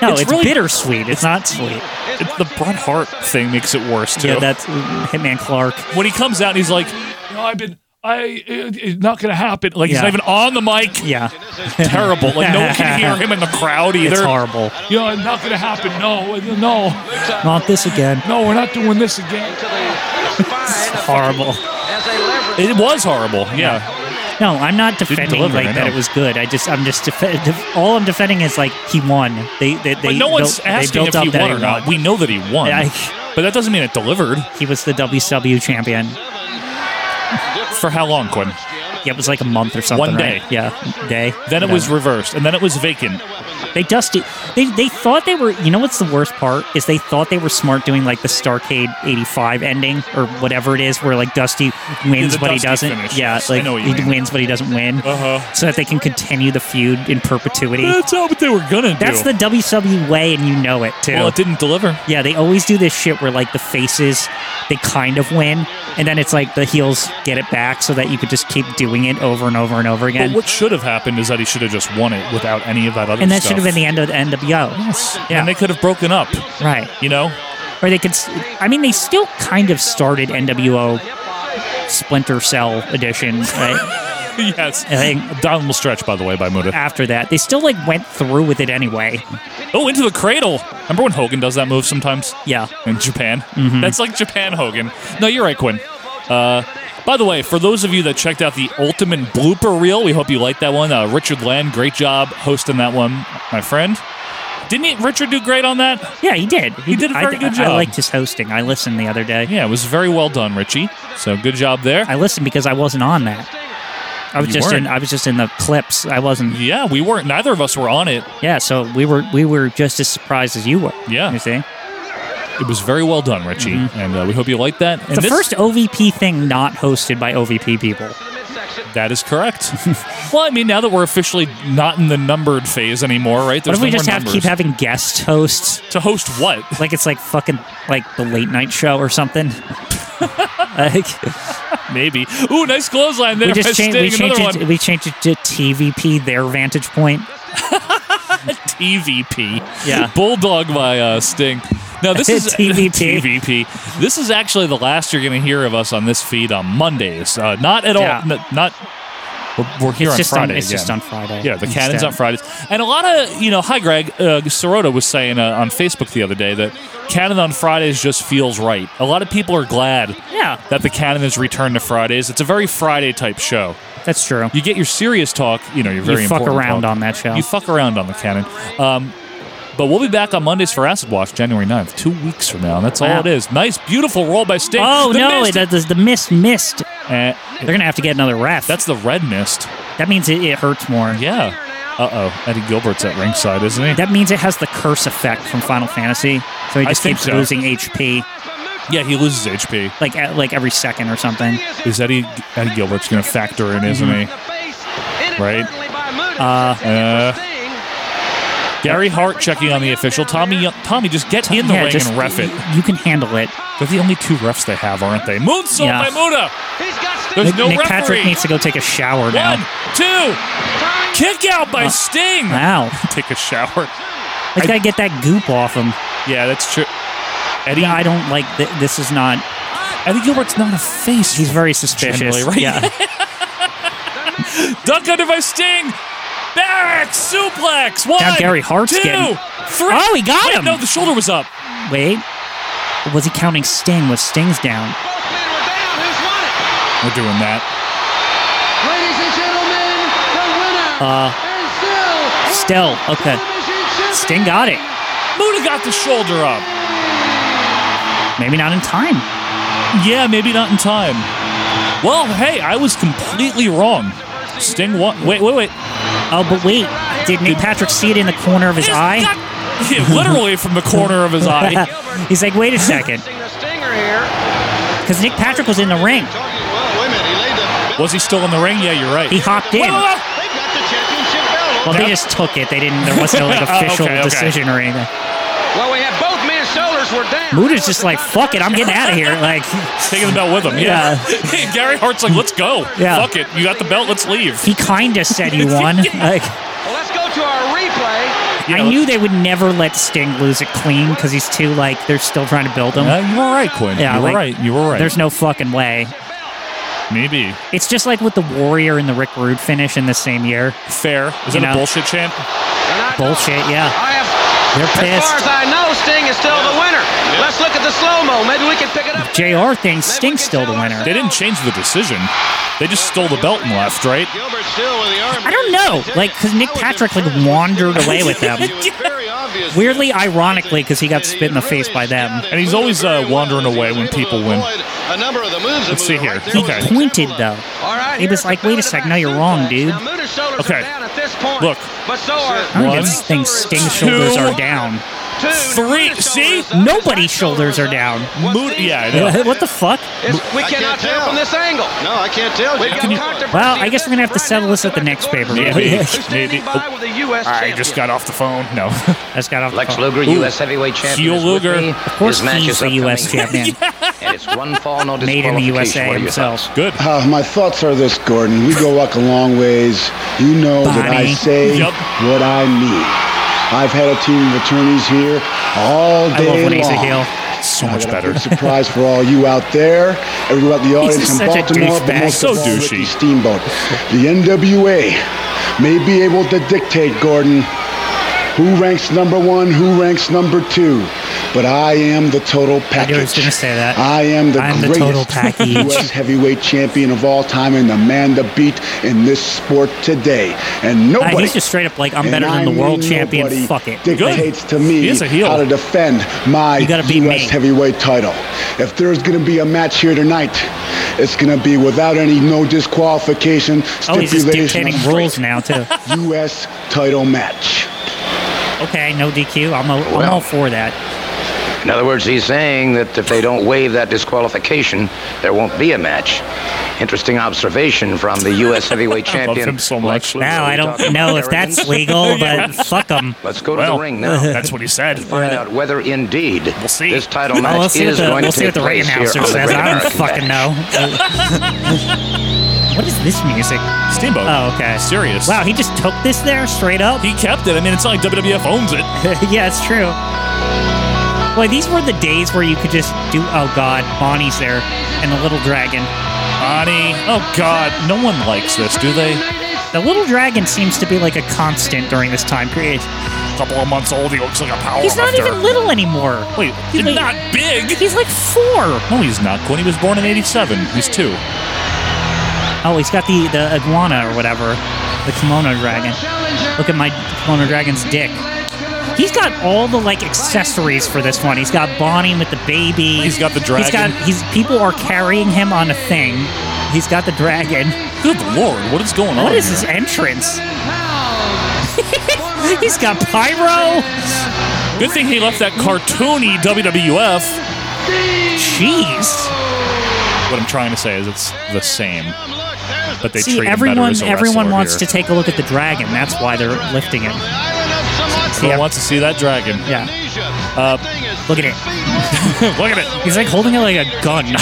no,
it's
it's,
really-
bittersweet. It's not sweet.
It's the Bret Hart thing makes it worse too.
Yeah, that's Hitman Clark.
when he comes out and he's like, "No, I've been, I, it, it's not gonna happen." Like he's
Yeah.
not even on the mic.
Yeah,
Terrible. Like no one can hear him in the crowd either.
it's horrible.
You know, it's not gonna happen. No, no,
Not this again.
no. We're not doing this again.
Horrible.
It was horrible. Yeah.
No, I'm not defending
deliver, I
like that.
know.
It was good. I just, I'm just def- def- all I'm defending is like he won. They, they, they
But no
built,
one's
they
asking
built
if
up
he
that
won or not. We know that he won,
Yeah, I-
but that doesn't mean it delivered.
E He was the WCW champion.
For how long, Quinn?
Yeah, it was like a month or something.
One
right?
day.
Yeah, day.
Then it was
Whatever.
reversed, and then it was vacant.
They dusted. They they thought they were. You know what's the worst part is they thought they were smart doing like the Starcade '85 ending or whatever it is, where like Dusty wins
the
but he
Dusty
doesn't.
finish.
Yeah,
Yes, I
like
know what
he
you mean.
wins but he doesn't win, uh-huh. so that they can continue the feud in perpetuity.
That's not what they were gonna do.
That's the WWE way, and you know it too.
Well, it didn't deliver.
Yeah, they always do this shit where like the faces they kind of win, and then it's like the heels get it back, so that you could just keep doing it over and over and over again.
But what should have happened is that he should have just won it without any of that other
and that
stuff.
should have been the end of the NWO. Yes. Yeah.
And they could have broken up.
Right.
You know?
Or they could. s- I mean, they still kind of started NWO Splinter Cell edition. Right?
yes.
Abdominal
stretch, by the way, by Muda.
After that, they still like went through with it anyway.
Oh, into the cradle. Remember when Hogan does that move sometimes?
Yeah.
In Japan?
Mhm.
That's like Japan Hogan. No, you're right, Quinn. Uh, by the way, for those of you that checked out the Ultimate Blooper Reel, we hope you liked that one. Uh, Richard Land, great job hosting that one, my friend. Didn't he, Richard do great on that?
Yeah, he did.
He, did a
I-
very good
I
job.
liked his hosting. I listened the other day.
Yeah, it was very well done, Richie. So good job there.
I listened because I wasn't on that. I was
You
just in.
weren't.
I was just in the clips. I wasn't.
Yeah, we weren't. Neither of us were on it.
Yeah, so we were. We were just as surprised as you were.
Yeah.
You see,
It was very well done, Richie. And uh, we hope you liked that.
it's
And
the
this-
first OVP thing not hosted by OVP people.
That is correct. well, I mean, now that we're officially not in the numbered phase anymore, right?
What if
no
we just
more
have
numbers.
keep having guest hosts
to host what?
Like it's like fucking like the late night show or something. like,
Maybe. Ooh, nice clothesline there.
we just
Nice
changed. We
sting, another
changed, it,
one.
we changed it to TVP. Their vantage point.
TVP.
Yeah.
E Bulldog by uh, Sting. Now this is
TVP.
TVP. This is actually the last you're going to hear of us on this feed on Mondays. Uh, not at
Yeah.
all. n- not. We're, we're here
It's
on
just on-
Friday.
it's
again.
just on Friday
Yeah, the cannon's
instead.
on Fridays. And a lot of you know, hi Greg. Uh, Sirota was saying uh, on Facebook the other day that Cannon on Fridays just feels right. A lot of people are glad.
Yeah.
That the Cannon has returned to Fridays. It's a very Friday type show.
That's true.
You get your serious talk. You know, your very
you fuck
important
around
talk.
on that show.
You fuck around on the cannon. Um, but we'll be back on Mondays for Acid Wash, January 9th, two weeks from now. And that's all
Wow.
it is. Nice, beautiful roll by Sting.
oh
The
no!
mist-
It, the, the mist missed.
Eh,
They're gonna have to get another ref.
that's the red mist.
That means it, it hurts more.
Yeah. Uh oh. Eddie Gilbert's at ringside, isn't he?
That means it has the curse effect from Final Fantasy, so he
I
just
think
keeps
so.
losing HP
yeah, he loses HP.
like at, like every second or something.
Is Eddie Eddie Gilbert's going to factor in, isn't he? Right.
Uh,
Gary Hart checking on the official. Tommy, Yo- Tommy, just get in the
yeah,
ring
just-
and ref it.
y- You can handle it.
They're the only two refs they have, aren't they? Moonsault
Yeah.
by Muda. There's
Nick,
no
Nick
referee.
Patrick needs to go take a shower now.
One, two, kick out by Sting.
Wow.
Take a shower.
I gotta get that goop off him.
Yeah, that's true. Eddie,
I don't like th- this. Is not.
Eddie Gilbert's not a face.
He's very suspicious.
Generally, right?
Yeah.
duck under by Sting. Back suplex. One.
Now Gary Hart's
two,
getting-
three.
Oh, he got
Wait,
him.
No, the shoulder was up.
Wait. Was he counting Sting? Was Sting's down?
We're doing that.
Ladies and gentlemen, the winner
Uh,
is still
still okay. Sting got it.
Muda got the shoulder up.
Maybe not in time.
Yeah, maybe not in time. Well, hey, I was completely wrong. Sting won. Wait, wait, wait.
Oh, but wait. Did Nick Patrick see it in the corner of his eye?
Yeah, literally from the corner of his eye.
He's like, wait a second, because Nick Patrick was in the ring.
Was he still in the ring? Yeah, you're right.
He hopped in.
Wait, wait, wait.
Well, they just took it. They didn't. There was no like
Oh, okay,
official
okay.
decision or anything.
Well, we had both men's shoulders were down.
Muda's just like, fuck it, I'm getting out of here. Like,
Taking the belt with him. Yeah. Gary Hart's like, let's go.
Yeah.
Fuck it. You got the belt. Let's leave.
he kind of said he won. Like,
Well, let's go to our replay.
I knew they would never let Sting lose it clean because he's too like they're still trying to build him.
Uh, you were right, Quinn.
Yeah,
you were
like,
right. You were right.
There's no fucking way.
Maybe.
It's just like with the Warrior and the Rick Rude finish in the same year.
Fair. Is
You
that a
know?
bullshit chant?
Bullshit. Yeah,
I have,
they're
as far as
pissed.
I know, Sting is still the winner. Let's look at the slow mo. Maybe we can pick it up.
Jr. thinks Sting's still the winner.
They didn't change the decision. They just stole the belt and left, right?
I don't know, like because Nick Patrick like wandered away with them.
Yeah.
Weirdly, ironically, because he got spit in the face by them. And
he's always uh, wandering away when people win.
A number of the moves.
Let's see here.
He pointed though. He was like, "Wait a sec, no, you're wrong, dude."
Okay. Look.
I don't think this thing's sting shoulders are down.
Three. See,
nobody's shoulders are down.
yeah,
what the fuck?
We cannot tell from this angle. No, I can't tell. We've got controversy.
Well, I guess we're gonna have to settle this at the next paper.
Maybe. Maybe. I just got off the phone. No.
Just got off.
Lex Luger,
Ooh.
U.S. heavyweight champion.
Heel
is with
Luger.
me.
Of course
His match
he's
is
the
upcoming.
US champion.
and it's one fall, no
Made in the
disqualification. What
USA
are your
himself.
Good.
Uh, my thoughts are this, Gordon. We go walk a long ways. You know that I
Bonnie.
say
Yep.
what I mean. I've had a team of attorneys here all
I
day
love when he's
long.
a heel.
So much better.
Surprise for all you out there, everyone in the
He's
audience in
such a
Baltimore, but
douchebag.
most
So
of all,
douchey.
Ricky Steamboat. The NWA may be able to dictate, Gordon, who ranks number one, who ranks number two, but I am the total package. I was going to
say that.
I am the
I'm the
greatest
total package.
U.S. heavyweight champion of all time and the man to beat in this sport today. And
Uh,
nobody.
he's just straight up like, I'm
and
better than
I
the world
mean
champion.
nobody
Fuck it.
Dictates to me
He is a heel.
how to defend my
gotta
U.S.
beat me.
heavyweight title. If there's going to be a match here tonight, it's going to be without any no disqualification
Oh, he's just
stipulation.
dictating rules now too.
U.S. title match.
Okay, no DQ. I'm, all I'm all for that.
In other words, he's saying that if they don't waive that disqualification, there won't be a match. Interesting observation from the U.S. heavyweight champion.
him so
much.
Now I don't know if that's legal, but fuck him.
Let's go to
Well,
the ring now.
that's
what he said.
Find out whether indeed this title
Well,
match
we'll see what
is
the,
going
we'll
to
see
take
what the ring
place here
announcer
on the
says.
Great
I don't
American
fucking know. what is this music?
Steamboat.
Oh, okay.
Serious.
Wow, he just took this there straight up.
He kept it. I mean, it's not like WWF owns it.
yeah, it's true. Boy, these were the days where you could just do. Oh God, Bonnie's there, and the little dragon.
Bonnie. Oh God, no one likes this, do they?
The little dragon seems to be like a constant during this time period.
Couple of months old, he looks like a power
He's not
lifter.
even little anymore.
Wait,
He's
he's
like-
not big.
He's like four.
No, he's not. When he was born in '87, he's two.
Oh, he's got the, the iguana or whatever, the kimono dragon. Look at my kimono dragon's dick. He's got all the like accessories for this one. He's got Bonnie with the baby.
He's got the
He's got
dragon.
he's people are carrying him on a thing. He's got the dragon.
Good lord, what is going on?
What is his
here?
entrance? he's got pyro.
Good thing he left that cartoony WWF.
Jeez.
What I'm trying to say is it's the same, but they
See,
treat him better
everyone
as a
everyone
wrestler
wants
here.
to take a look at the dragon. That's why they're lifting it.
Everyone wants to see that dragon.
Yeah.
Uh,
Look at it.
Look at it.
He's like holding it like a gun.
New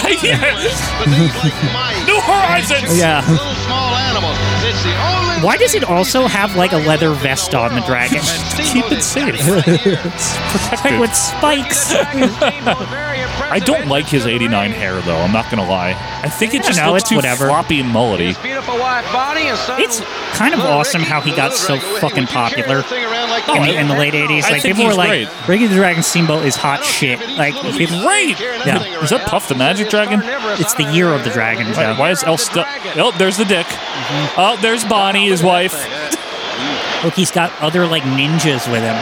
Horizons.
Oh, yeah.
Small animals. It's the only
Why does it also have like a leather vest on the dragon?
Keep it safe.
like with spikes.
I don't like his '89 hair though. I'm not gonna lie. I think it
Yeah,
just
no,
looks
it's
too
whatever.
floppy and mullety.
Beautiful wife, Bonnie, and son.
It's kind of awesome how he got so fucking popular in the, in the late 80s.
I think
Like, people were
he's
like,
great.
Ricky the Dragon Steamboat is hot shit. Like, people,
Great.
Yeah.
Is that Puff the Magic Dragon?
It's the year of the dragon,
Why,
though.
why is El stu- Oh, there's the dick. Oh, there's Bonnie, his wife.
Look, he's got other, like, ninjas with him.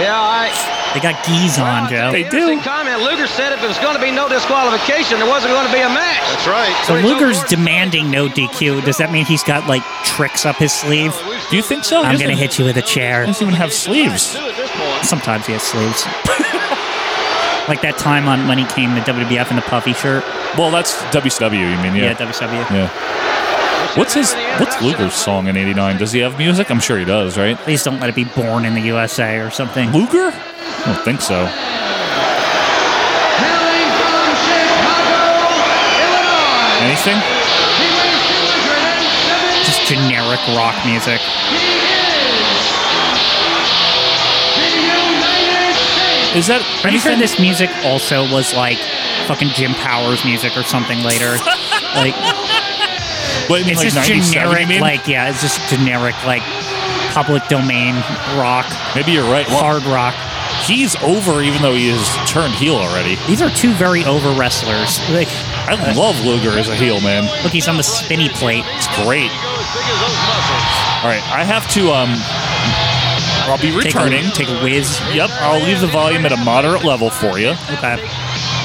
Yeah, I.
They got geese on, Joe.
Interesting comment. Luger said if it was going to be no disqualification, there wasn't going to be a match. That's right.
So Luger's demanding no DQ. Does that mean he's got, like, tricks up his sleeve?
Do you think so?
I'm
Doesn't-
going to hit you with a chair.
Doesn't even have sleeves.
Sometimes he has sleeves. like that time on when he came to WWF in the puffy shirt.
Well, that's WCW. You mean
Yeah, E.
yeah?
WCW.
yeah. What's his? What's Luger's song in '89? Does he have music? I'm sure he does, right?
Please don't let it be born in the USA or something.
Luger? I don't think so.
hailing from Chicago, Illinois.
Anything?
He weighs 207.
Just generic rock music.
He is the United States.
Is that?
Pretty sure this music also was like fucking Jim Powers music or something later. like
What, you mean,
it's
like
just
97, you
generic,
mean?
like yeah, it's just generic like public domain rock,
Maybe you're right. Well,
hard rock.
He's over, even though he is turned heel already.
These are two very over wrestlers. Like
I
Uh,
love Luger as a heel, man.
look, he's on the spinny plate.
It's great. All right, I have to um, I'll be
Take a-
returning.
Take a, whiz.
Yep, I'll leave the volume at a moderate level for you.
Okay.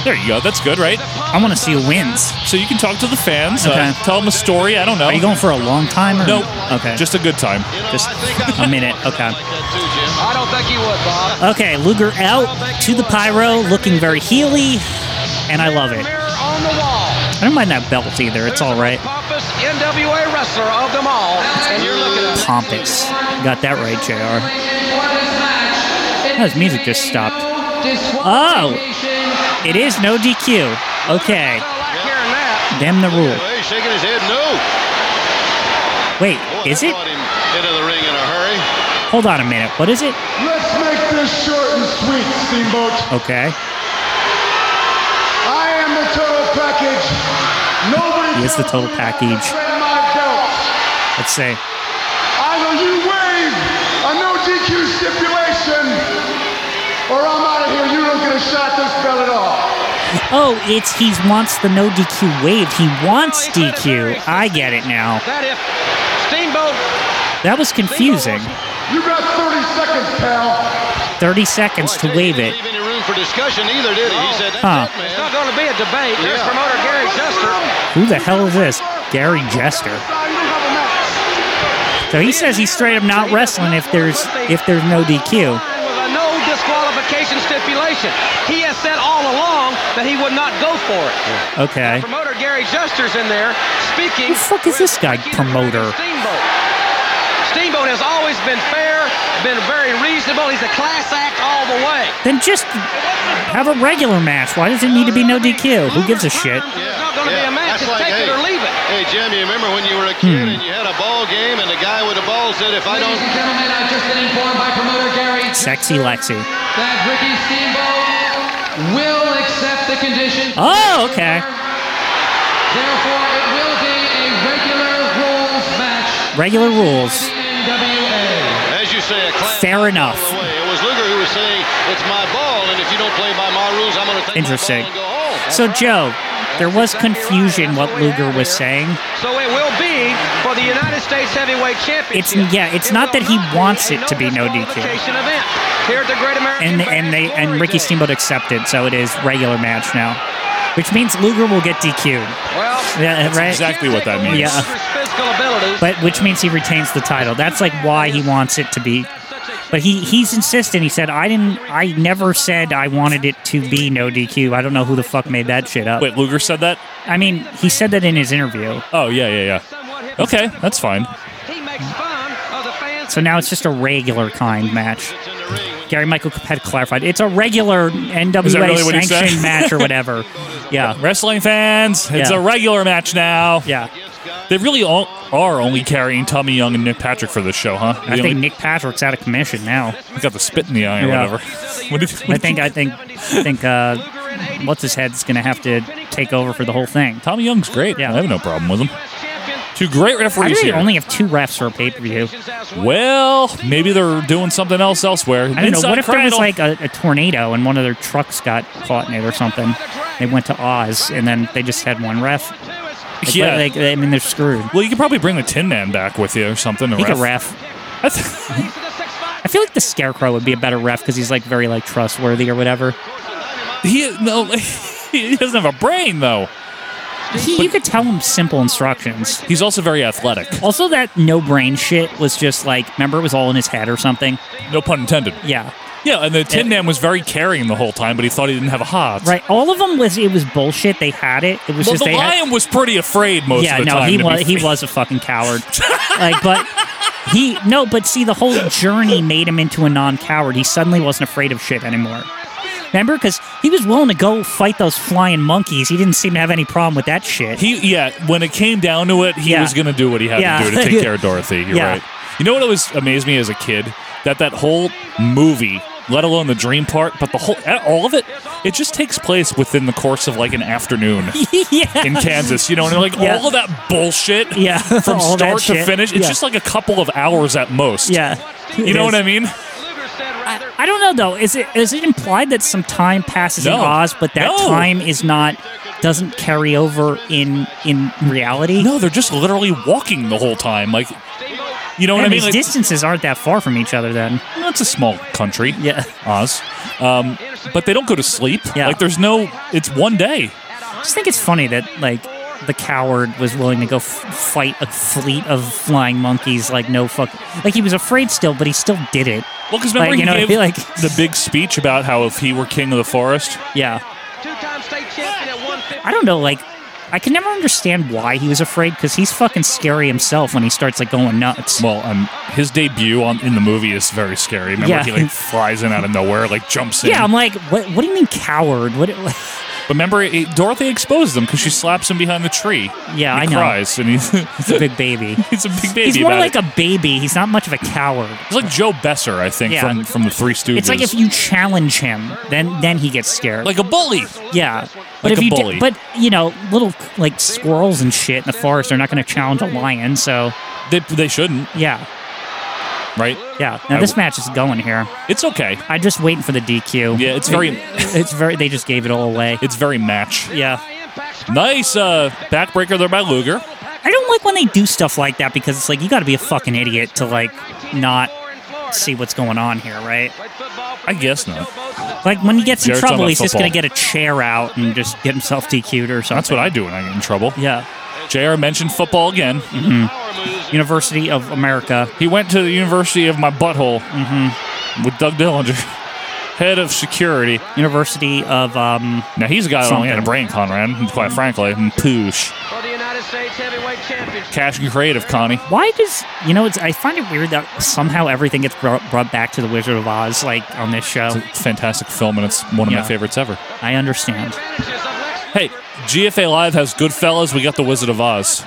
There you go. That's good, right? I
want to see wins.
So you can talk to the fans. uh,
Okay.
tell them a story. I don't know.
Are you going for a long time? Or?
Oh. Nope.
Okay.
Just a good time.
Just a minute. Okay.
I don't think he would, Bob.
Okay. Luger out to the pyro, looking very heely, and I love it. I don't mind that belt either. It's all right.
Pompous NWA wrestler of them all, and you're looking at
Pompous. Got that right, Jr. Oh, His music just stopped. Oh, it is no DQ. Okay. Damn the rule.
He's shaking his head no.
Wait, is it?
Into the ring in a hurry.
Hold on a minute. What is it?
Let's make this short and sweet, Steamboat.
Okay.
I am the total package. Nobody
He is the total package.
can my belt.
Let's see.
Either you waive a no DQ stipulation, or I'm out of here. You don't get a shot at this belt at all.
Oh, it's he wants the no DQ wave. He wants
Oh,
DQ. I get it now.
that if Steamboat
That was confusing.
You got 30 seconds, pal.
30 seconds to wave it.
Any room for discussion either, did he? He said, that's
Huh.
it, man.
It's not going to be a debate. There's promoter Gary Jester.
Who the hell is this? Gary Jester. So he says he's straight up not wrestling if there's if there's no DQ.
with a no disqualification stipulation. He has said all along that he would not go for it.
Okay.
Promoter Gary Jester's in there speaking.
Who the fuck is this guy promoter?
Steamboat. Steamboat has always been fair, been very reasonable. He's a class act all the way.
Then just have a regular match. Why does it need to be no DQ? Who gives a shit?
It's not going to be a match. It's take it or leave it.
Hey, Jim, you remember when you were a kid and
Hmm.
you had a ball game and the guy with the ball said, if I don't... Ladies and gentlemen, I've just been informed by promoter Gary
Sexy Lexi.
That Ricky Steamboat will accept the condition.
Oh, okay.
Therefore, it will be a regular rules match.
Regular rules.
NWA.
As you say, a class
Fair enough.
way. It was Luger who was saying, it's my ball, and if you don't play by my rules, I'm going to take
Interesting. So Joe, there was confusion what Luger was saying.
So it will be for the United States Heavyweight Championship
It's yeah, it's not that he wants it to be no DQ.
event here at the Great American.
And and they and Ricky Steamboat accepted, so it is regular match now. Which means Luger will get DQ'd.
Well,
yeah,
That's
right?
exactly what that means.
Yeah.
Physical ability.
But which means he retains the title. That's like why he wants it to be. But he he's insistent. He said, "I didn't. I never said I wanted it to be no DQ. I don't know who the fuck made that shit up."
Wait, Luger said that?
I mean, he said that in his interview.
Oh, yeah, yeah, yeah. Okay, that's fine.
So now it's just a regular kind match. Gary Michael had clarified it's a regular
Is that
NWA
really what he said?
sanctioned match or whatever. Yeah.
Wrestling fans, it's
Yeah.
a regular match now.
Yeah.
They really all are only carrying Tommy Young and Nick Patrick for this show, huh?
I
They
think
only-
Nick Patrick's out of commission now.
He got the spit in the eye or
Yeah.
whatever. What did-
I think I think I think uh, what's his head's gonna have to take over for the whole thing.
Tommy Young's great.
Yeah,
I have no problem with him. Two great
I
referees
really
here.
only have two refs for a pay per view.
well, maybe they're doing something else elsewhere.
I don't know. What if there was like a, a tornado and one of their trucks got caught in it or something? They went to Oz and then they just had one ref. Like,
Yeah.
what- like, I mean, they're screwed.
Well, you could probably bring the Tin Man back with you or something. to
He
ref.
could ref. I feel like the Scarecrow would be a better ref because he's like very like trustworthy or whatever.
He no, he doesn't have a brain though.
He, you could tell him simple instructions.
He's also very athletic.
Also, that no brain shit was just like remember it was all in his head or something.
No pun intended.
Yeah.
Yeah, and the Tin Man was very caring the whole time, but he thought he didn't have a heart.
Right. All of them was it was bullshit. They had it. It was
Well,
just
the
they had,
lion was pretty afraid most
yeah,
of the
no,
time.
he
to
was
be
he
fair.
was a fucking coward. like, but he no, but see, the whole journey made him into a non-coward. He suddenly wasn't afraid of shit anymore. Remember, because he was willing to go fight those flying monkeys. He didn't seem to have any problem with that shit.
He yeah, when it came down to it, he
Yeah.
was going to do what he had
Yeah.
to do to take care of Dorothy. You're
Yeah.
right. You know what always amazed me as a kid that that whole movie, let alone the dream part, but the whole eh, all of it, it just takes place within the course of like an afternoon
yeah.
in Kansas. You know, and like
Yeah.
all of that bullshit,
Yeah,
from
all that
start to
shit.
finish, it's
Yeah.
just like a couple of hours at most.
Yeah.
you
It
know
is.
what I mean?
I, I don't know though. Is it is it implied that some time passes in
No.
Oz, but that
No.
time is not doesn't carry over in in reality?
No, they're just literally walking the whole time. Like You know what
and
I mean?
These
Like-
distances aren't that far from each other. Then
that's a small country. Yeah, Oz. Um, but they don't go to sleep. Yeah. Like there's no. It's one day.
I just think it's funny that like the coward was willing to go f- fight a fleet of flying monkeys. Like no fuck. Like he was afraid still, but he still did it.
Well, because
like,
remember
you know,
he
I
gave
feel like
the big speech about how if he were king of the forest.
Yeah. I don't know. Like I can never understand why he was afraid because he's fucking scary himself when he starts like going nuts.
Well, um, his debut on in the movie is very scary. Remember
Yeah.
he like flies in out of nowhere, like jumps in.
yeah, I'm like, what? What do you mean coward? What?
Remember, it, Dorothy exposed him because she slaps him behind the tree.
Yeah,
he
I know.
cries and he's,
He's a big baby.
he's a big baby.
He's more
about
like
it.
a baby. He's not much of a coward.
He's like Joe Besser, I think,
Yeah.
from from the Three Stooges.
It's like if you challenge him, then then he gets scared.
Like a bully.
Yeah.
Like
But if
a
you di-
bully.
but you know, little like squirrels and shit in the forest are not going to challenge a lion, so
they they shouldn't.
Yeah.
right?
Yeah. Now
I-
this match is going here.
It's okay.
I'm just waiting for the DQ.
Yeah, it's very-
it's very they just gave it all away.
It's very match.
Yeah.
Nice uh, backbreaker there by Luger.
I don't like when they do stuff like that because it's like you got to be a fucking idiot to like not see what's going on here, right?
I guess not.
Like when he gets in
Jared's on
trouble,
that
he's just
football.
gonna get a chair out and just get himself DQ'd or something.
That's what I do when I get in trouble.
Yeah.
JR mentioned football again.
Mm-hmm. University of America.
He went to the University of my butthole mm-hmm. with Doug Dillinger, head of security.
University of um.
Now he's a guy that only had a
something. Mm-hmm.
brain, Conrad. Quite frankly, and poosh. Cash and creative, Connie.
Why does you know? It's I find it weird that somehow everything gets brought, brought back to the Wizard of Oz, like on this show.
fantastic film, and it's one of my
Yeah.
favorites ever.
I understand.
Hey, GFA Live has Goodfellas. We got the Wizard of Oz.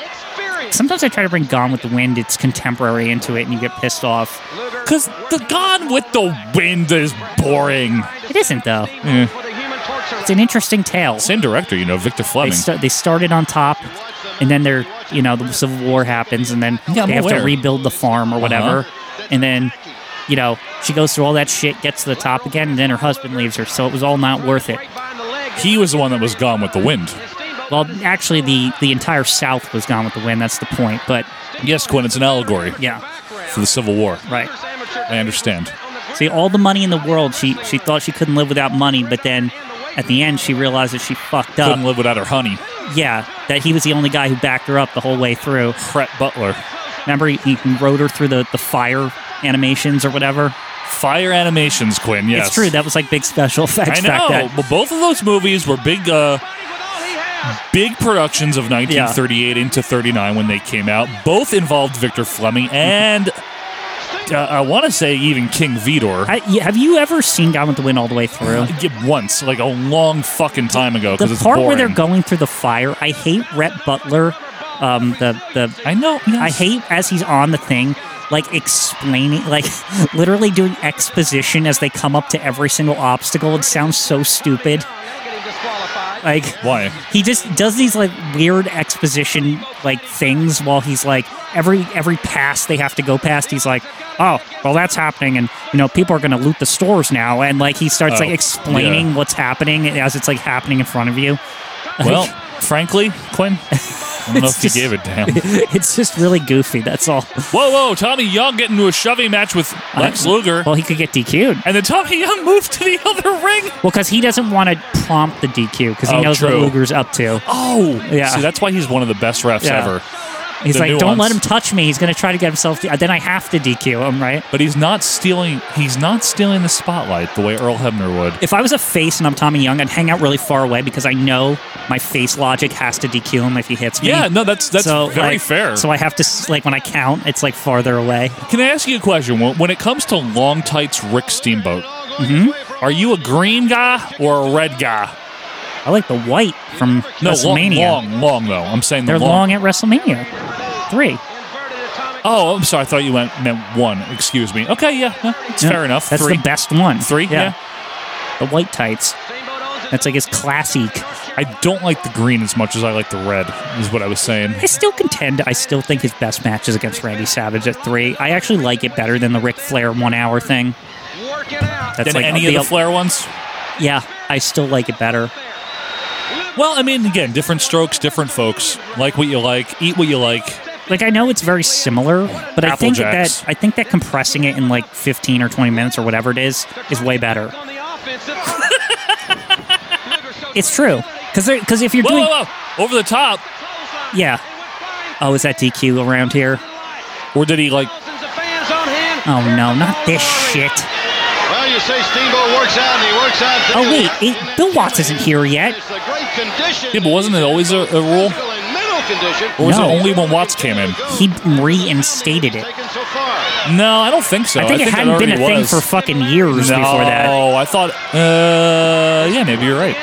Sometimes I try to bring Gone with the Wind, its contemporary, into it, and you get pissed off.
Cause the Gone with the Wind is boring.
It isn't though.
Yeah.
It's an interesting tale.
Same director, you know, Victor Fleming.
They, sta- they started on top, and then they're you know the Civil War happens, and then
Yeah, I'm
they have
aware.
to rebuild the farm or whatever, and then you know she goes through all that shit, gets to the top again, and then her husband leaves her, so it was all not worth it.
He was the one that was gone with the wind.
Well, actually, the the entire South was gone with the wind. That's the point. But
yes, Quinn, it's an allegory.
Yeah.
For the Civil War.
Right.
I understand.
See, all the money in the world, she she thought she couldn't live without money, but then at the end, she realized that she fucked up.
Couldn't live without her honey.
Yeah, that he was the only guy who backed her up the whole way through.
Brett Butler.
Remember, he, he rode her through the, the fire animations or whatever?
Fire animations, Quinn, yes.
It's true. That was like big special effects
I know.
back then.
But both of those movies were big uh big productions of 1938 into 39 when they came out. Both involved Victor Fleming and uh, I want to say even King Vidor.
I, y- have you ever seen Gone with the Wind all the way through?
Yeah, once, like a long fucking time ago,
The
because it's
part
boring.
where they're going through the fire, I hate Rhett Butler. Um, the the
I know.
I hate as he's on the thing, like explaining, like literally doing exposition as they come up to every single obstacle. It sounds so stupid. Like
why
he just does these like weird exposition like things while he's like every every pass they have to go past. He's like, oh well that's happening, and you know people are gonna loot the stores now, and like he starts
Oh,
like explaining
yeah.
what's happening as it's like happening in front of you.
Well,
Like,
frankly, Quinn, I don't know
it's
if you
just-
gave it to him.
It's just really goofy. That's all.
Whoa, whoa, Tommy Young getting into a shoving match with Lex
I-
Luger.
Well, he could get DQ'd.
And then Tommy Young moved to the other ring.
Well, because he doesn't want to prompt the DQ because he
Oh,
knows
true.
what Luger's up to.
Oh,
Yeah.
See, that's why he's one of the best refs
Yeah.
ever.
He's
The
like, don't
nuance."
let him touch me. He's going to try to get himself. then I have to DQ him, right?
But he's not stealing. He's not stealing the spotlight the way Earl Hebner would.
If I was a face and I'm Tommy Young, I'd hang out really far away because I know my face logic has to DQ him if he hits me.
Yeah, no, that's- that's very
like,
fair.
So I have to s- like when I count, it's like farther away.
Can I ask you a question? When when it comes to long tights, Rick Steamboat,
Mm-hmm.
are you a green guy or a red guy?
I like the white from
no, long,
WrestleMania.
long, long though. I'm saying the
They're
long.
long. at WrestleMania three.
Oh, I'm sorry. I thought you went meant one. Excuse me. Okay, yeah, no, it's
Yeah,
fair enough.
That's
Three.
the best one.
Three, yeah.
The white tights. That's like his classic.
I don't like the green as much as I like the red. Is what I was saying.
I still contend. I still think his best match is against Randy Savage at three. I actually like it better than the Ric Flair one hour thing. That's
Than any of the Flair ones.
Yeah, I still like it better.
Well, I mean, again, different strokes, different folks. Like what you like, eat what you like.
like I know it's very similar, but I
Apple
think
Jacks.
that I think that compressing it in like 15 or 20 minutes or whatever it is is way better. it's true because because if you're
Whoa,
doing
whoa, whoa. over the top,
yeah, oh is that DQ around here?
Or did he like?
Oh no, not this shit!
Well, you say Steamboat works out, and he works out.
Oh wait, it, Bill Watts isn't here yet.
yeah, but wasn't it always a, a rule?
Mental condition.
Or was
No.
it only when Watts came in?
He reinstated it.
No, Oh, I don't think so.
I think it hadn't been a
already
thing
was.
for fucking years
no,
before that.
Oh, I thought. Uh, yeah, maybe you're right.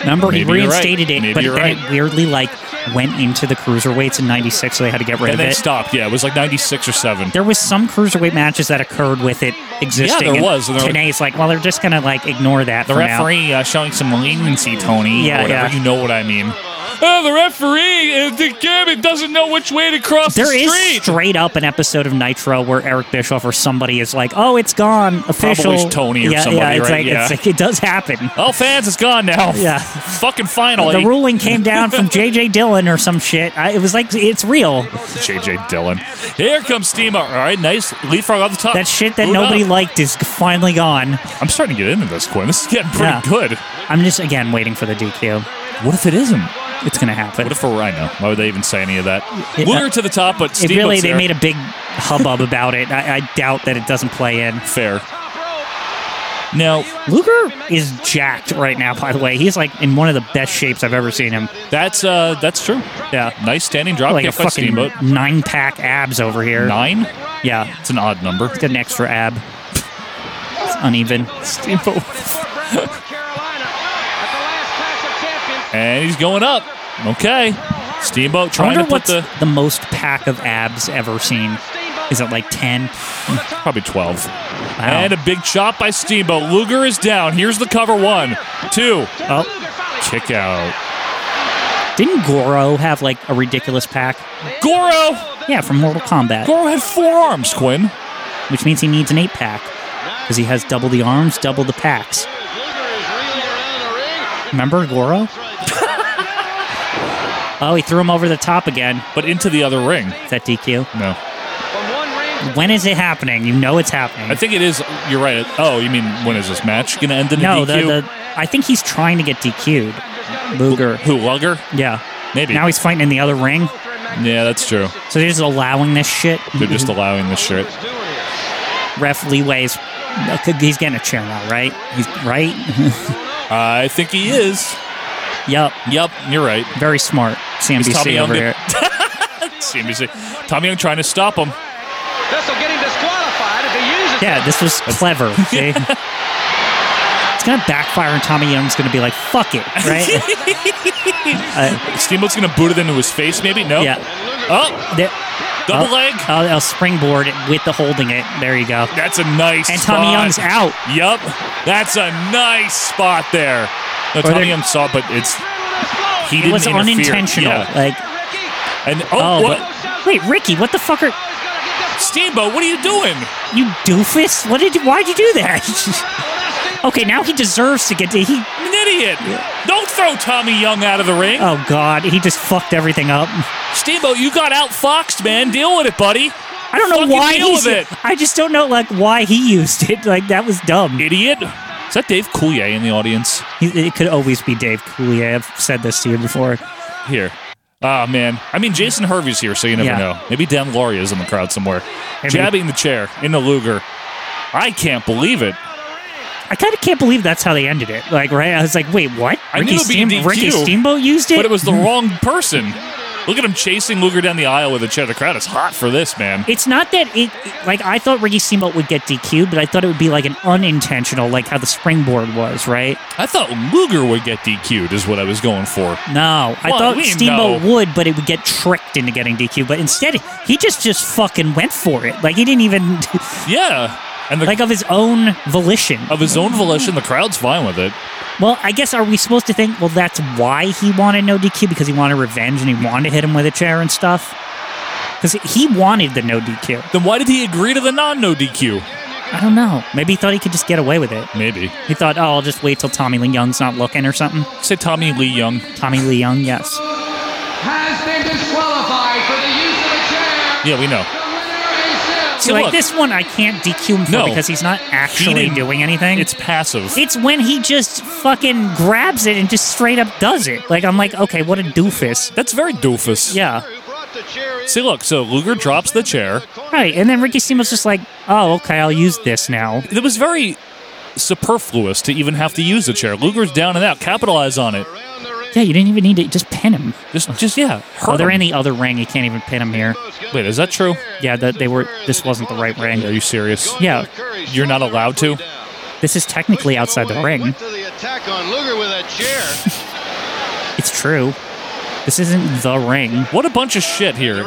Remember, he
Maybe you're right.
reinstated it,
Maybe
but
you're
then
right.
it weirdly like went into the cruiserweights in '96, so they had to get rid
and
of
then
it.
stopped. Yeah, it was like '96 or '7.
There was some cruiserweight matches that occurred with it existing.
there
and
was, and there-
Today's like, well, they're just gonna like ignore that.
The
for now.
referee uh, showing some leniency, Tony.
Yeah,
or whatever.
yeah.
You know what I mean? Oh, the referee, uh, the Gabby doesn't know which way to cross
There
the
is
street.
straight up an episode of Nitro where Eric Bischoff or somebody is like, "Oh, it's gone, official."
Tony or
yeah,
somebody,
yeah, it's
right?
Like,
Yeah.
It's like, it does happen.
Oh, fans, it's gone now.
Yeah.
Fucking finally.
The ruling came down from J.J. Dillon or some shit. I, it was like it's real.
JJ Dillon. Here comes Steamer. All right, nice leapfrog off the top.
That shit that
Move
nobody
up.
liked is finally gone.
I'm starting to get into this, Quinn. This is getting pretty good.
I'm just again waiting for the DQ.
What if it isn't?
It's gonna happen.
What if we're right now? Why would they even say any of that?
It-
Luger to the top, but
It
Steamboat's
really, they
there.
made a big hubbub about it. I, I doubt that it doesn't play in.
Fair. Now,
Luger is jacked right now. By the way, he's like in one of the best shapes I've ever seen him.
That's uh, that's true.
Yeah,
nice standing drop
like a
kick by
fucking
Steamboat.
nine pack abs over here.
Nine?
Yeah,
it's an odd number.
It's got an extra ab. It's uneven.
Steamboat. and he's going up. Okay. Steamboat
I
trying
wonder
to put
what's
the
the... most pack of abs ever seen. Is it like ten?
Probably twelve. And a big chop by Steamboat. Luger is down. Here's the cover. One, two.
Oh.
Kick out.
Didn't Goro have like a ridiculous pack?
Goro.
Yeah, from Mortal Kombat.
Goro had four arms, Quinn.
Which means he needs an eight pack because he has double the arms, double the packs. Remember Goro? oh, he threw him over the top again.
But into the other ring.
Is that DQ?
No.
When is it happening? You know it's happening.
I think it is. You're right. Oh, you mean when is this match going to end in
no,
a
the,
DQ?
the I think he's trying to get DQ'd. Luger.
Who Luger?
Yeah.
Maybe.
Now he's fighting in the other ring.
yeah, that's true.
So they're just allowing this shit.
They're just
Mm-hmm.
allowing this shit.
Ref leeways. He's getting a chair now, right? He's
Mm-hmm.
right.
I think he is.
Yep.
Yep. You're right.
Very smart.
Is Tommy
CNBC
Young
over here.
CNBC. Tommy Young trying to stop him.
Yeah, this was clever. See? it's gonna backfire, and Tommy Young's gonna be like, "Fuck it," right? Uh,
Steamboat's gonna boot it into his face, maybe. No.
Yeah.
Oh,
The-
double
oh,
leg.
Oh, a springboard with the holding it. There you go.
That's a nice.
And Tommy
spot.
Young's out.
Yup. That's a nice spot there. No,
Or
Tommy
they're-
Young saw, it, but it's he
it
didn't
was
interfere.
unintentional.
Yeah.
Like,
And oh,
oh,
what?
but- wait, Ricky, what the fuck are
Steamboat, what are you doing?
you doofus? What did you? Why'd you do that? okay, now he deserves to get. To, he.
I'm an idiot. Don't throw Tommy Young out of the ring.
Oh God, he just fucked everything up.
Steamboat, you got outfoxed, man. Deal with it, buddy.
I don't know
Fucking
why
deal
he's.
with it.
I just don't know like why he used it. Like that was dumb.
Idiot. Is that Dave Coulier in the audience?
He, it could always be Dave Coulier. I've said this to you before.
Here. Ah, man. I mean, Jason Harvey's here, so you never
Yeah.
know. Maybe Dan Lauria is in the crowd somewhere.
Maybe.
Jabbing the chair in the Luger. I can't believe it.
I kind of can't believe that's how they ended it. Like, right? I was like, wait, what?
I knew it'd be a DQ,
Ricky Steamboat used it?
But it was the wrong person. Look at him chasing Luger down the aisle with a chair. The crowd is hot for this, man.
It's not that it, like, I thought Ricky Steamboat would get DQ'd, but I thought it would be like an unintentional, like how the springboard was, right?
I thought Luger would get DQ'd, is what I was going for.
No, I
Well,
thought
we
Steamboat
know.
would, but it would get tricked into getting DQ. But instead, he just just fucking went for it. Like he didn't even,
Yeah. And the,
like of his own volition.
of his own volition, the crowd's fine with it.
Well, I guess are we supposed to think? Well, that's why he wanted no DQ because he wanted revenge and he wanted to hit him with a chair and stuff. Because he wanted the no DQ.
Then why did he agree to the non no DQ?
I don't know. Maybe he thought he could just get away with it.
Maybe.
He thought, oh, I'll just wait till Tommy Lee Young's not looking or something.
Say Tommy Lee Young.
Tommy Lee Young, yes.
Has been disqualified for the use of a chair
Yeah, we know.
See, like this one, I can't DQ him for
No.
because he's not actually
didn't-
doing anything.
It's passive.
It's when he just fucking grabs it and just straight up does it. Like I'm like, okay, what a doofus.
That's very doofus.
Yeah.
See, look, so Luger drops the chair.
Right, and then Ricky Steamboat's just like, oh, okay, I'll use this now.
It was very superfluous to even have to use the chair. Luger's down and out. Capitalize on it.
Yeah, you didn't even need to just pin him.
Just, just yeah.
oh, they're
him.
in the other ring. You can't even pin him here.
Wait, is that true?
Yeah, that they were. This wasn't the right ring. Are
you serious?
Yeah,
you're not allowed to.
This is technically outside the ring.
Attack on Luger with that chair.
It's true. This isn't the ring.
What a bunch of shit here.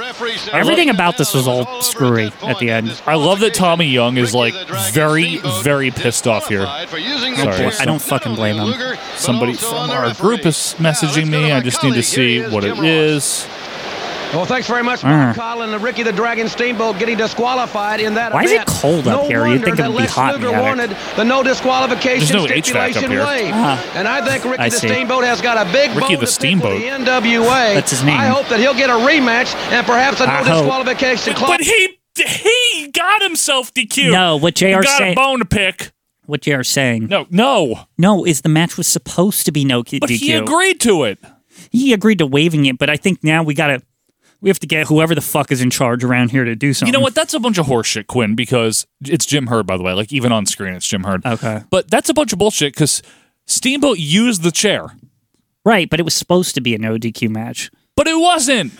Everything about this was all screwy at the end.
I love that Tommy Young is like very, very pissed off here. Sorry,
I don't fucking blame him.
Somebody from our group is messaging me. I just need to see what it is.
Well, thanks very much,
Mm.
Mark Collin and Ricky the Dragon Steamboat getting disqualified in that
Why is it
event.
cold up
no
here? You'd
wonder
think it
that
would be
Lex
hot in the
Luger
attic.
wanted the no disqualification
There's no HVAC up
stipulation
here.
waived.
Ah.
And I think Ricky
I
the
see.
Steamboat has got a big
Ricky the
bone to pick with
Steamboat.
the NWA.
That's his name.
I hope that he'll get a rematch and perhaps a no
I hope.
disqualification clause.
But he he got himself DQ.
No, what
He
JR
got a
said-
bone to pick.
What JR is saying?
No, no,
no. Is the match was supposed to be no DQ?
But he agreed to it.
He agreed to waiving it, but I think now we gotta we have to get whoever the fuck is in charge around here to do something.
You know what? That's a bunch of horseshit, Quinn. Because it's Jim Hurd, by the way. Like even on screen, it's Jim Hurd.
Okay.
But that's a bunch of bullshit because Steamboat used the chair,
Right, but it was supposed to be a no DQ match.
but it wasn't.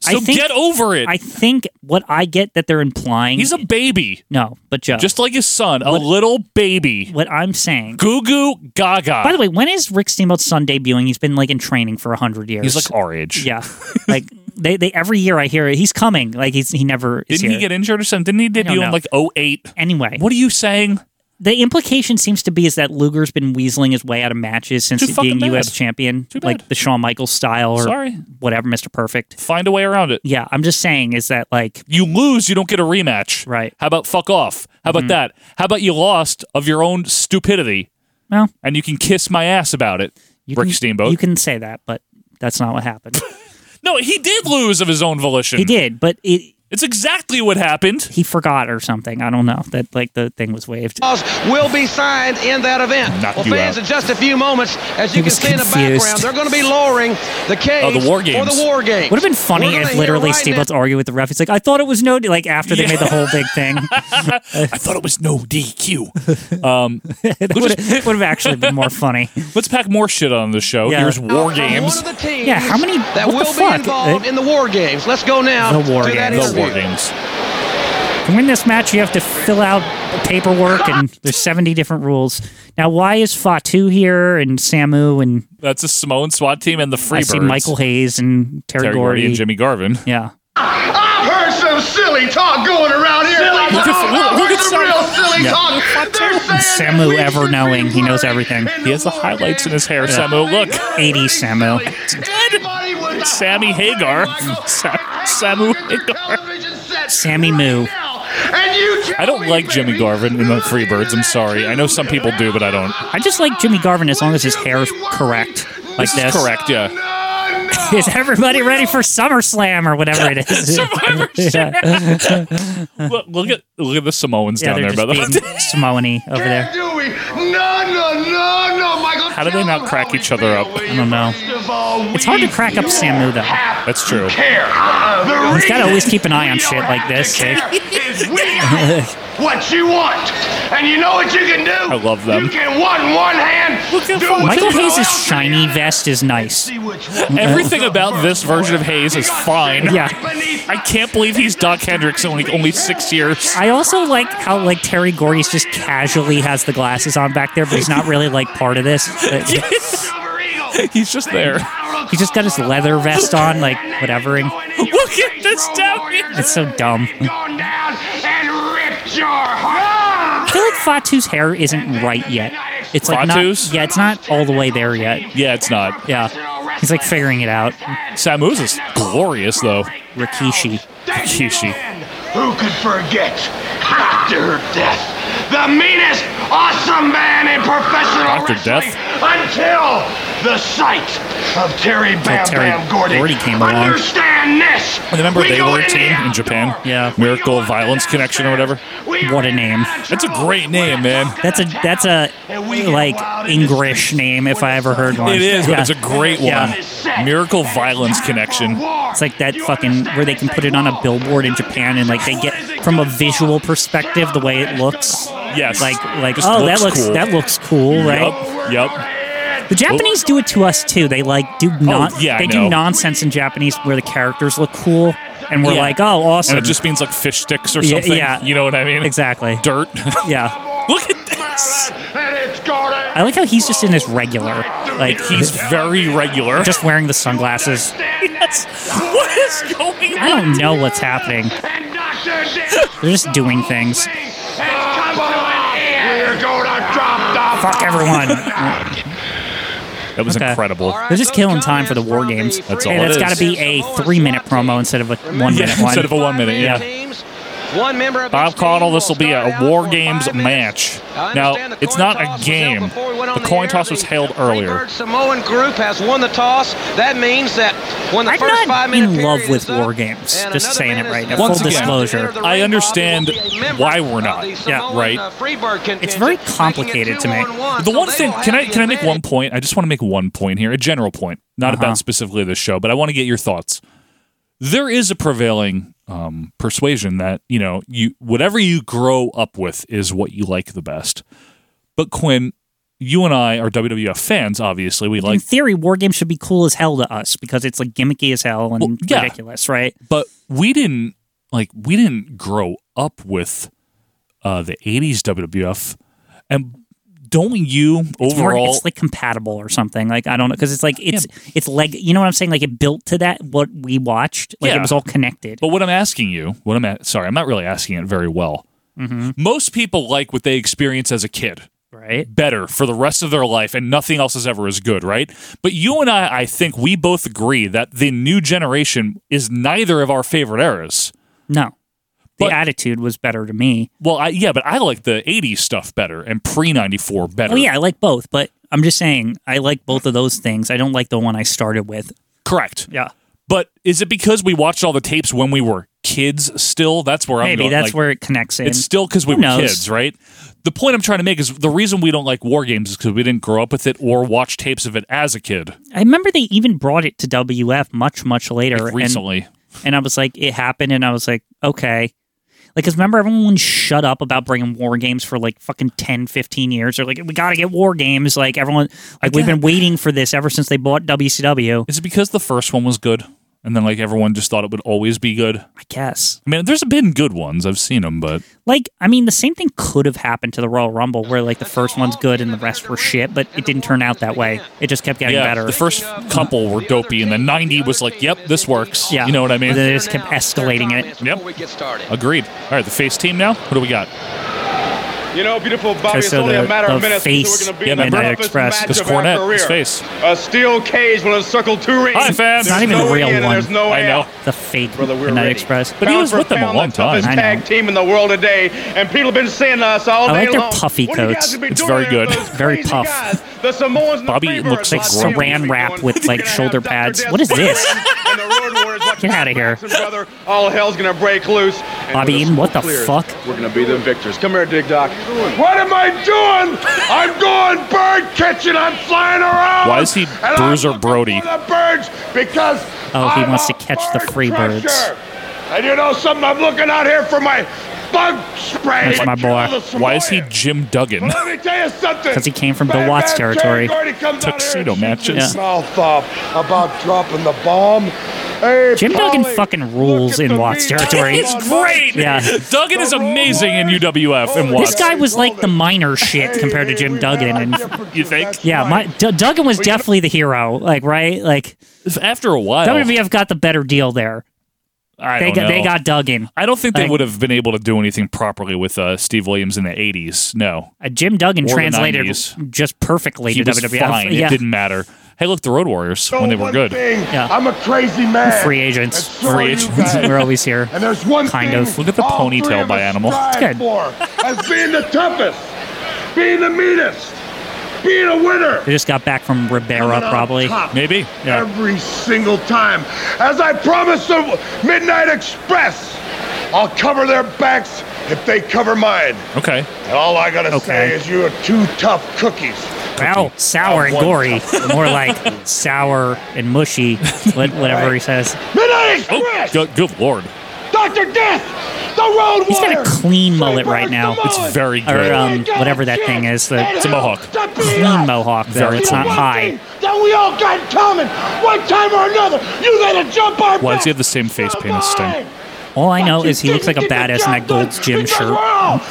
So get over it.
I think what I get that they're implying.
He's a baby.
No, but Joe.
Just like his son, a little baby.
What I'm saying.
Goo goo gaga.
By the way, when is Rick Steamboat's son debuting? He's been like in training for hundred years.
He's like our age.
Yeah, like they, they every year I hear he's coming. Like he's he never is
Didn't he
here.
get injured or something? Didn't he
don't
debut in
know.
like 08?
Anyway,
what are you saying?
The implication seems to be is that Luger's been weaseling his way out of matches since
Too
he
fucking
being U.S.
bad.
champion,
Too
like
bad.
the Shawn Michaels style or
Sorry.
whatever, Mister Perfect.
Find a way around it.
Yeah, I'm just saying is that like
You lose, you don't get a rematch.
Right. Mm-hmm.
How about fuck off? How about that? How about you lost of your own stupidity?
Well-
and you can kiss my ass about it, Rick
can-
Steamboat.
You can say that, but that's not what happened.
no, he did lose of his own volition.
he did, but it
It's exactly what happened.
he forgot or something. I don't know that like the thing was waived.
Laws will be signed in that event.
Knock
well,
you
fans,
out.
in just a few moments, as
He
you can
was
see in the
confused.
background, they're going to be lowering the cage
Oh, the War
for
Games.
the war game.
Would have been funny if literally Steve Let's argue with the ref. He's like, I thought it was no, like after they made the whole big thing.
I thought it was no DQ. Um,
that
we'll
would
just-
have actually been more funny.
let's pack more shit on the show.
Yeah.
Here's War
One
Games.
of the teams
Yeah, how many-
that
what the
will
fuck?
be involved
Uh,
in the war games? Let's go now
The war
to that
games.
The War
interview.
Games.
To win this match, you have to fill out paperwork, and there's 70 different rules. Now, why is Fatu here and Samu and
That's a Samoan SWAT team and the
I
Freebirds.
see Michael Hayes and Terry,
Terry Gordy and Jimmy Garvin.
Yeah.
I've heard some silly talk going around here.
Silly
I've heard
talk. Look at- look at
some
some-
real silly
Yeah.
talk. They're
And Samu ever knowing he knows everything.
He has the highlights in his hair, Samu. Look.
80 Samu.
It's good.
Oh,
Oh,
Sammy Hagar. Sam, Samu Hagar.
Sammy Moo.
I don't like Jimmy Garvin and the Freebirds. I'm sorry. I know some people do, but I don't.
I just like Jimmy Garvin as long as his hair is correct. Like
This is
this.
correct, yeah.
Is everybody ready for SummerSlam or whatever it is?
Survivor
Yeah.
Look, look at look at the Samoans
Yeah,
down
they're
there,
just
brother.
being Samoany over there.
Do we? No, no, no, no, Michael.
How do they not crack each other up?
I don't know. It's hard to crack up Samu though.
That's true.
Care. The
He's got to
reason
always keep an eye on shit like this. eh?
is we got what you want, and you know what you can do.
I love them.
You can one one hand. do what
Michael
you
Hayes'
want.
shiny vest is nice.
Everything about this version of Hayes is fine.
Yeah.
I can't believe he's Doc Hendricks in like only six years.
I also like how like Terry Gordy's just casually has the glasses on back there, but he's not really like part of this. But
He's just there.
He's just got his leather vest on, like whatevering.
Look at this down here.
It's so dumb. I
and ripped your heart.
feel like Fatu's hair isn't right yet. It's like
Fatu's?
not yeah, it's not all the way there yet.
Yeah, it's not.
Yeah, he's like figuring it out.
Samu's is glorious though.
Rikishi.
Rikishi.
Who could forget after her death? The meanest awesome man in professional
After
wrestling
death?
until
the sight of Terry
Oh,
Bam
Terry
Bam Gordy.
Gordy came along.
Understand this.
Remember
We
they
go
were a
in
team in Japan? Yeah. Miracle of Violence Connection or whatever.
What a name.
That's a great name, man.
That's a that's a like English name if I ever heard one.
It is, but
Yeah.
it's a great one.
Yeah.
Miracle Violence Connection.
It's like that fucking where they can put it on a billboard in Japan and like they get from a visual perspective the way it looks.
Yes.
Like like
Just
oh
looks
that looks
cool.
that looks cool, right?
Yep. Yep.
The Japanese do it to us too. They like do not
Oh, yeah, I
they
know.
do nonsense in Japanese where the characters look cool and we're
Yeah.
like, "Oh, awesome."
And it just means like fish sticks or
Yeah,
something.
yeah.
You know what I mean?
Exactly.
Dirt.
yeah.
Look at this.
I like how he's just in his regular. Like
He's very regular.
Just wearing the sunglasses.
Yes. What is going
I don't know what's happening. They're just doing things.
We're gonna drop the
Fuck everyone.
That was incredible.
They're just killing time for the war games.
That's
and
all it
has
is.
got to be a three-minute promo instead of a one-minute
Yeah,
one.
instead of a one minute, yeah.
One member of
Bob Caudle, this will be a War Games match. Now, it's not a game. The coin toss was held earlier.
Samoan group has won the toss. That means that when the
I'm
first five
not in
minutes
love with war games. Just saying it right now.
Once
Full
again,
disclosure.
I understand why we're not. Yeah, right.
uh,
It's very complicated to me.
The one thing can I can I make one point? I just want to make one point here, a general point, not
Uh-huh.
about specifically this show, but I want to get your thoughts. There is a prevailing um, persuasion that you know you whatever you grow up with is what you like the best. But Quinn, you and I are WWF fans. Obviously, we
In
like
theory, war games should be cool as hell to us because it's like gimmicky as hell and
yeah.
ridiculous, right?
but we didn't like we didn't grow up with uh the 80s WWF and don't you
It's more-
overall
it's like compatible or something. Like I don't know because it's like it's it's leg. You know what I'm saying? Like it built to that what we watched. Like
Yeah.
it was all connected.
but what I'm asking you what I'm at sorry I'm not really asking it very well
Mm-hmm.
most people like what they experience as a kid
right
better for the rest of their life and nothing else is ever as good right but you and I I think we both agree that the new generation is neither of our favorite eras
No, the attitude was better to me.
well I, yeah but I like the 80s stuff better and pre 94 better
Oh yeah, I like both, but I'm just saying I like both of those things. I don't like the one I started with.
Correct.
Yeah.
But is it because we watched all the tapes when we were kids still? That's where I'm
Maybe
going.
that's
like,
where it connects in.
It's still because we
Who
were
knows?
kids, right? The point I'm trying to make is the reason we don't like war games is because we didn't grow up with it or watch tapes of it as a kid.
I remember they even brought it to WF much much later and-
recently.
and, I was like, it happened, and I was like, okay. Like, cause remember everyone shut up about bringing war games for like fucking 10, 15 years. They're like, we gotta get war games. Like everyone, like we've been waiting for this ever since they bought WCW.
Is it because the first one was good? And then like everyone just thought it would always be good. I
guess.
I mean, there's been good ones. I've seen them, but
Like, I mean, the same thing could have happened to the Royal Rumble, where like the first one's good and the rest were shit, but it didn't turn out that way. It just kept getting
yeah,
better.
the first couple were dopey, and then 90 was like, yep, this works.
Yeah.
You know what I mean?
And then they just kept escalating it.
Yep. Agreed. All right, the face team now. What do we got?
You know, beautiful Bobby, it's
so
only
the-
a matter
the
of minutes
face
until we're
in
going to be in the
Midnight
toughest
Express.
match
This
of our
cornet,
career.
his face.
A steel cage will encircle two rings.
Hi, fam.
It's not
There's
even
no
a real
in and
one.
There's no
I
way
know
out.
the fake Midnight Express.
Pound for pound, the toughest
I know.
tag team in the world today, and people have been saying to us all
I
day
like their
long.
puffy
"What do you guys
coats.
be
It's
doing
very
there,
good.
those
Very
crazy
puff.
guys? The Samoans and the
Bobby
Freebirds
looks
like
like grumpy.
saran wrap with like shoulder pads. What is this? Get out of here,
Jackson, brother. All hell's gonna break loose. And
Bobby
when
Eaton. What the
smoke clears,
fuck?
We're gonna be the victors. Come here, Dig Doc.
What am I doing? I'm going bird kitchen. I'm flying around.
Why is he Bruiser Brody?
The birds because
Oh, he wants to catch the free birds.
sure. And you know something? I'm looking out here for my bug spray.
That's my boy.
Kill the
Why is he Jim Duggan?
Let me tell you something.
because he came from Bill Watts territory.
Tuxedo matches.
Mouth off about dropping the bomb. Hey,
Jim Duggan
Polly,
fucking rules in Watts territory.
It's great.
Yeah.
Duggan is amazing in UWF and Watts.
Oh, This guy was like the minor shit compared to Jim Duggan, and
you think?
yeah, my, D- Duggan was definitely the hero. Like, right? Like,
after a while,
WWF got the better deal there.
I
they
don't
got they
know.
got Duggan.
I don't think they
Like-
would have been able to do anything properly with uh, Steve Williams in the '80s. No,
Uh, Jim Duggan
Or the
translated
90s.
just perfectly
he
to
was
WWF.
fine.
E. Yeah.
It didn't matter. Hey, look, the Road Warriors when they were good.
thing, I'm a crazy man.
Free agents.
And so are you guys.
We're always here.
And there's one
kind
thing
of.
Look at the
all three
ponytail
of
by
us
Animal.
strive
It's good.
For, as being the toughest, being the meanest, about being a winner.
They just got back from Ribera,
Coming out
probably.
top.
Maybe.
Every single time. As I promised the Midnight Express, I'll cover their backs if they cover mine.
Okay.
And all I gotta say
Okay.
is you are two tough cookies.
Wow, sour and
One
gory.
tough.
More like sour and mushy, what- whatever he says.
Midnight Express!
Good, good lord.
Dr. Death! The Road
He's got
Warrior!
a clean mullet right now.
It's very good.
Or um, whatever that thing is. The,
It's a mohawk.
Clean mohawk, though.
Very
It's
clean.
not high.
That we all got in common, one time or another. You gotta jump our
Why does he have the same face paint as Sting?
All I know is he looks like a badass in that Gold's Gym shirt.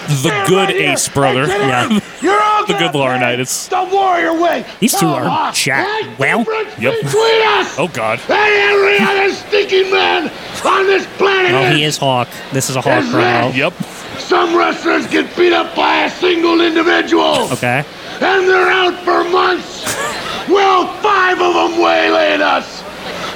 The good ace brother.
Yeah.
the good Laurinaitis.
The warrior way.
These two are jacked. Well,
Yep.
Between us
Oh God.
and every other stinking man on this planet.
well, he is Hawk. This is a Hawk
Is
promo.
that- Some wrestlers get beat up by a single individual.
Okay.
And they're out for months. well, five of them waylaid us.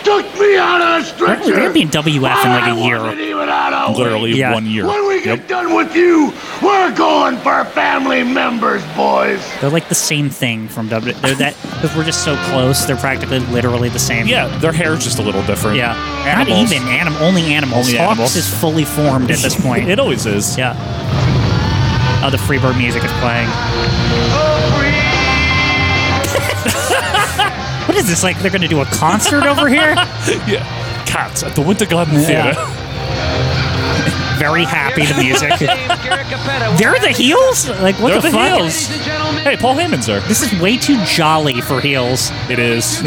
Took me out on a
They're
stretcher.
going to be in WF in like a
Wasn't
year.
even out of
Literally
Yeah.
one year.
When we get done with you, we're going for family members, boys.
They're like the same thing from W. They're that because we're just so close. They're practically literally the same.
Yeah, their hair's just a little different.
Yeah.
Animals.
Not even animal. Only animals.
Only
Hawks
animals.
is fully formed at this point.
it always is.
Yeah. Oh, the Freebird music is playing. what is this like? They're gonna do a concert over here?
yeah. Cats at the Winter Garden
Yeah.
Theater.
Very happy to music. They're the heels? Like what
They're
the,
the
fuck?
heels. Hey, Paul Heyman's there.
This is way too jolly for heels.
It is.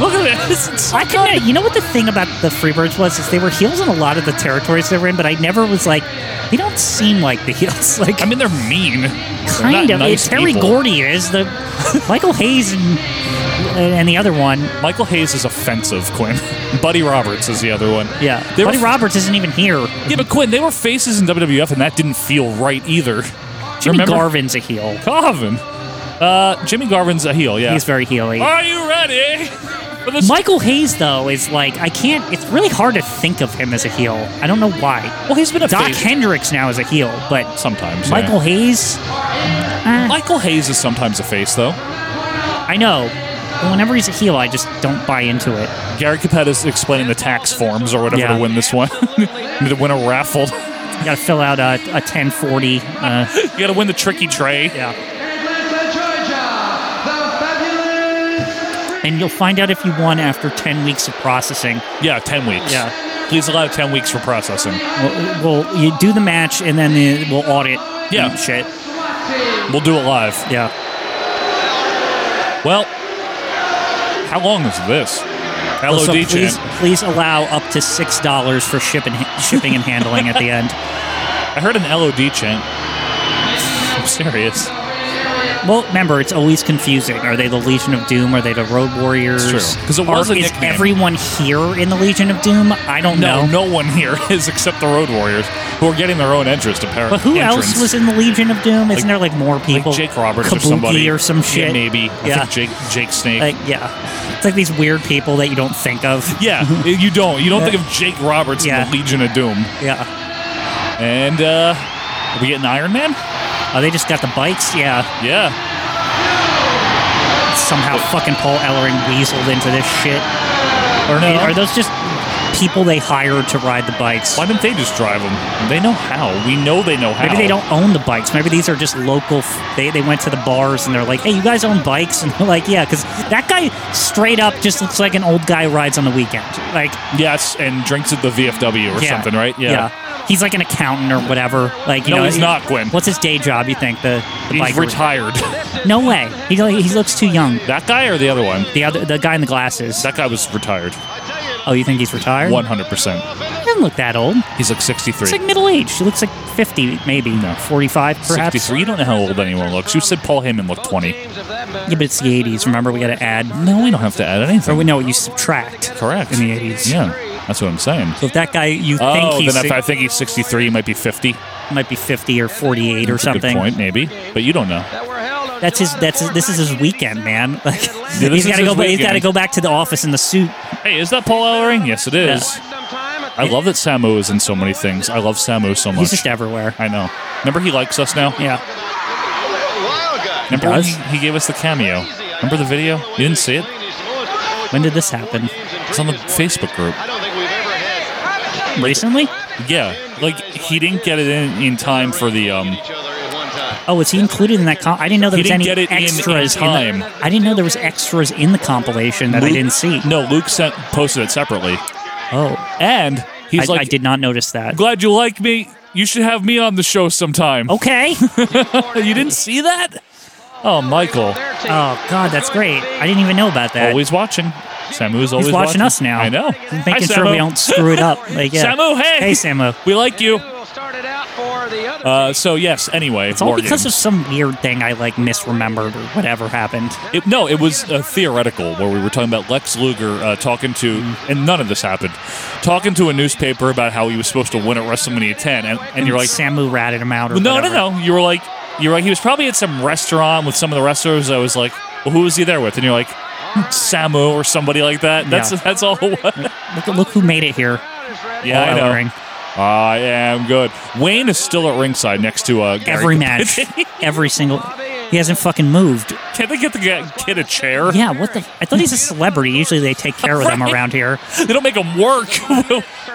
Look at this. I couldn't. You know what the thing about the Freebirds was is they were heels in a lot of the territories they were in, but I never was like, they don't seem like the heels. Like
I mean, they're mean.
kind
They're
of.
not nice
it's Terry
people.
Gordy is the Michael Hayes and and the other one.
Michael Hayes is offensive, Quinn. Buddy Roberts is the other one.
Yeah,
They
Buddy
were-
Roberts isn't even here.
Yeah, but Quinn, they were faces in WWF, and that didn't feel right either.
Jimmy
Remember?
Garvin's a heel.
Garvin. Uh, Jimmy Garvin's a heel, yeah. Oh,
He's very heely.
Are you ready? for this-
Michael Hayes though is like I can't. It's really hard to think of him as a heel. I don't know why.
Well, he's been a
Doc
face-
Hendricks now is a heel, but
Sometimes. yeah.
Michael Hayes.
Michael Hayes is sometimes a face, though.
I know. But whenever he's a heel, I just don't buy into it.
Gary Capetta is explaining the tax forms or whatever
Yeah.
to win this one. to win a raffle. you
You gotta fill out a, a 1040. Uh,
gotta win the tricky tray.
Yeah. and you'll find out if you won after 10 weeks of processing.
Yeah, 10 weeks.
Yeah.
Please allow 10 weeks for processing.
Well, well, you do the match and then uh, we'll audit.
Yeah.
and Shit.
We'll do it live.
Yeah.
Well, how long is this? Hello,
Also,
DJ.
please, please allow up to $6 for ship and, shipping and handling at the end.
I heard an LOD chant. I'm serious.
Well, remember, it's always confusing. Are they the Legion of Doom? Are they the Road Warriors?
It's true, 'cause it was
Are-
a
is
nickname.
everyone here in the Legion of Doom? I don't
No,
know.
no one here is except the Road Warriors, who are getting their own interest, apparently.
But who else was in the Legion of Doom? Isn't
Like-
there like more people?
Like Jake Roberts
Kabuki
or somebody.
or some
Yeah,
shit.
maybe.
Yeah.
I think Jake, Jake Snake.
Like, yeah. It's like these weird people that you don't think of.
yeah, you don't. You don't
Yeah.
think of Jake Roberts
Yeah.
in the Legion of Doom.
Yeah.
And uh, are we getting Iron Man?
Oh, they just got the bikes. Yeah.
Yeah.
Somehow fucking Paul Ellering weaseled into this shit. Or
No.
are those just people they hired to ride the bikes?
Why didn't they just drive them? They know how. We know they know how.
Maybe they don't own the bikes. Maybe these are just local. F- they, they went to the bars and they're like, hey, you guys own bikes? And they're like, yeah, because that guy straight up just looks like an old guy rides on the weekend. Like,
Yes, and drinks at the VFW or
yeah,
something, right?
He's like an accountant or whatever. Like, you
No,
know,
he's not, Gwen.
What's his day job, you think? The, the
He's
bike
retired.
No way. He, he looks too young.
that guy or the other one?
The other the guy in the glasses.
That guy was retired.
Oh, you think he's retired?
100%.
He doesn't look that old.
He's like 63.
He's like middle aged. He looks like 50, maybe. 45, perhaps.
63. You don't know how old anyone looks. You said Paul Heyman looked 20.
Yeah, but it's the 80s. Remember, we got to add.
No, we don't have to add
Or
anything.
we know you subtract.
Correct.
In the 80s.
Yeah, that's what I'm saying.
So if that guy you think
Oh,
he's
then if
si-
I think he's 63, he might be 50.
might be 50 or 48 or
That's a
something.
Good point, maybe. But you don't know.
That's his. That's his, this is his weekend, man. Like
this is
he's got to
his
go. ba- He's
weekend.
got to go back to the office in the suit.
Hey, is that Paul Ellering? Yes, it is. I love that Samu is in so many things. I love Samu so much.
He's just everywhere.
I know. Remember, he likes us now.
Yeah.
Remember when
does?
He, he gave us the cameo. Remember the video? You didn't see it?
When did this happen?
It's on the Facebook group.
Recently?
Yeah. Like he didn't get it in, in time for the um
Oh, was he included in that? Com- I didn't know there
He
was
didn't
any
get it in- in
extras the-
time.
I didn't know there was extras in the compilation that I
Luke-
didn't see.
No, Luke sent posted it separately.
Oh,
and he's
I,
like-
I did not notice that.
Glad you like me. You should have me on the show sometime.
Okay.
you didn't see that? Oh, Michael.
Oh God, that's great. I didn't even know about that.
Always watching. Samu's always
He's watching, us now.
I know.
He's
Hi,
making sure
Samu.
we don't screw it up. Like, yeah.
Samu, hey.
Hey, Samu.
We like you. Uh, so yes. Anyway,
It's all because of some weird thing I like misremembered or whatever happened.
It, no, it was uh, theoretical where we were talking about Lex Luger uh, talking to,
Mm.
and none of this happened, talking to a newspaper about how he was supposed to win at WrestleMania 10, and, and, you're like,
Samu ratted him out. Or
well, no,
whatever.
no, no. You were like, you were like, he was probably at some restaurant with some of the wrestlers. I was like, well, who was he there with? And you're like, Samu or somebody like that. That's
Yeah.
that's all. it was.
Look, look who made it here.
yeah, I
All
know.
Ring.
I am good. Wayne is still at ringside next to uh, Gary
Every
Capizzi.
match, every single. He hasn't fucking moved.
Can't they get the guy- kid a chair?
Yeah, what the? I thought he's a celebrity. Usually they take care of them
Right.
around here.
They don't make him work.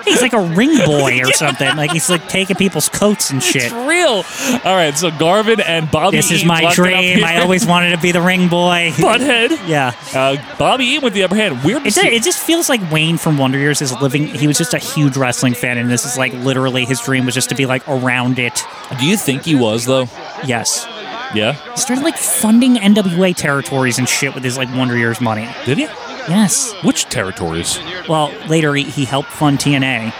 He's like a ring boy or something. Like he's like taking people's coats and shit.
It's real. All right, so Garvin and Bobby.
This is
Eaton
my
locked it up
dream.
here.
I always wanted to be the ring boy.
Butthead.
Yeah.
Uh, Bobby Eaton with the upper hand. Weird. To
It,
see.
ju- it just feels like Wayne from Wonder Years is living. He was just a huge wrestling fan, and this is like literally his dream was just to be like around it.
Do you think he was though?
Yes.
Yeah.
He started like funding NWA territories and shit with his like Wonder Years money.
Did he?
Yes.
Which territories?
Well, later he, he helped fund TNA.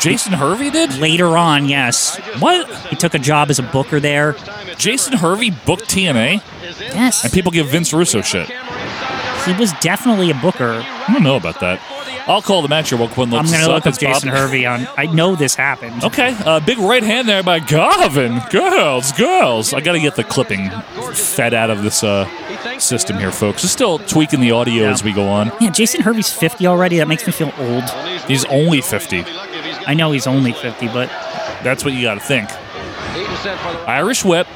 Jason Hervey did?
Later on, yes.
What?
He took a job as a booker there.
Jason Hervey booked TNA.
Yes.
And people give Vince Russo shit.
He was definitely a booker.
I don't know about that. I'll call the match here. We'll when
I'm
looks
going to
up.
look up
It's Bob-
Jason Hervey on. I know this happened.
Okay, uh, big right hand there by Garvin. Girls, girls. I got to get the clipping fed out of this uh, system here, folks. Just still tweaking the audio as we go on.
Yeah, Jason Hervey's 50 already. That makes me feel old.
He's only 50.
I know he's only 50, but
that's what you got to think. Irish whip.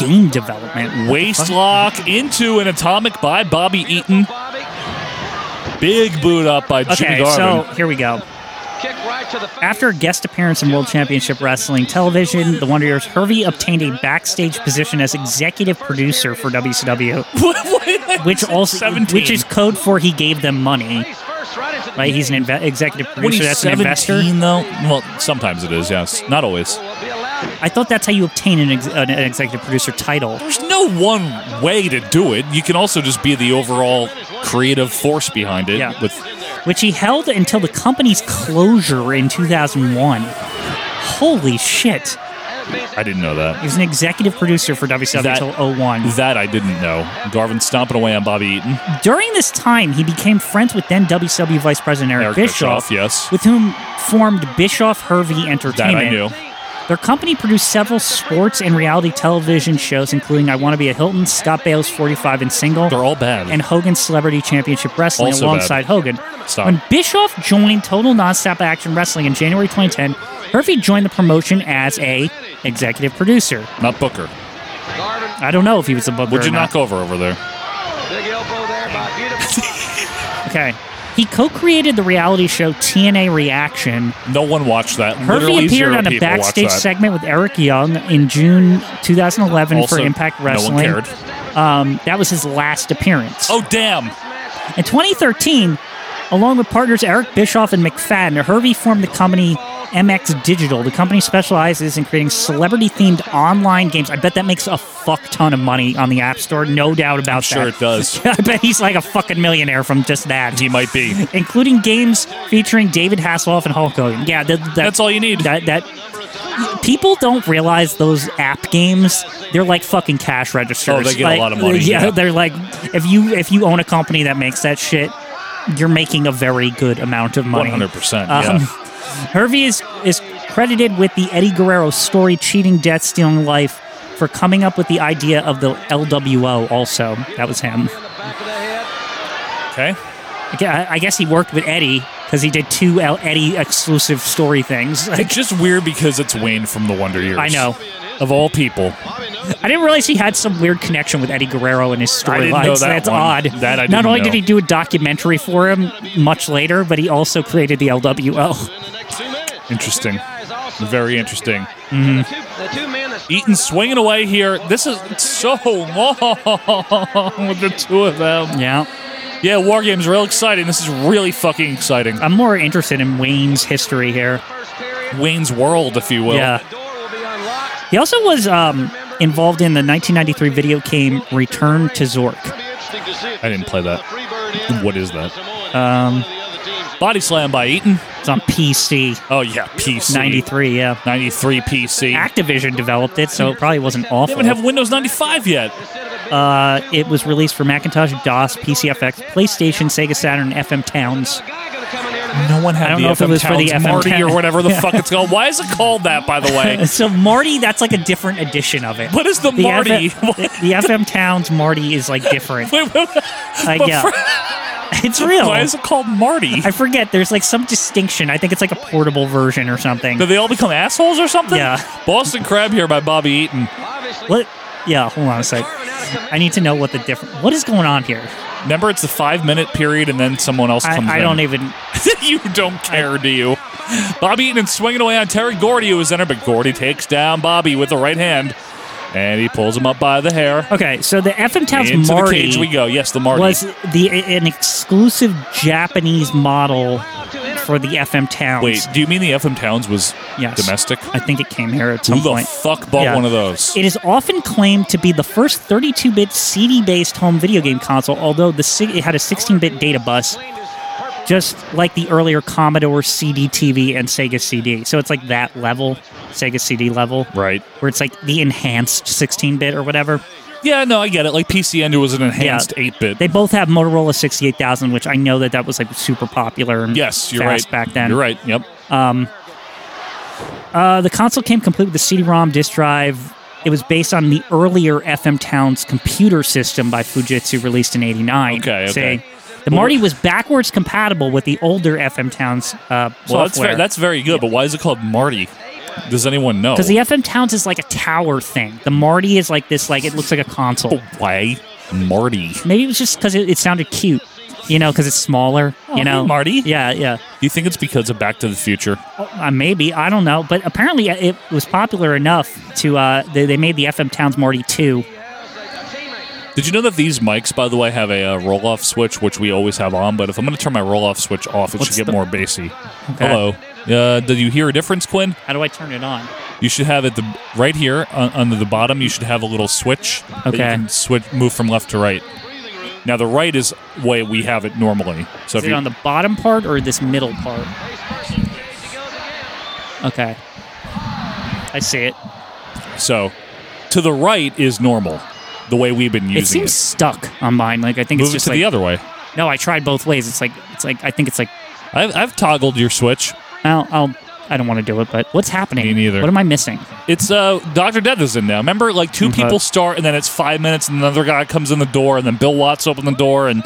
Game development.
Waist lock into an atomic by Bobby Eaton. Big boot up by Jimmy
Okay,
Garvin.
so here we go. After a guest appearance in World Championship Wrestling Television, the Wonder Years, Hervey obtained a backstage position as executive producer for WCW, which also
17.
which is code for he gave them money. Right, he's an inve- executive
when
producer.
he's
That's an
17,
investor.
though, well, sometimes it is, yes. Not always.
I thought that's how you obtain an, ex- an executive producer title.
There's no one way to do it. You can also just be the overall creative force behind it.
Yeah.
With
which he held until the company's closure in 2001. Holy shit.
I didn't know
He
that.
was an executive producer for WCW
That-
until 01.
That I didn't know. Garvin stomping away on Bobby Eaton.
During this time, he became friends with then WCW Vice President Eric,
Eric
Bischoff,
Bischoff, yes.
with whom formed Bischoff Hervey
That
Entertainment.
I knew.
Their company produced several sports and reality television shows, including I Want to Be a Hilton, Scott Bale's 45 and Single. They're
all bad.
And Hogan's Celebrity Championship Wrestling
Also
alongside
bad.
Hogan.
Stop.
When Bischoff joined Total Nonstop Action Wrestling in January 2010, Hervey joined the promotion as a executive producer.
Not Booker.
I don't know if he was a booker.
Would you
or not.
knock over over there?
Okay. He co-created the reality show TNA Reaction.
No one watched that.
Hervey
Literally
appeared
zero
on a
people watched
backstage
that.
segment with Eric Young in June 2011
Also,
for Impact
no one
Wrestling.
cared.
Um, that was his last appearance.
Oh damn!
In 2013, along with partners Eric Bischoff and McFadden, Hervey formed the company MX Digital. The company specializes in creating celebrity-themed online games. I bet that makes a fuck ton of money on the App Store. No doubt about that.
Sure, it does.
I bet he's like a fucking millionaire from just that.
He might be.
Including games featuring David Hasselhoff and Hulk Hogan. Yeah, that, that,
that's all you need.
That that people don't realize those app games. They're like fucking cash registers.
Oh, they get a
Like,
lot of money,
Yeah,
yeah.
they're like if you if you own a company that makes that shit, you're making a very good amount of money.
100%,
Um,
yeah.
Hervey is is credited with the Eddie Guerrero story, cheating, death, stealing life. For coming up with the idea of the LWO, also that was him.
Okay.
I gue- I guess he worked with Eddie because he did two El Eddie exclusive story things. Like,
It's just weird because it's Wayne from the Wonder Years.
I know.
Of all people.
I didn't realize he had some weird connection with Eddie Guerrero in his
I didn't know
storylines.
that
That's
one.
odd.
That I
Not
didn't
only
know.
did he do a documentary for him much later, but he also created the LWO.
Interesting. Very interesting. Mm-hmm.
Mhm.
Eaton swinging away here. This is so long with the two of them.
Yeah.
Yeah, War Games real exciting. This is really fucking exciting.
I'm more interested in Wayne's history here.
Wayne's World, if you will.
Yeah. He also was um, involved in the 1993 video game Return to Zork.
I didn't play that. What is that?
Um,
Body slam by Eaton.
It's on PC.
Oh yeah, PC.
93, yeah.
93 PC.
Activision developed it, so it probably wasn't awful.
They haven't have Windows 95 yet.
Uh, it was released for Macintosh, DOS, PCFX, PlayStation, Sega Saturn, and FM Towns.
No one had
I don't
the
know if
FM
it was for the
Towns,
FM
Marty
Town-
or whatever the
Yeah.
fuck it's called. Why is it called that, by the way?
so Marty, that's like a different edition of it.
What is the Marty?
FM the, the FM Towns Marty is like different. Like,
But
yeah.
for-
it's real.
Why is it called Marty?
I forget. There's like some distinction. I think it's like a portable version or something.
Did they all become assholes or something?
Yeah.
Boston Crab here by Bobby Eaton.
What? Yeah, hold on a sec. I need to know what the different. What is going on here?
Remember, it's the five minute period, and then someone else
I-
comes
I
in.
don't e- even.
you don't care, do you? Bobby Eaton swinging away on Terry Gordy, who is entered, but Gordy takes down Bobby with the right hand, and he pulls him up by the hair.
Okay, so the FM Towns
Into
Marty
the cage we go. Yes, the Marty.
was the an exclusive Japanese model for the FM Towns.
Wait, do you mean the FM Towns was
Yes.
domestic?
I think it came here at
Who
some
the
point.
fuck bought
Yeah.
one of those?
It is often claimed to be the first 32-bit CD-based home video game console, although the si- it had a 16-bit data bus, just like the earlier Commodore CD-TV and Sega CD. So it's like that level, Sega CD level,
right?
Where it's like the enhanced 16-bit or whatever.
Yeah, no, I get it. Like PC Ender was an enhanced eight bit.
They both have Motorola 68,000, which I know that that was like super popular and
Yes, you're
fast
right.
back then.
You're right. Yep.
Um, uh, the console came complete with the CD-ROM disk drive. It was based on the earlier FM Town's computer system by Fujitsu, released in '89.
Okay, okay.
the
Well-
Marty was backwards compatible with the older FM Town's uh,
Well, that's
software.
fair. That's very good. But why is it called Marty? Does anyone know?
because the FM Towns is like a tower thing. The Marty is like this, like it looks like a console.
why Marty?
Maybe it was just because it, it sounded cute, you know, because it's smaller,
Oh, hey,
you know.
Marty.
Yeah, yeah.
Do you think it's because of Back to the Future?
Uh, maybe I don't know, but apparently uh, it was popular enough to uh, they, they made the FM Towns Marty two.
Did you know that these mics, by the way, have a uh, roll off switch, which we always have on? But if I'm going to turn my roll off switch off, it
What's
should get
the-
more bassy.
Okay.
Hello. Uh, did you hear a difference, Quinn?
How do I turn it on?
You should have it the right here uh, under the bottom. You should have a little switch. that
Okay.
you can switch, move from left to right. Now the right is way we have it normally. So
Is
if
it
you,
on the bottom part or this middle part? Okay, I see it.
so to the right is normal, the way we've been using
It seems stuck on mine. Like I think
Move
it's
it
just
to
like,
the other way.
No, I tried both ways. It's like it's like I think it's like
I've, I've toggled your switch.
I'll, I'll I don't want to do it, but what's happening?
Me neither.
What am I missing?
It's uh Doctor Death is in now. Remember, like 2
Okay.
people start, and then it's five minutes, and another guy comes in the door, and then Bill Watts opened the door, and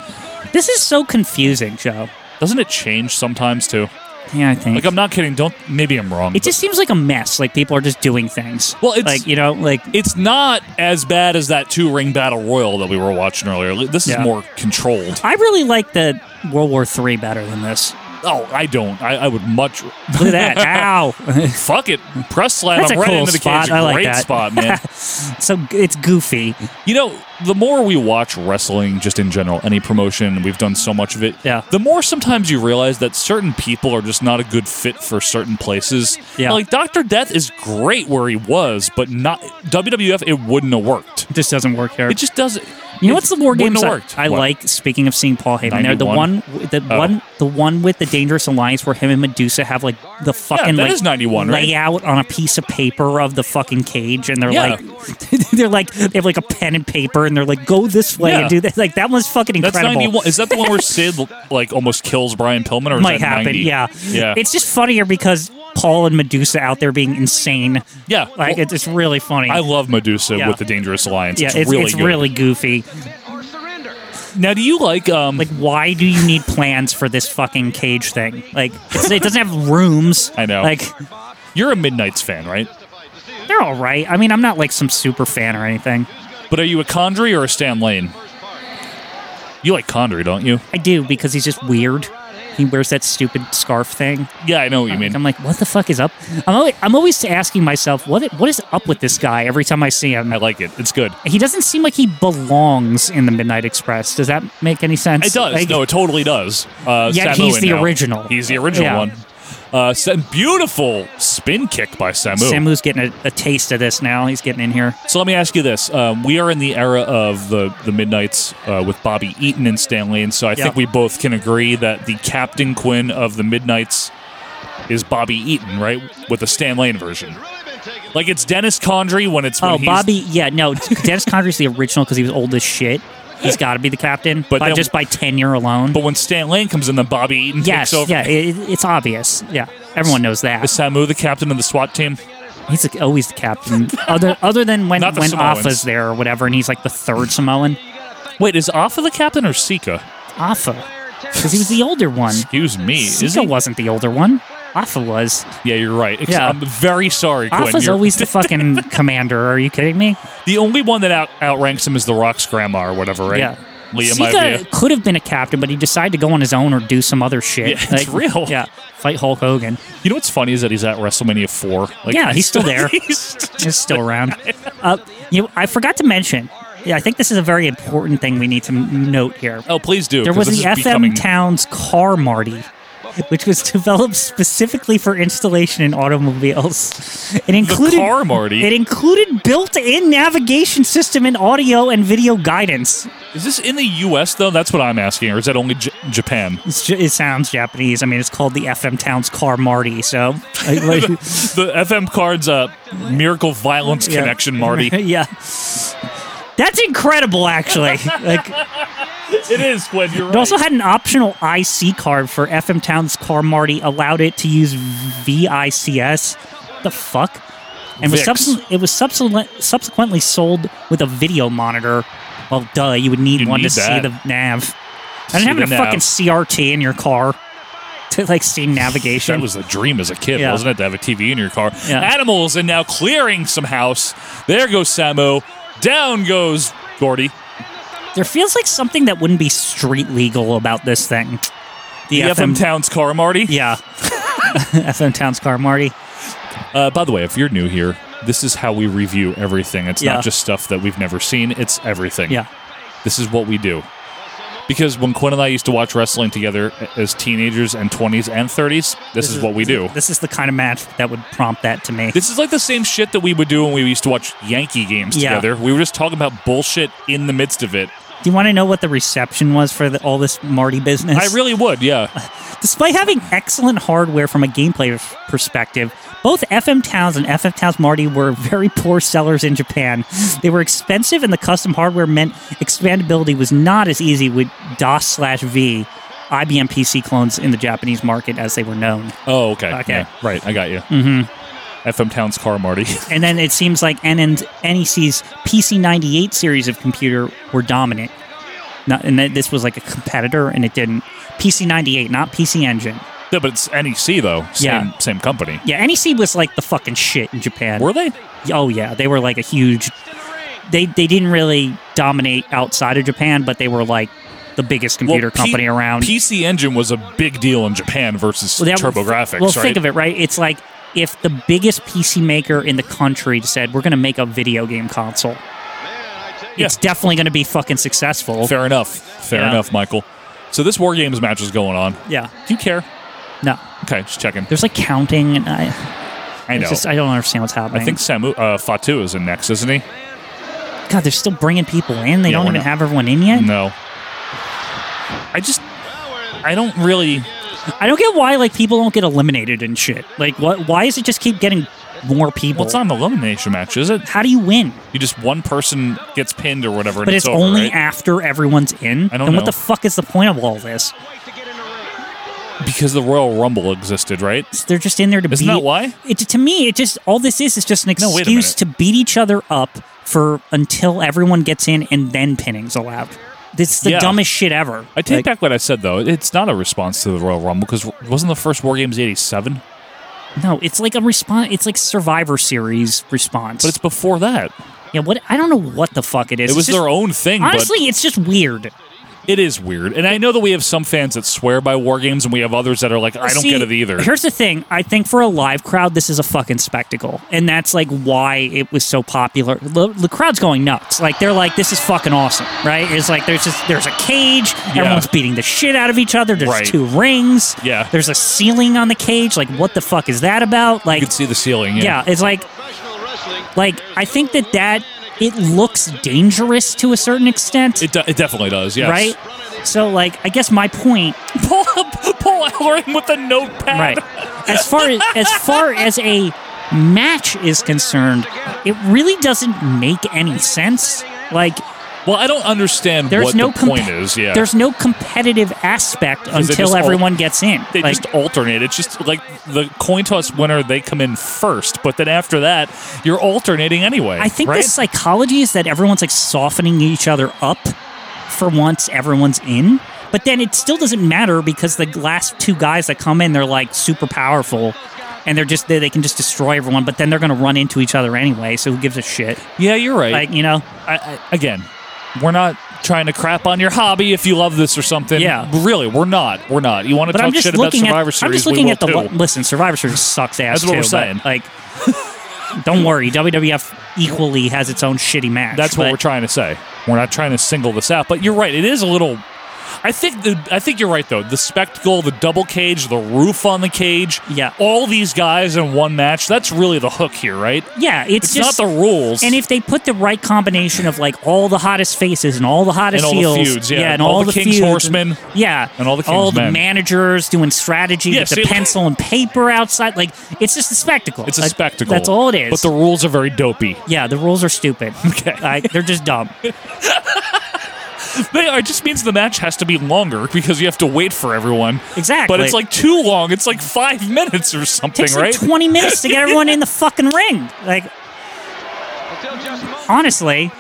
this is so confusing, Joe.
Doesn't it change sometimes too?
Yeah, I think.
Like I'm not kidding. Don't maybe I'm wrong.
It just seems like a mess. Like people are just doing things.
Well, it's
like you know, like
it's not as bad as that two ring battle royal that we were watching earlier. This is
Yeah.
more controlled.
I really like the World War III better than this.
Oh, I don't. I, I would much. Look
at that. Ow.
Fuck it. Press slam.
That's
I'm
a
right
cool
into the
spot.
cage.
I like
Great
that.
spot, man.
so g- it's goofy.
You know, the more we watch wrestling, just in general, any promotion, we've done so much of it. Yeah. The more sometimes you realize that certain people are just not a good fit for certain places. Yeah. Like Doctor Death is great where he was, but not WWF. It wouldn't have worked.
This doesn't work here.
It just doesn't.
You know what's the war
wouldn't
games
have
I,
worked?
I
What?
like? Speaking of seeing Paul Heyman, there the
91?
one, the
Oh.
one, the one with the Dangerous Alliance where him and Medusa have like the fucking
that
like
is 91, right?
layout on a piece of paper of the fucking cage, and they're
Yeah.
like, they're like they have like a pen and paper, and they're like, go this way
Yeah.
and do this. Like that one's fucking
That's
incredible.
91. Is that the one where Sid like almost kills Brian Pillman? Or is
might
that
happen.
90?
Yeah,
Yeah.
It's just funnier because Paul and Medusa out there being insane.
Yeah,
like it's it's really funny.
I love Medusa
Yeah.
with the Dangerous Alliance.
yeah,
it's, really good.
goofy.
Now, do you like um
like why do you need plans for this fucking cage thing? Like it's, it doesn't have rooms.
I know.
Like
you're a Midnight's fan, right?
They're all right. I mean, I'm not like some super fan or anything.
But are you a Condry or a Stan Lane? You like Condry, don't you?
I do because he's just weird. He wears that stupid scarf thing.
Yeah, I know what you mean.
I'm like, what the fuck is up? I'm always, I'm always asking myself, what i- what is up with this guy every time I see him? I
like it. It's good.
He doesn't seem like he belongs in the Midnight Express. Does that make any sense?
It does.
Like-
no, it totally does. Uh,
Yet
Sam
he's
Owen
the
now.
original.
He's the original
Yeah.
one. Uh, Sam, beautiful spin kick by Samu.
Samu's getting a, a taste of this now. He's getting in here.
So let me ask you this: um, We are in the era of the the Midnight's uh, with Bobby Eaton and Stan Lee, and so I
Yeah.
think we both can agree that the Captain Quinn of the Midnight's is Bobby Eaton, right? With the Stan Lane version, like it's Dennis Condry when it's when
Oh,
he's-
Bobby. Yeah, no. Dennis Condry's the original because he was old as shit. He's got to be the captain, but
then-
just by tenure alone.
But when Stan Lane comes in, then Bobby Eaton
yes,
takes over.
yeah, it, it's obvious. Yeah, everyone knows that.
Is Samu the captain of the SWAT team?
He's like, always the captain. other other than when
Not the
when
Samoans.
Afa's there or whatever, and he's like the third Samoan.
Wait, is Afa the captain or Sika?
Afa, because he was the older one.
Excuse me. is
Sika
he?
wasn't the older one. Afa was.
Yeah, you're right. Ex-
Yeah.
I'm very sorry, Quinn.
Afa's
You're-
always the fucking commander. Are you kidding me?
the only one that out- outranks him is the Rock's grandma or whatever, right?
Yeah.
Leah
Sika
Maivia.
could have been a captain, but he decided to go on his own or do some other shit.
Yeah, it's real.
Yeah, fight Hulk Hogan.
You know what's funny is that he's at WrestleMania four. Like,
yeah,
I
he's still there.
he's
He's still around. Uh, you know, I forgot to mention. Yeah, I think this is a very important thing we need to m- note here.
Oh, please do.
There
'cause
was
this
the FM
is becoming-
Towns Car Marty, which was developed specifically for installation in automobiles. It included
Car Marty?
It included built-in navigation system and audio and video guidance.
Is this in the U.S. though? That's what I'm asking, or is that only J- Japan?
It's, ju- it sounds Japanese. I mean, it's called the FM Towns Car Marty. So,
the, the FM card's uh, miracle violence
Yeah.
connection, Marty.
yeah, that's incredible. Actually, like
it is when you're
It also had an optional IC card for FM Town's car. Marty allowed it to use VICS. The fuck? And was
Vix.
subsequent, it was subsequent, subsequently sold with a video monitor. Well, duh, you would need
You
one
need
to
that.
see the nav.
See
And having a
the nav.
fucking CRT in your car to like see navigation.
That was the dream as a kid,
Yeah.
wasn't it? To have a TV in your car.
Yeah.
Animals, and now clearing some house. There goes Samo. Down goes Gordy.
there feels like something that wouldn't be street legal about this thing.
The, FM, Towns car, Marty.
Yeah. FM Towns car, Marty.
Uh, by the way, if you're new here, this is how we review everything. It's
Yeah.
not just stuff that we've never seen, it's everything.
Yeah.
This is what we do. Because when Quinn and I used to watch wrestling together as teenagers and 20s and 30s, this, is, what we do.
This is the kind of match that would prompt that to me.
This is like the same shit that we would do when we used to watch Yankee games
Yeah.
together. We were just talking about bullshit in the midst of it.
Do you want to know what the reception was for the, all this Marty business?
I really would, yeah.
Despite having excellent hardware from a gameplay f- perspective, both FM Towns and FM Towns Marty were very poor sellers in Japan. They were expensive, and the custom hardware meant expandability was not as easy with DOS slash V, IBM PC clones in the Japanese market as they were known.
Oh, okay.
Okay.
Yeah, right, I got you.
hmm
FM Towns car, Marty.
And then it seems like NN's, NEC's PC98 series of computer were dominant. Not, and that this was like a competitor, and it didn't. PC98, not PC Engine.
yeah, but it's NEC, though. Same,
Yeah.
same company.
Yeah, NEC was like the fucking shit in Japan.
Were they?
Oh yeah, they were like a huge. They they didn't really dominate outside of Japan, but they were like the biggest computer
Well, P-
company around.
PC Engine was a big deal in Japan versus
that-
TurboGrafx,
Well,
right?
think of it, right? It's like if the biggest PC maker in the country said, "We're going to make a video game console." It's definitely going to be fucking successful.
Fair enough. Fair
Yeah.
enough, Michael. So this War Games match is going on.
Yeah.
Do you care?
No.
Okay, just checking.
There's like counting, and I.
I
it's
know.
Just, I don't understand what's happening.
I think Samu uh, Fatu is in next, isn't he?
God, they're still bringing people in. They
Yeah,
don't
we're
even
not-
have everyone in yet.
No. I just. I don't really.
I don't get why like people don't get eliminated and shit. Like, what? Why is it just keep getting more people?
Well, it's not an elimination match, is it?
How do you win?
You just one person gets pinned or whatever, and
but
it's,
it's,
over,
only
right?
after everyone's in.
I don't
then what
know.
the fuck is the point of all this?
because the Royal Rumble existed, right?
They're just in there to
Isn't
beat.
that why?
It, to me, it just all this is is just an
No, wait a
excuse
minute.
to beat each other up for until everyone gets in and then pinning's allowed. This is the
Yeah.
dumbest shit ever.
I take
Like,
back what I said though. It's not a response to the Royal Rumble because wasn't the first War Games '87?
No, it's like a response. It's like Survivor Series response. But it's
before that.
Yeah, what? I don't know what the fuck it
It
is. It's
was
just-
their own thing, but-
Honestly, it's just weird.
It is weird, and I know that we have some fans that swear by War Games, and we have others that are like, I don't
See,
get it either.
Here's the thing: I think for a live crowd, this is a fucking spectacle, and that's like why it was so popular. The, the crowd's going nuts. Like they're like, "This is fucking awesome," right? It's like there's just there's a cage.
Yeah.
Everyone's beating the shit out of each other. There's
Right.
two rings.
Yeah.
There's a ceiling on the cage. Like what the fuck is that about? Like
you can see the ceiling. Yeah.
yeah, it's like like I think that that it looks dangerous to a certain extent.
It, do- it definitely does. Yes.
Right? So, like, I guess my point.
Paul, Paul Ellering with a notepad.
Right. As far as, as far as a match is concerned, it really doesn't make any sense. Like,
Well, I don't understand
there's
what
no
the
comp-
point is. Yeah.
There's no competitive aspect
'Cause they
until
just al-
everyone gets in.
They
Like,
just alternate. It's just like the coin toss winner. They come in first, but then after that, you're alternating anyway.
I think
right?
the psychology is that everyone's like softening each other up for once everyone's in. But then it still doesn't matter because the last two guys that come in, they're like super powerful and they're just, they, they can just destroy everyone, but then they're going to run into each other anyway. So who gives a shit?
Yeah, you're right.
Like, you know,
I, I, again, we're not trying to crap on your hobby if you love this or something. Yeah, really, we're not. We're not. You want to
but I'm
talk
just
shit about
looking
Survivor
at,
Series?
I'm just
we
looking
will
at the,
too.
lo- listen, Survivor Series sucks
That's
ass
what
too,
we're
but,
saying.
Like, don't worry. WWF equally has its own shitty match.
That's what
but-
we're trying to say. We're not trying to single this out, but you're right. It is a little. I think the, I think you're right though. The spectacle, the double cage, the roof on the cage,
yeah,
all these guys in one match. That's really the hook here, right?
Yeah, it's,
It's
just,
not the rules.
And if they put the right combination of like all the hottest faces and all the hottest
And all the
heels,
feuds, yeah.
and all, the,
King's
feuds,
Horsemen.
yeah,
And all the
all
King's
the
men.
managers doing strategy
Yeah,
with
see,
the
like-
pencil and paper outside. Like it's just a spectacle.
It's a
Like,
spectacle.
That's all it is.
But the rules are very dopey.
yeah, the rules are stupid. Okay, they're just dumb.
But it just means the match has to be longer because you have to wait for everyone.
Exactly.
But it's like too long. It's like five minutes or something,
takes
right?
like 20 minutes to get everyone in the fucking ring. Like, honestly,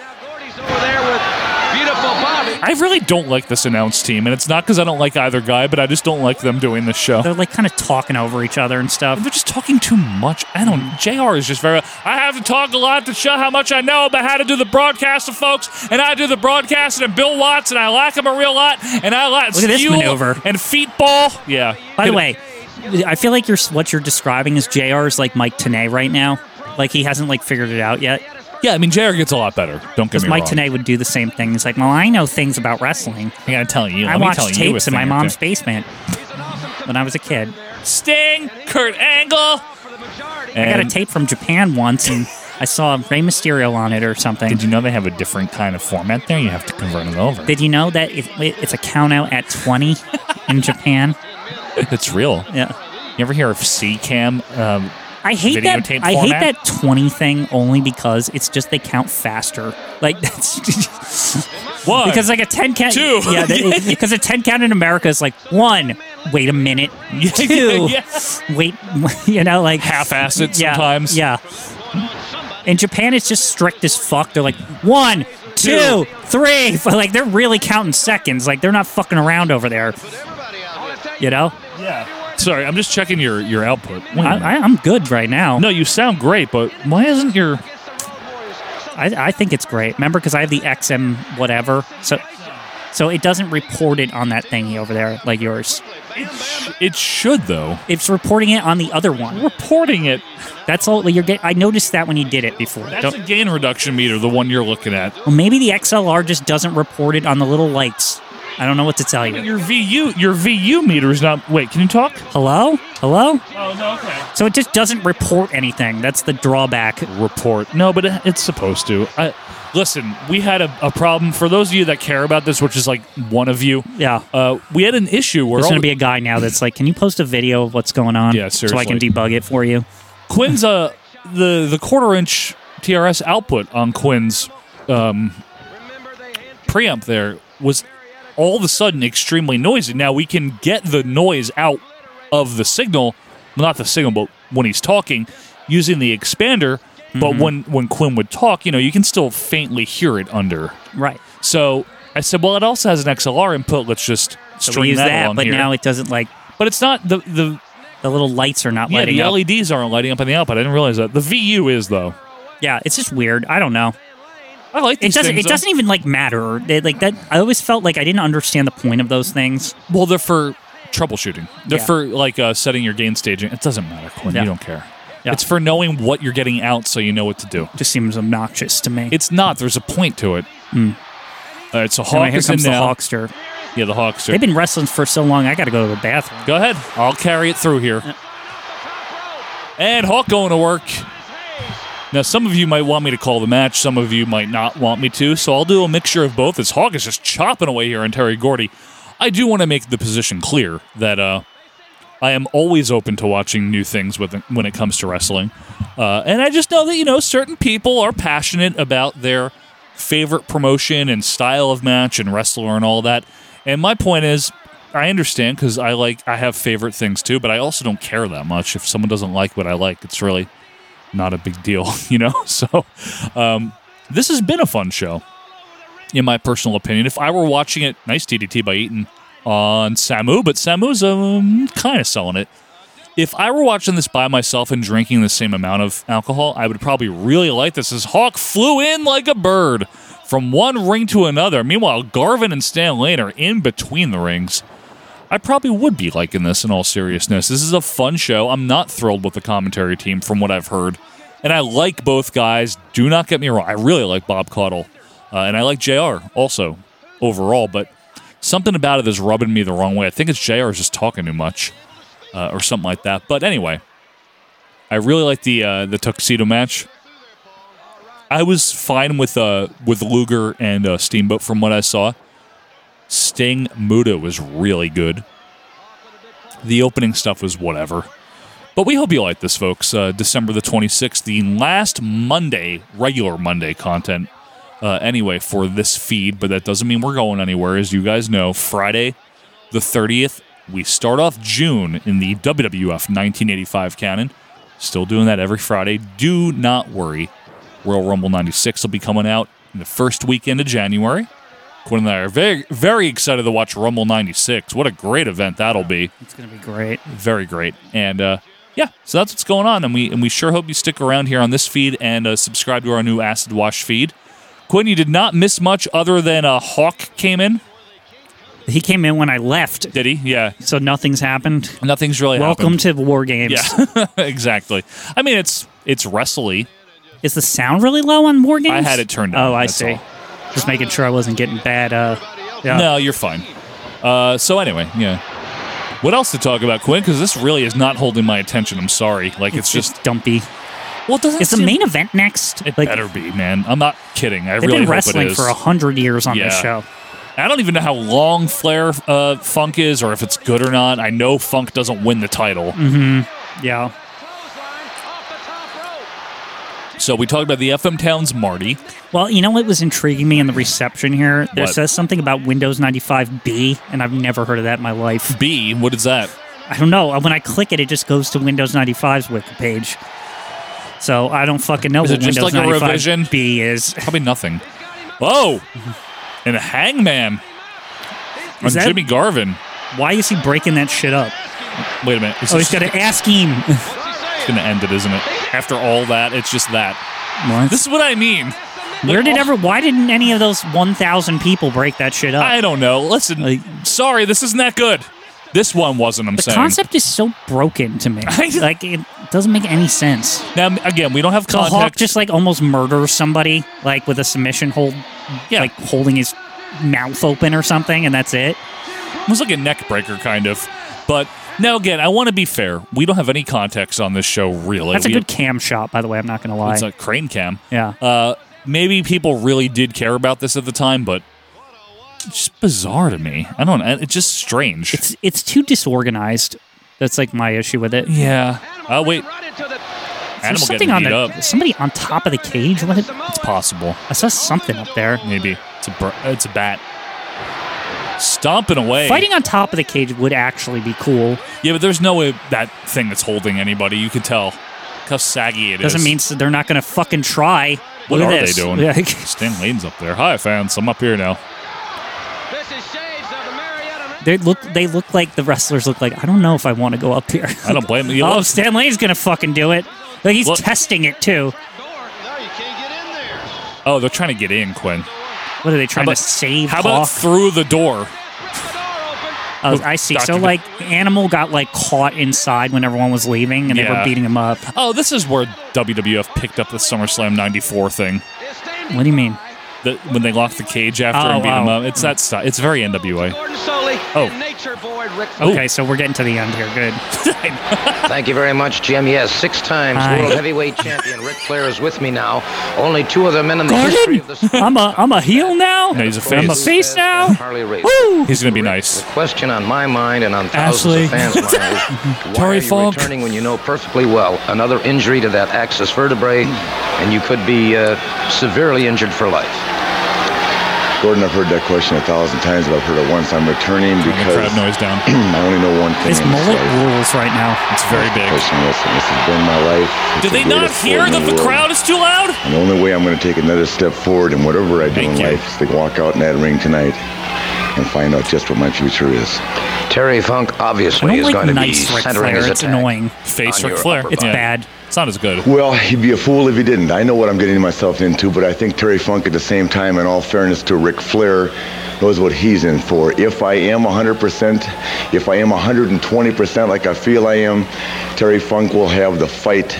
Beautiful Bobby.
I really don't like this announce team, and it's not because I don't like either guy, but I just don't like them doing this show.
they're like kind of talking over each other and stuff. Mm.
They're just talking too much. I don't. Jr. is just very. I have to talk a lot to show how much I know about how to do the broadcasting, folks. And I do the broadcasting, and Bill Watts, and I like him a real lot. And I like
Look at this
skew
maneuver.
and feet ball. Yeah.
By
Get
the
it-
way, I feel like you're what you're describing is JR's like Mike Tanay right now. Like he hasn't like figured it out yet.
Yeah, I mean JR gets a lot better. Don't get
Because
me
Mike
wrong.
Tanay would do the same thing. He's like, well, I know things about wrestling.
I gotta tell you.
I
let me
watched
tell you a
tapes in
thing
my
or
mom's
two.
basement when I was a kid.
Sting, Kurt Angle.
I got a
And-
tape from Japan once, and I saw Rey Mysterio on it or something.
Did you know they have a different kind of format there? You have to convert it over.
Did you know that it, it- it's a count out at twenty in Japan?
It's real.
Yeah.
You ever hear of C cam? Um,
I hate that.
videotape
I hate
format?
that twenty thing only because it's just they count faster. Like that's
One,
because like a ten count.
two.
Yeah, because a ten count in America is like one. Wait a minute. Two.
yeah.
Wait. You know, like
Half-ass it
yeah,
sometimes.
Yeah. In Japan, it's just strict as fuck. They're like one, two, three. Like they're really counting seconds. Like they're not fucking around over there. You know.
Yeah. Sorry, I'm just checking your your output. Wait a minute.
I, I, I'm good right now.
No, you sound great, but why isn't your?
I, I think it's great. Remember, because I have the XM whatever, so so it doesn't report it on that thingy over there like yours.
It, sh- it should though.
It's reporting it on the other one.
Reporting it.
That's all you're getting. I noticed that when you did it before.
That's
Don't-
a gain reduction meter, the one you're looking at.
well, maybe the XLR just doesn't report it on the little lights. I don't know what to tell you.
Your VU, your VU meter is not. Wait, can you talk?
Hello, hello.
Oh no, okay.
So it just doesn't report anything. That's the drawback.
Report. No, but it- it's supposed to. I, listen, we had a, a problem for those of you that care about this, which is like one of you.
Yeah.
Uh, we had an issue where
There's
all-
going to be a guy now that's like, "Can you post a video of what's going on?
Yeah,
so I can
seriously.
debug it for you."
Quinn's uh the the quarter inch TRS output on Quinn's um, preamp there was all of a sudden extremely noisy. Now we can get the noise out of the signal, well, not the signal, but when he's talking using the expander.
Mm-hmm.
But when when Quinn would talk, you know, you can still faintly hear it under.
Right.
So I said, well, it also has an XLR input. Let's just
So we
string
use that,
along
but
here.
now it doesn't like.
But it's not the the
the little lights are not
yeah,
lighting
the E
up.
LEDs aren't lighting up on the output. I didn't realize that. The VU is though.
Yeah, it's just weird. I don't know.
I like
It
these
doesn't.
things,
It
though.
doesn't even like matter. They- like that. I always felt like I didn't understand the point of those things.
Well, they're for troubleshooting. They're
Yeah.
for like uh, setting your gain staging. It doesn't matter, Quinn.
Yeah.
You don't care. It's for knowing what you're getting out, so you know what to do.
Just seems obnoxious to me.
It's not. There's a point to it. All right, so
Anyway,
Hawk
Hmm. here
is in
comes the
now.
Hawkster.
Yeah, the Hawkster.
They've been wrestling for so long. I got to go to the bathroom.
Go ahead. I'll carry it through here. And Hawk going to work. Now, some of you might want me to call the match. Some of you might not want me to. So I'll do a mixture of both. As Hawk is just chopping away here on Terry Gordy. I do want to make the position clear that uh, I am always open to watching new things with when it comes to wrestling, uh, and I just know that you know certain people are passionate about their favorite promotion and style of match and wrestler and all that. And my point is, I understand because I like I have favorite things too, but I also don't care that much. If someone doesn't like what I like, it's really not a big deal, you know. So um, this has been a fun show in my personal opinion. If I were watching it, nice DDT by Eaton on Samu, but Samu's um, kind of selling it. If I were watching this by myself and drinking the same amount of alcohol, I would probably really like this. As Hawk flew in like a bird from one ring to another. Meanwhile, Garvin and Stan Lane are in between the rings. I probably would be liking this in all seriousness. This is a fun show. I'm not thrilled with the commentary team from what I've heard. And I like both guys. Do not get me wrong. I really like Bob Caudle. Uh, and I like JR also overall. But something about it is rubbing me the wrong way. I think it's JR is just talking too much uh, or something like that. But anyway, I really like the uh, the tuxedo match. I was fine with uh, with Luger and uh, Steamboat from what I saw. Sting Muda was really good. The opening stuff was whatever. But we hope you like this, folks. Uh, December the 26th, the last Monday, regular Monday content, uh, anyway, for this feed. But that doesn't mean we're going anywhere. As you guys know, Friday the 30th, we start off June in the WWF 1985 canon. Still doing that every Friday. Do not worry. Royal Rumble 96 will be coming out in the first weekend of January. Quinn and I are very, very excited to watch Rumble 96. What a great event that'll be.
It's going to be great.
Very great. And uh, yeah, so that's what's going on. And we and we sure hope you stick around here on this feed and uh, subscribe to our new Acid Wash feed. Quinn, you did not miss much other than a Hawk came in.
He came in when I left.
Did he? Yeah.
So nothing's happened.
Nothing's really
Welcome
happened.
to War Games.
Yeah, exactly. I mean, it's it's wrestly.
Is the sound really low on War Games?
had it turned
Oh,
down,
I
that's
see.
all.
Just making sure I wasn't getting bad. Uh, yeah.
No, you're fine. Uh, so anyway, yeah. What else to talk about, Quinn? Because this really is not holding my attention. I'm sorry. Like it's, just
dumpy.
Well, it doesn't
Is the
seem-
main event next?
It better be, man. I'm not kidding. I
They've
really
been
hope
wrestling
it is.
for a hundred years on this show.
I don't even know how long Flair uh, Funk is or if it's good or not. I know Funk doesn't win the title.
Mm-hmm. Yeah.
So we talked about the FM Towns Marty.
Well, you know what was intriguing me in the reception here? There
What?
says something about Windows 95B, and I've never heard of that in my life.
B? What is that?
I don't know. When I click it, it just goes to Windows 95's wiki page. So I don't fucking know
Is
what
it just
Windows
like a
95
revision?
B is
probably nothing. Oh, and a hangman on
Is that-
Jimmy Garvin.
Why is he breaking that shit up?
Wait a minute.
Oh, he's got an ass scheme.
It's gonna end it, isn't it? After all that, it's just that. This is what I
Uh,
mean.
Where did ever? Why didn't any of those 1,000 people break that shit up?
I don't know. Listen, sorry, this isn't that good. This one wasn't. I'm
the
saying.
concept is so broken to me. like it doesn't make any sense.
Now again, we don't have
The Hawk
context.
just like almost murders somebody like with a submission hold, yeah. like holding his mouth open or something, and that's it.
It was like a neck breaker, kind of. But now again, I want to be fair. We don't have any context on this show, really.
That's a
We
good cam shot, by the way. I'm not gonna lie.
It's a crane cam.
Yeah.
Uh, maybe people really did care about this at the time, but it's just bizarre to me. I don't. It's just strange.
It's it's too disorganized. That's like my issue with it.
Yeah. Oh wait.
There's
Animal
something
getting
on
beat
the,
up.
somebody on top of the cage. What? It's
possible.
I saw something up there.
Maybe it's a br- it's a bat stomping away.
Fighting on top of the cage would actually be cool.
Yeah, but there's no way that thing that's holding anybody. You could tell how saggy it is.
Doesn't mean s- they're not gonna fucking try.
What
Look
are
at this.
they doing?
Yeah.
Stan Lane's up there. Hi, fans. I'm up here now.
They look. They look like the wrestlers look like. I don't know if I want to go up here.
I don't blame you.
oh, Stan Lane's gonna fucking do it. Like he's
Look.
testing it too.
Oh, they're trying to get in, Quinn.
What are they trying to save?
How about
Hawk?
through the door?
Oh, I see. So
Dr.
like, Animal got like caught inside when everyone was leaving, and they were
Yeah.
beating him up.
Oh, this is where WWF picked up the SummerSlam 94 thing.
What do you mean?
The, when they locked the cage after
Oh,
and beat him
wow.
up. It's that stuff. It's very NWA. Oh,
Okay, so we're getting to the end here. Good.
Thank you very much, Jim. Yes, six times
Hi.
world heavyweight champion Ric Flair is with me now. Only two other men in the history of the
I'm a I'm a heel now.
No, he's a
I'm a
face.
face now.
Harley Race.
Woo!
He's gonna be nice.
The question on my mind and on thousands
Ashley.
of fans' minds is why are
Terry
you
Funk.
returning when you know perfectly well another injury to that axis vertebrae, and you could be uh, severely injured for life.
Gordon, I've heard that question a thousand times, but I've heard it once. I'm returning because
crowd noise down.
I only know one thing.
His
in this
mullet
life.
rules right now. It's
very big.
Listen, listen, this has been my life. It's
Did
the
they not
greatest
hear
sport in
that the
world.
crowd is too loud?
And the only way I'm going to take another step forward in whatever I do in life is to walk out in that ring tonight and find out just what my future is.
Terry Funk obviously is going to be centering his attack.
Face Ric
on your
Flair.
upper It's body.
bad.
It's not as good.
Well, he'd be a fool if he didn't. I know what I'm getting myself into, but I think Terry Funk, at the same time, in all fairness to Ric Flair, knows what he's in for. If I am 100%, if I am 120% like I feel I am, Terry Funk will have the fight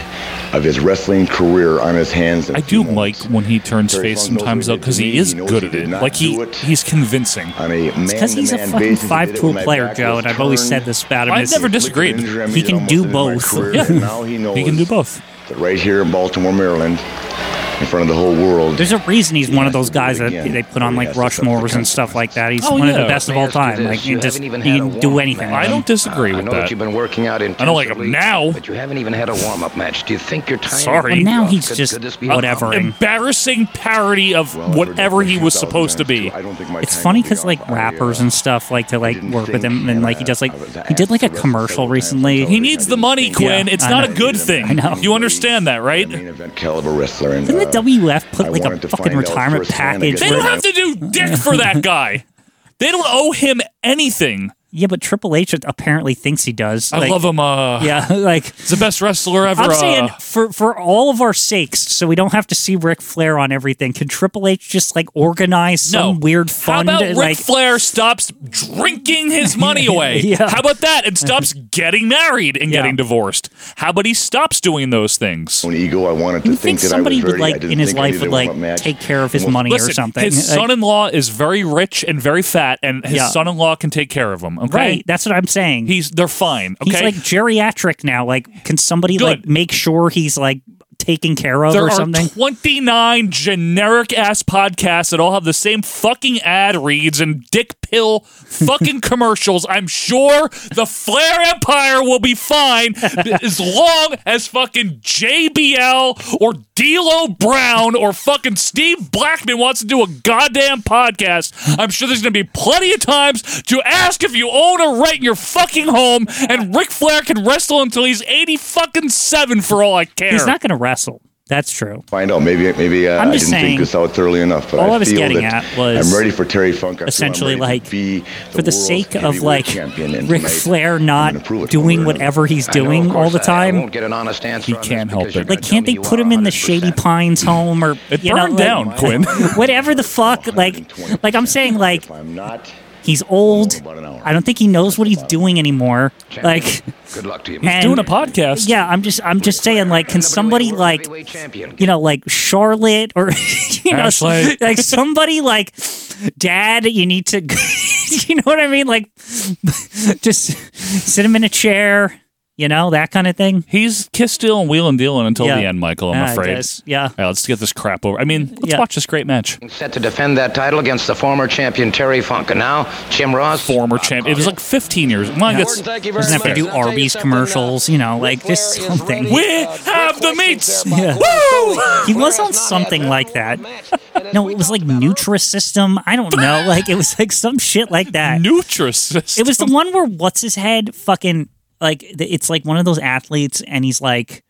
of his wrestling career on his hands.
I do like when he turns face sometimes though, because he is good at it. Like he, he's convincing.
On a man
Because he's a fucking five tool player, Joe, and I've always said this about him.
I've
is
never disagreed.
He can do both.
and now he knows
can do both.
That right here in Baltimore, Maryland, in front of the whole world.
There's a reason he's one of those guys that they put on like Rushmores and stuff like that. He's
Oh,
one of
yeah.
the best of all time. Like you
You
just
haven't
he
even had a
can do
warm-up
anything.
match.
with him.
Uh, I know that you've been working out intensively.
like him now.
But you haven't even had a warm-up match. Do you think your time?
Sorry.
Well, now he's
Could-
just
could this be-
whatever.
Embarrassing parody of whatever he was supposed to be.
It's funny because like rappers and stuff like to like work with him, and like he does like he did like a commercial recently.
He needs the money, Quinn.
Yeah,
it's
I
not
know.
a good thing.
I know.
You understand that, right?
caliber wrestler. And,
Didn't the
uh,
WF put
I
like
wanted
a
to
fucking
find out
retirement
firsthand, I
package?
They
where-
don't have to do dick for that guy. They don't owe him anything.
yeah, but Triple H apparently thinks he does.
I
Like,
love him. Uh,
Yeah, like
he's the best wrestler ever.
I'm
uh,
saying for for all of our sakes, so we don't have to see Ric Flair on everything. Can Triple H just like organize some
No.
weird
how
fund?
about Ric
like,
Flair stops drinking his money away?
Yeah.
How about that? And stops getting married and getting divorced. How about he stops doing those things?
Own ego. I wanted
you
to
would
think,
think
that
somebody
I was
would
ready. I
like
didn't
in his
think I
life
needed
would
a
like
warm-up match.
take care of his money
Listen,
or something?
his
Like,
son-in-law is very rich and very fat, and his
Yeah.
son-in-law can take care of him. Okay,
Right, that's what I'm saying.
He's they're fine. Okay,
he's like geriatric now. Like, can somebody like make sure he's like taken care of
There
or
are
something?
29 generic ass podcasts that all have the same fucking ad reads and dick pill fucking commercials. I'm sure the Flair Empire will be fine as long as fucking JBL or D'Lo Brown or fucking Steve Blackman wants to do a goddamn podcast. I'm sure there's gonna be plenty of times to ask if you own or rent your fucking home, and Ric Flair can wrestle until he's 80 fucking seven for all I care.
he's not going to wrestle. That's true.
Find out. Maybe maybe uh, I
I'm
didn't
just saying-
think this out thoroughly enough. But
all
I,
I was
feel
getting
that
at was
I'm ready for Terry Funk. I feel I'm
essentially,
ready to
like,
be
For the
world's
sake of
heavyweight
like
champion, and
Ric
tonight
Flair not doing whatever he's
I know, of
doing all
course,
the
I- I
time.
won't get an honest answer
He
on this
can't help
because you're
it.
Like, can't they put him in the Shady Pines home or
It
you know,
burned
like-
down, Quinn.
whatever the fuck? Like, like I'm saying, like he's old. I don't think he knows what he's doing anymore. Like,
Good luck to you.
and- Yeah, I'm just, I'm just saying, like, can somebody like, you know, like Charlotte or you know,
Ashley.
like somebody like, Dad, you need to, you know what I mean? Like, just sit him in a chair, you know, that kind of thing.
He's kiss stealing, wheeling, dealing until
Yeah.
the end, Michael. I'm
Ah, I
afraid.
guess. Yeah. All
right, let's get this crap over. I mean, let's watch this great match.
Set to defend that title against the former champion Terry Funk, and now Jim Ross,
former champion. It was like 15 years. Mine gets.
Doesn't have to
Uh,
do Arby's commercials, you know, like just something.
We have the meats.
Yeah. He was on something like that. No, it was like Nutrisystem. I don't know. Like it was like some shit like that.
Nutrisystem.
It was the one where what's his head fucking like th- it's like one of those athletes and he's like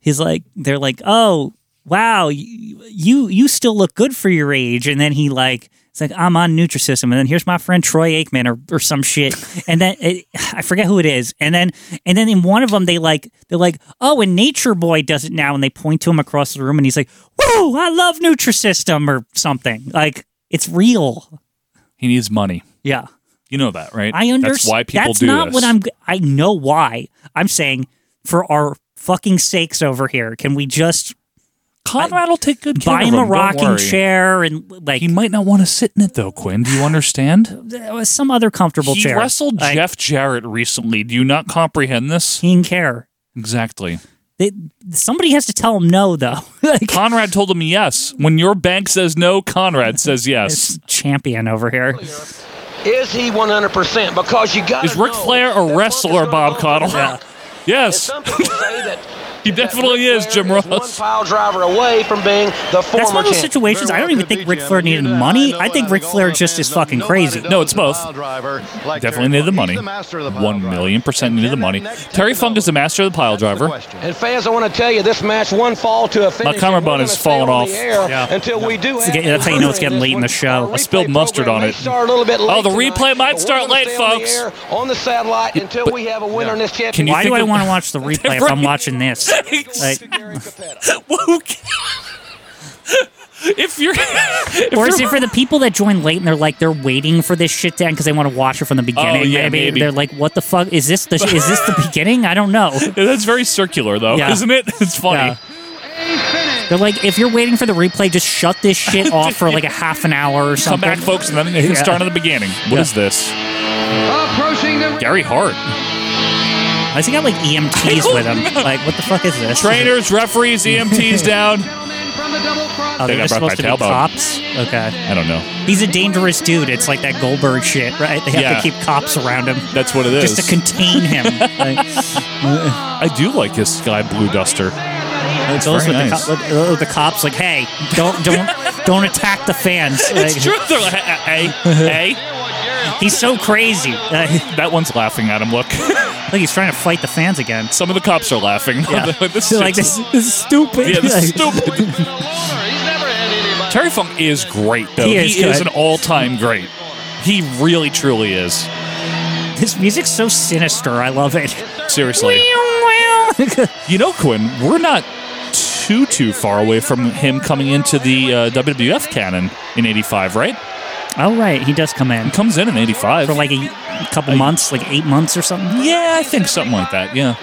he's like they're like, "Oh, wow, you you, you still look good for your age." And then he like It's like I'm on Nutrisystem, and then here's my friend Troy Aikman or, or some shit, and then it, I forget who it is, and then and then in one of them they like they're like, oh, and Nature Boy does it now, and they point to him across the room, and he's like, whoa, I love Nutrisystem or something. Like it's real.
He needs money.
Yeah.
You know that, right?
I understand.
That's why people
That's
do
not
this.
what I'm. I know why. I'm saying for our fucking sakes over here, can we just?
Conrad will take good care
Buy
of
him a
him, don't
rocking
worry.
chair and like. He
might not want to sit in it though, Quinn. Do you understand?
uh, Some other comfortable
he
chair.
wrestled
Like,
Jeff Jarrett recently. Do you not comprehend this?
He didn't care.
Exactly.
they, somebody has to tell him no, though.
Conrad told him yes. When your bank says no, Conrad says yes.
champion over here.
Is he 100%? Because you got
Is Ric Flair a wrestler, Bob Cottle? Yes. he definitely is, Jim Ross.
pile driver away from being the former
That's one of those
champ.
situations. I don't even think Ric Flair needed money. I think Ric Flair just is fucking crazy.
No, it's both. Definitely needed the money. One million percent needed the money. Terry Funk is the master of the pile driver.
And fans, I want to tell you, this match one fall to
My
a finish.
cummerbund is falling off.
Yeah. Until we do. have
That's how you know it's getting late in the show.
I spilled mustard on it.
Start a little bit late
Oh, the
tonight,
replay might
but
start
we're gonna
late,
stay on the
folks.
air, On the satellite until we have a winner in this championship.
Why do I want to watch the replay if I'm watching this? Like,
If you're, if
or is
you're-
it for the people that join late and they're like they're waiting for this shit to end because they want to watch it from the beginning?
Oh, yeah, maybe.
they're like, "What the fuck is this? The is this the beginning? I don't know."
that's very circular though,
Yeah.
isn't it? It's funny.
They're like, "If you're waiting for the replay, just shut this shit off for like a half an hour or
Come
something."
back, folks, and then you can
Yeah.
start at the beginning. What
Yeah.
is this?
Approaching the
Gary Hart.
Why has he got like EMTs with him? Like, what the fuck is this?
Trainers, referees, EMTs down.
Oh,
Think
they're
I
just
broke my
supposed to be
tailbone.
cops. Okay.
I don't know.
He's a dangerous dude. It's like that Goldberg shit, right? They have
Yeah.
to keep cops around him.
That's what it is.
Just to contain him. Like,
I do like his sky blue duster. It's
those
very
with
nice.
the, co- with- with the cops, like, hey, don't don't don't attack the fans.
It's true.
Like,
They're like, hey, hey, hey.
He's so crazy. that
one's laughing at him. Look,
like he's trying to fight the fans again.
Some of the cops are laughing.
Yeah.
They're like, this
They're
is
like, this, this is stupid.
Yeah, this is
Like,
stupid. Terry Funk is great, though.
He is
an
good.
all-time great. He really, truly is.
This music's so sinister. I love it.
Seriously. you know, Quinn, we're not too, too far away from him coming into the uh, WWF canon in 85, right?
Oh, right. He does come in. He
comes in in 85.
For like a couple months, like eight months or something.
Yeah, I think something like that, yeah.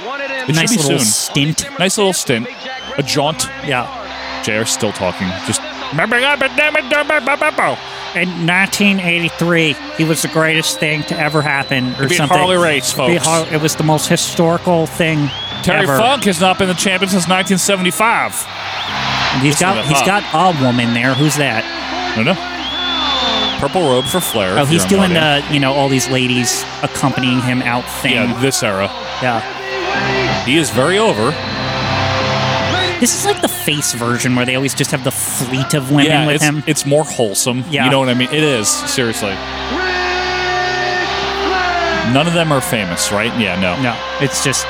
It
Nice
should be
little
soon.
stint.
Nice little stint. A jaunt.
Yeah.
JR's still talking. Just
In 1983, he was the greatest thing to ever happen, or
He beat
something.
Harley Race,
He beat
folks.
Har- it was the most historical thing
Terry
ever.
Funk has not been the champion since 1975.
And He's
Listen to
got he's
Funk.
got a woman there. Who's that?
No, no. Purple robe for Flair.
Oh,
if
he's
you're a
doing
millennial.
the you know all these ladies accompanying him out thing.
Yeah, this era.
Yeah.
He is very over.
This is like the face version where they always just have the fleet of women
yeah,
with
it's,
him.
it's more wholesome.
Yeah.
You know what I mean? It is, seriously. None of them are famous, right? Yeah, no.
No, it's just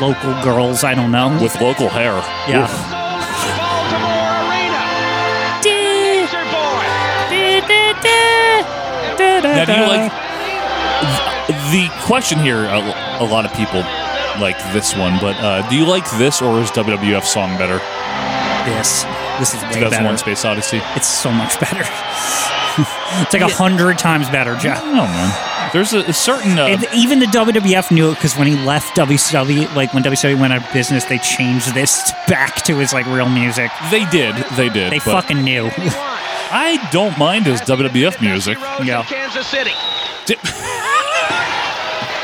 local girls. I don't know.
With local hair.
Yeah.
Oof. Now, do you like th- the question here? A, a lot of people like this one, but uh, do you like this or is WWF song better?
This. This is way
2001
better.
Space Odyssey.
It's so much better. it's like a hundred times better, Jeff.
No man, there's a, a certain uh,
And even the WWF knew it because when he left WCW, like when WCW went out of business, they changed this back to his like real music.
They did. They did.
They
but
fucking knew.
I don't mind his WWF music.
Yeah.
Kansas City.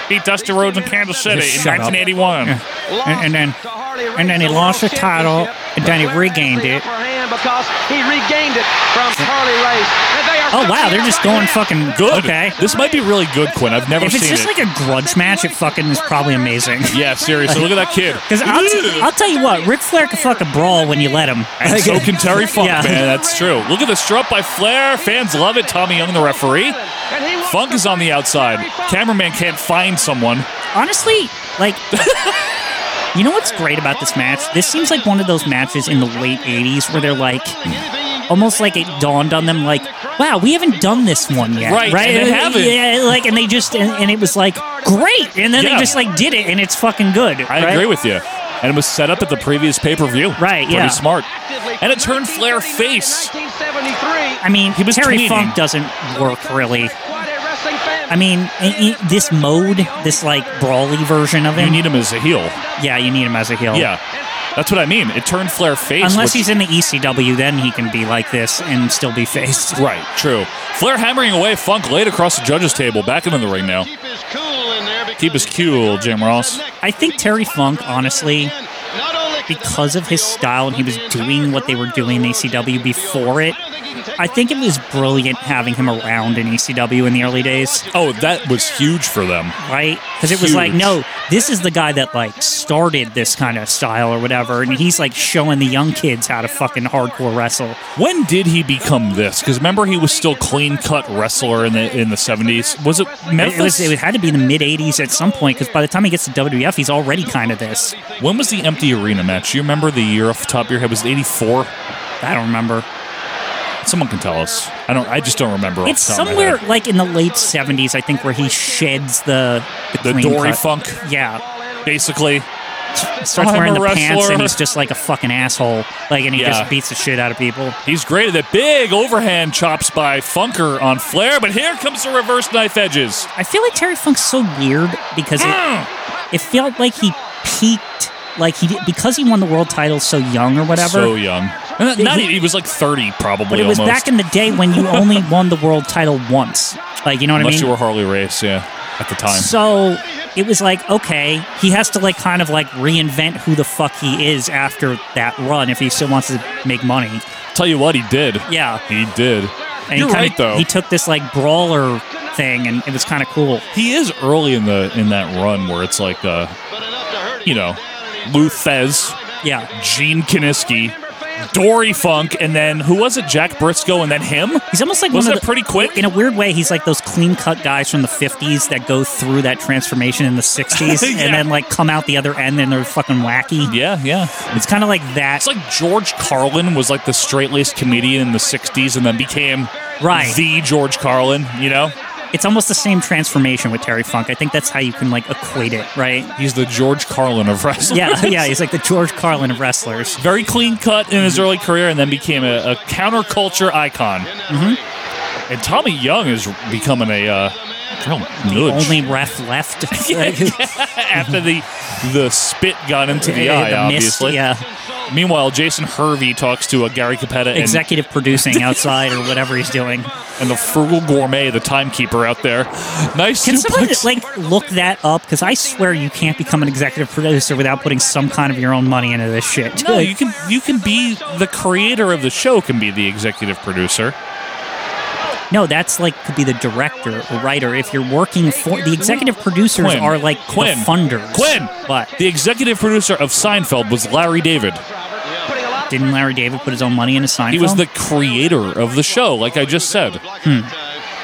Beat Dusty Rhodes in Kansas City
Just
in
shut up.
1981.
Yeah. And, and then, and then he lost the title, and then he regained it.
hand because he regained it from Harley Race. And they are
Oh wow, they're just going fucking
Good.
Okay.
This might be really good, Quinn. I've never
If it's
seen
just
it.
like a grudge match, it fucking is probably amazing.
yeah, seriously. Look at that kid.
Because I'll, t- I'll tell you what, Ric Flair can fuck a brawl when you let him.
And
Like-
so can Terry Funk,
Yeah.
man. That's true. Look at the strut by Flair. Fans love it. Tommy Young, the referee. Funk is on the outside. Cameraman can't find someone.
Honestly, like, you know what's great about this match? This seems like one of those matches in the late 80s where they're like, almost like it dawned on them, like, wow, we haven't done this one yet,
Right, and they
It-
haven't.
Yeah, like, and they just, and, and it was like, great, and then
Yeah.
they just like did it, and it's fucking good.
I agree with you. And it was set up at the previous pay per view. Right. Pretty
yeah.
smart. And it turned Flair face.
I mean,
He was
Terry
tweeting.
Funk doesn't work really. I mean, i- i- this mode, this like brawly version of him.
You need him as a heel.
Yeah, you need him as a heel.
Yeah. That's what I mean. It turned Flair face.
Unless
which-
he's in the ECW, then he can be like this and still be faced.
Right, true. Flair hammering away Funk laid across the judges' table. Back into the ring now. Keep his cool, Jim Ross.
I think Terry Funk, honestly, because of his style and he was doing what they were doing in ECW before it, I think it was brilliant having him around in ECW in the early days.
Oh, that was huge for them.
Right? Because it was like,
Huge.
no, this is the guy that like started this kind of style or whatever, and he's like showing the young kids how to fucking hardcore wrestle.
When did he become this? Because remember, he was still clean cut wrestler in the in the seventies. Was it Memphis?
It, was, it had to be in the mid 80s at some point because by the time he gets to WWF, he's already kind of this.
When was the empty arena match? You remember the year off the top of your head? Was it eighty four?
I don't remember.
Someone can tell us. I don't. I just don't remember. off
It's
the top of my
somewhere
head.
like in the late 70s, I think, where he sheds the
The
clean
Dory
cut.
funk.
Yeah.
Basically.
Starts
I'm
wearing
a
the pants
wrestler.
and he's just like a fucking asshole. Like, and he
Yeah.
just beats the shit out of people.
He's great at that big overhand chops by Funker on Flair, but here comes the reverse knife edges. Mm.
I feel like Terry Funk's so weird because
Ah!
it, it felt like he peaked, like he did, because he won the world title so young or whatever.
So young. Not,
He-
not he, was like thirty probably.
But it was
almost.
back in the day when you only won the world title once. Like, you know what
Unless
I mean?
you were Harley Race, yeah, at the time.
So it was like, okay, he has to like kind of like reinvent who the fuck he is after that run if he still wants to make money.
Tell you what, he did.
Yeah.
He did.
And
You're
he kinda,
right, though.
He took this like brawler thing and it was kind of cool.
He is early in the in that run where it's like, uh, you know, Lou Fez,
yeah,
Gene Kaniski, Dory Funk, and then who was it? Jack Briscoe, and then him.
He's almost like
was
one
that
of the,
pretty quick?
In a weird way, he's like those clean cut guys from the 50s that go through that transformation in the 60s
Yeah.
and then like come out the other end and they're fucking wacky.
Yeah, yeah.
It's kind of like that.
It's like George Carlin was like the straight laced comedian in the '60s, and then became
Right.
the George Carlin. You know,
It's almost the same transformation with Terry Funk. I think that's how you can like equate it, right?
He's the George Carlin of wrestlers.
Yeah, yeah, he's like the George Carlin of wrestlers.
very clean cut in his early career, and then became a, a counterculture icon. Mm-hmm. And Tommy Young is becoming a uh, real
The
nudge.
only ref left.
after the the spit got into the
Yeah,
eye,
the mist,
obviously.
yeah.
Meanwhile, Jason Hervey talks to a Gary Capetta and,
Executive producing outside or whatever he's doing.
and the frugal gourmet, the timekeeper out there. Nice
Can someone
suplex.
like look that up? Because I swear you can't become an executive producer without putting some kind of your own money into this shit.
no, you can you can be the creator of the show. Can be the executive producer.
No, that's like could be the director or writer. If you're working for the executive producers
Quinn.
are like
Quinn.
the funders.
Quinn.
What?
The executive producer of Seinfeld was Larry David.
Didn't Larry David put his own money into Seinfeld?
He was the creator of the show, like I just said.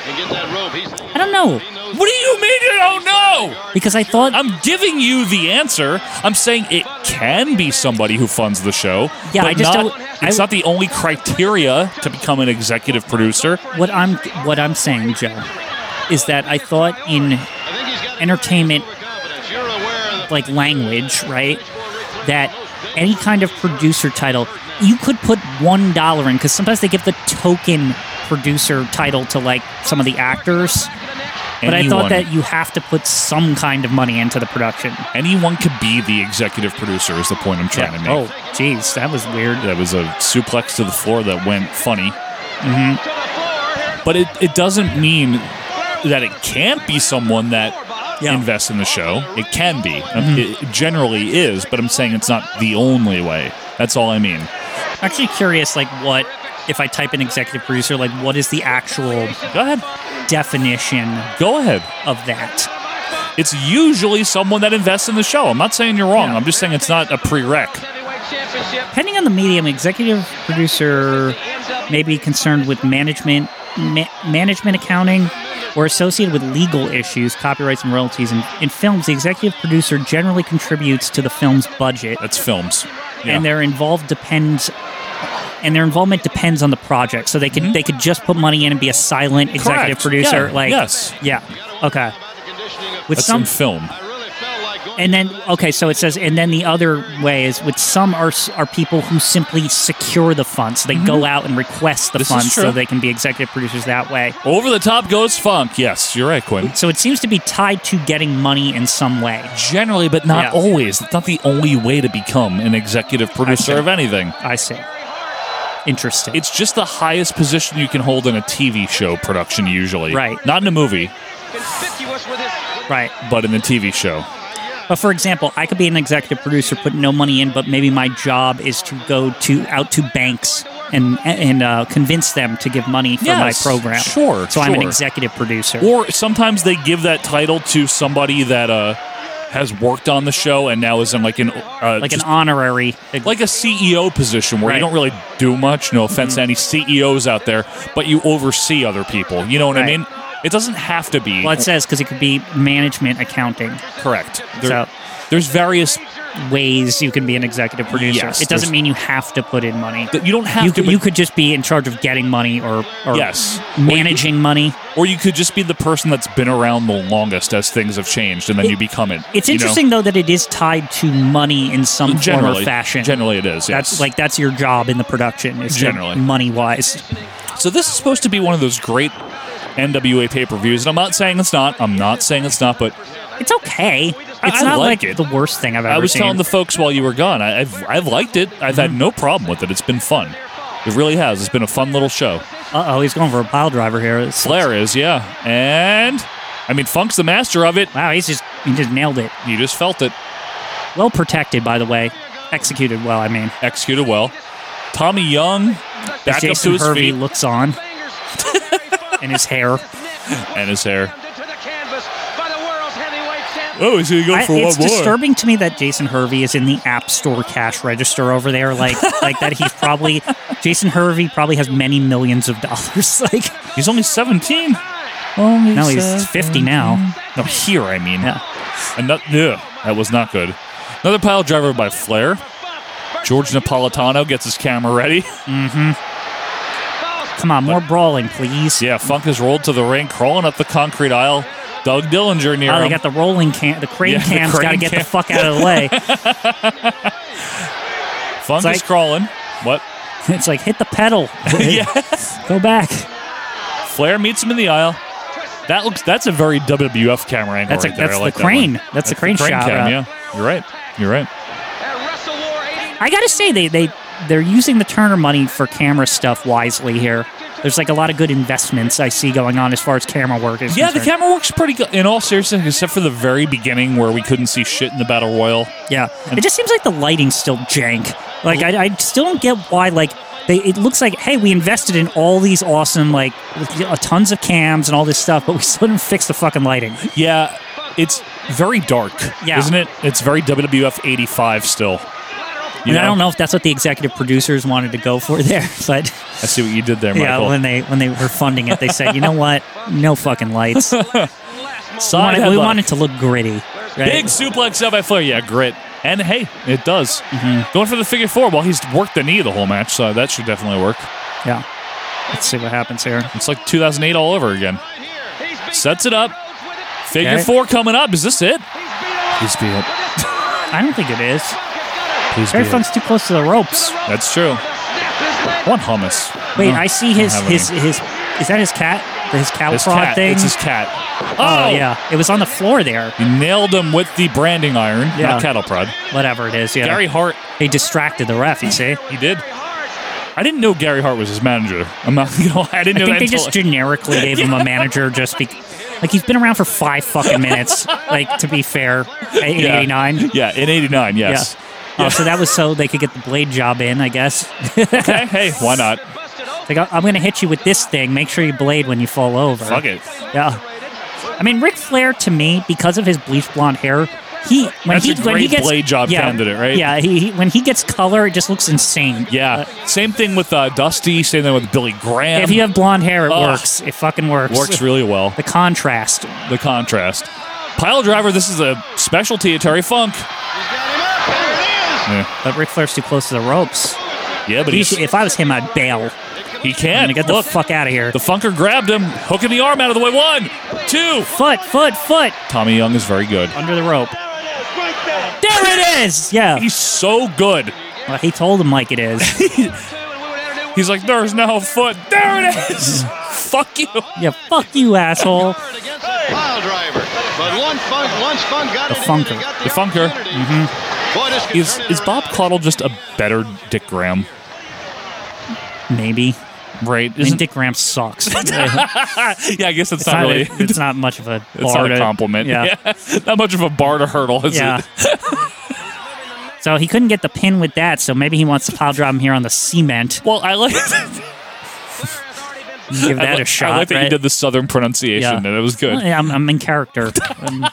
I don't know.
What do you mean you don't know?
Because I thought
I'm giving you the answer. I'm saying it can be somebody who funds the show.
Yeah,
but
I
not-
just don't-
It's
I-
not the only criteria to become an executive producer.
What I'm what I'm saying, Joe, is that I thought in entertainment like language, right? That any kind of producer title, you could put one dollar in because sometimes they give the token producer title to like some of the actors. But I
Anyone.
thought that you have to put some kind of money into the production.
Anyone could be the executive producer. Is the point I'm trying
Yeah.
to make?
Oh, jeez, that was weird.
That was a suplex to the floor that went funny. Mm-hmm.
hmm
But it, it doesn't mean that it can't be someone that invests in the show. It can be. Um,
Mhm.
It generally is, but I'm saying it's not the only way. That's all I mean.
Actually, curious, like what if I type in executive producer? Like, what is the actual
go ahead
definition?
Go ahead
of that.
It's usually someone that invests in the show. I'm not saying you're wrong. I'm just saying it's not a prereq.
Depending on the medium, executive producer may be concerned with management, ma- management accounting, or associated with legal issues, copyrights and royalties. In, in films, the executive producer generally contributes to the film's budget.
That's films.
And their involved depends and their involvement depends on the project. So they could they could just put money in and be a silent executive
Mm-hmm. Correct.
producer.
Yeah.
Like
Yes.
yeah, okay. With
That's
some
in film.
and then okay, so it says, and then the other way is with some are s- are people who simply secure the funds. So they go out and request
Mm-hmm.
the
This is
funds so
true.
they can be executive producers that way.
Over the top goes funk. Yes, you're right, Quinn.
So it seems to be tied to getting money in some way.
Generally, but Not always. It's not the only way to become an executive producer
see.
of anything.
I see. Interesting.
It's just the highest position you can hold in a TV show production, usually. Right. Not in a movie,
Right.
but in the TV show.
But for example, I could be an executive producer, put no money in, but maybe my job is to go to out to banks and and uh, convince them to give money for
Yes,
my program.
Sure.
So I'm an
sure.
executive producer.
Or sometimes they give that title to somebody that uh, has worked on the show and now is in like an uh,
Like an
just-
honorary,
like a CEO position where
Right. Mm-hmm.
you don't really do much. No offense to any CEOs out there, but you oversee other people. You know what
Right.
I mean? It doesn't have to be.
well, it says because it could be management accounting.
Correct.
so
There- there's various
ways you can be an executive producer.
Yes,
it doesn't
there's-
mean you have to put in money.
You don't have
you,
to,
could-
but-
You could just be in charge of getting money or, or
Yes.
managing money.
Or you could just be the person that's been around the longest as things have changed, and then
It-
you become it.
It's
you know?
interesting though that it is tied to money in some form
Generally-
or fashion.
Generally, it is.
That's
yes.
like that's your job in the production. Is
Generally.
money wise.
So this is supposed to be one of those great NWA pay per views, and I'm not saying it's not. I'm not saying it's not, but
it's okay. It's
I
not
like
like,
it.
the worst thing I've ever
I was
seen. Mm-hmm.
telling the folks while you were gone, I, I've I've liked it. I've had no problem with it. It's been fun. It really has. It's been a fun little show.
Uh oh, he's going for a pile driver here. It's,
Flair is, yeah, and I mean Funk's the master of it.
Wow, he's just he just nailed it.
You just felt it.
Well protected, by the way. Executed well, I mean.
Executed well. Tommy Young back up
Jason
to his
Hervey
feet
looks on, and his hair.
and his hair. Oh, he's gonna go
I-
for
it's
one more.
disturbing to me that Jason Hervey is in the App Store cash register over there. Like, like that he's probably Jason Hervey probably has many millions of dollars. Like,
he's only seventeen.
Only no, he's fifty now.
No, here I mean. Ano- ugh, that was not good. Another pile driver by Flair. George Napolitano gets his camera ready.
Mm-hmm. Come on, more brawling, please.
Yeah, Funk has rolled to the ring, crawling up the concrete aisle. Doug Dillinger near
Oh, they
him.
got the rolling can, the crane
Yeah, the
cam's got to
crane
get the
cam.
fuck out of the way.
Funk
it's
is
like-
crawling. What?
it's like hit the pedal. go back.
Flair meets him in the aisle. That looks. That's a very WWF camera angle.
That's a-
right there.
that's
I
the
like that
crane.
one.
That's the crane shot,
cam,
uh,
yeah, you're right. You're right.
I gotta say they they they're using the Turner money for camera stuff wisely here. There's like a lot of good investments I see going on as far as camera work is.
Yeah, the
concerned.
camera works pretty good in all seriousness, except for the very beginning where we couldn't see shit in the battle royal.
Yeah, it just seems like the lighting's still jank. Like I, I still don't get why like they. It looks like hey, we invested in all these awesome like with, uh, tons of cams and all this stuff, but we still didn't fix the fucking lighting.
Yeah, it's very dark,
Yeah.
isn't it? It's very WWF 85 still.
And I don't know if that's what the executive producers wanted to go for there, but
I see what you did there,
yeah,
Michael.
when they when they were funding it, they said, you know what, no fucking lights. we, want it, we
headlock.
want it to look gritty. Right?
Big suplex out by Flair. Yeah, grit. And hey, it does.
Mm-hmm.
Going for the figure four. Well, he's worked the knee the whole match, so that should definitely work.
Yeah. Let's see what happens here.
It's like 2008 all over again. Sets it up. Figure
Okay.
four coming up. Is this it? Please be it.
I don't think it is.
Please be
Terry
it.
Funk's too close to the ropes.
That's true. One hummus.
Wait,
No,
I see his
don't have
his,
any.
his is that his cat? His cow
His
prod
cat.
thing?
It's his cat.
Oh,
Oh!
yeah, it was on the floor there.
You nailed him with the branding iron,
Yeah.
not cattle prod.
Whatever it is, yeah.
Gary Hart.
He distracted the ref. You see,
he did. I didn't know Gary Hart was his manager. I'm not gonna lie. I didn't
I
know
think
that
they just
until-
generically gave him a manager just because. Like he's been around for five fucking minutes. like to be fair, in
Yeah.
'89.
Yeah, in '89. Yes.
Yeah. Oh, so that was so they could get the blade job in, I guess. okay,
hey, why not?
Like, I- I'm going to hit you with this thing. Make sure you blade when you fall over.
Fuck it.
Yeah. I mean, Ric Flair to me, because of his bleach blonde hair, he when
That's
he
a
when he
great
gets
blade job
yeah,
candidate, right?
Yeah, he, he when he gets color, it just looks insane.
Yeah. same thing with uh, Dusty. Same thing with Billy Graham.
If you have blonde hair, it
Ugh.
works. It fucking works.
works really well.
The contrast.
The contrast. Pile driver. This is a specialty of Terry Funk.
But Ric Flair's too close to the ropes.
Yeah, but
He
he's-
should- if I was him, I'd bail.
He can't.
i get the fuck out of here.
The Funker grabbed him, hooking the arm out of the way. One, two,
foot, foot, foot.
Tommy Young is very good.
Under the rope. There it is. Yeah. He's
so good.
Well, he told him like it is.
He's like, there's no foot. There it is. fuck you.
Yeah, fuck you, asshole.
Pile driver. But one fun, once fun got
The
it in
Funker.
and he got
The Funker. Mm-hmm.
Boy, this could
Is
turn it
is Bob Caudle just a better Dick Graham?
Maybe.
Right.
I mean, Dick Graham sucks.
yeah, I guess it's,
It's
not
not
really.
a- it's not much of a
It's not
bar
a
to-
compliment.
yeah.
not much of a bar to hurdle. Is
Yeah.
It?
so he couldn't get the pin with that, so maybe he wants to pile drop him here on the cement.
Well, I like.
Give
I
that
li-
a shot.
I like that
right?
you did the Southern pronunciation,
Yeah.
and it was good.
Well, yeah, I'm, I'm in character. Um,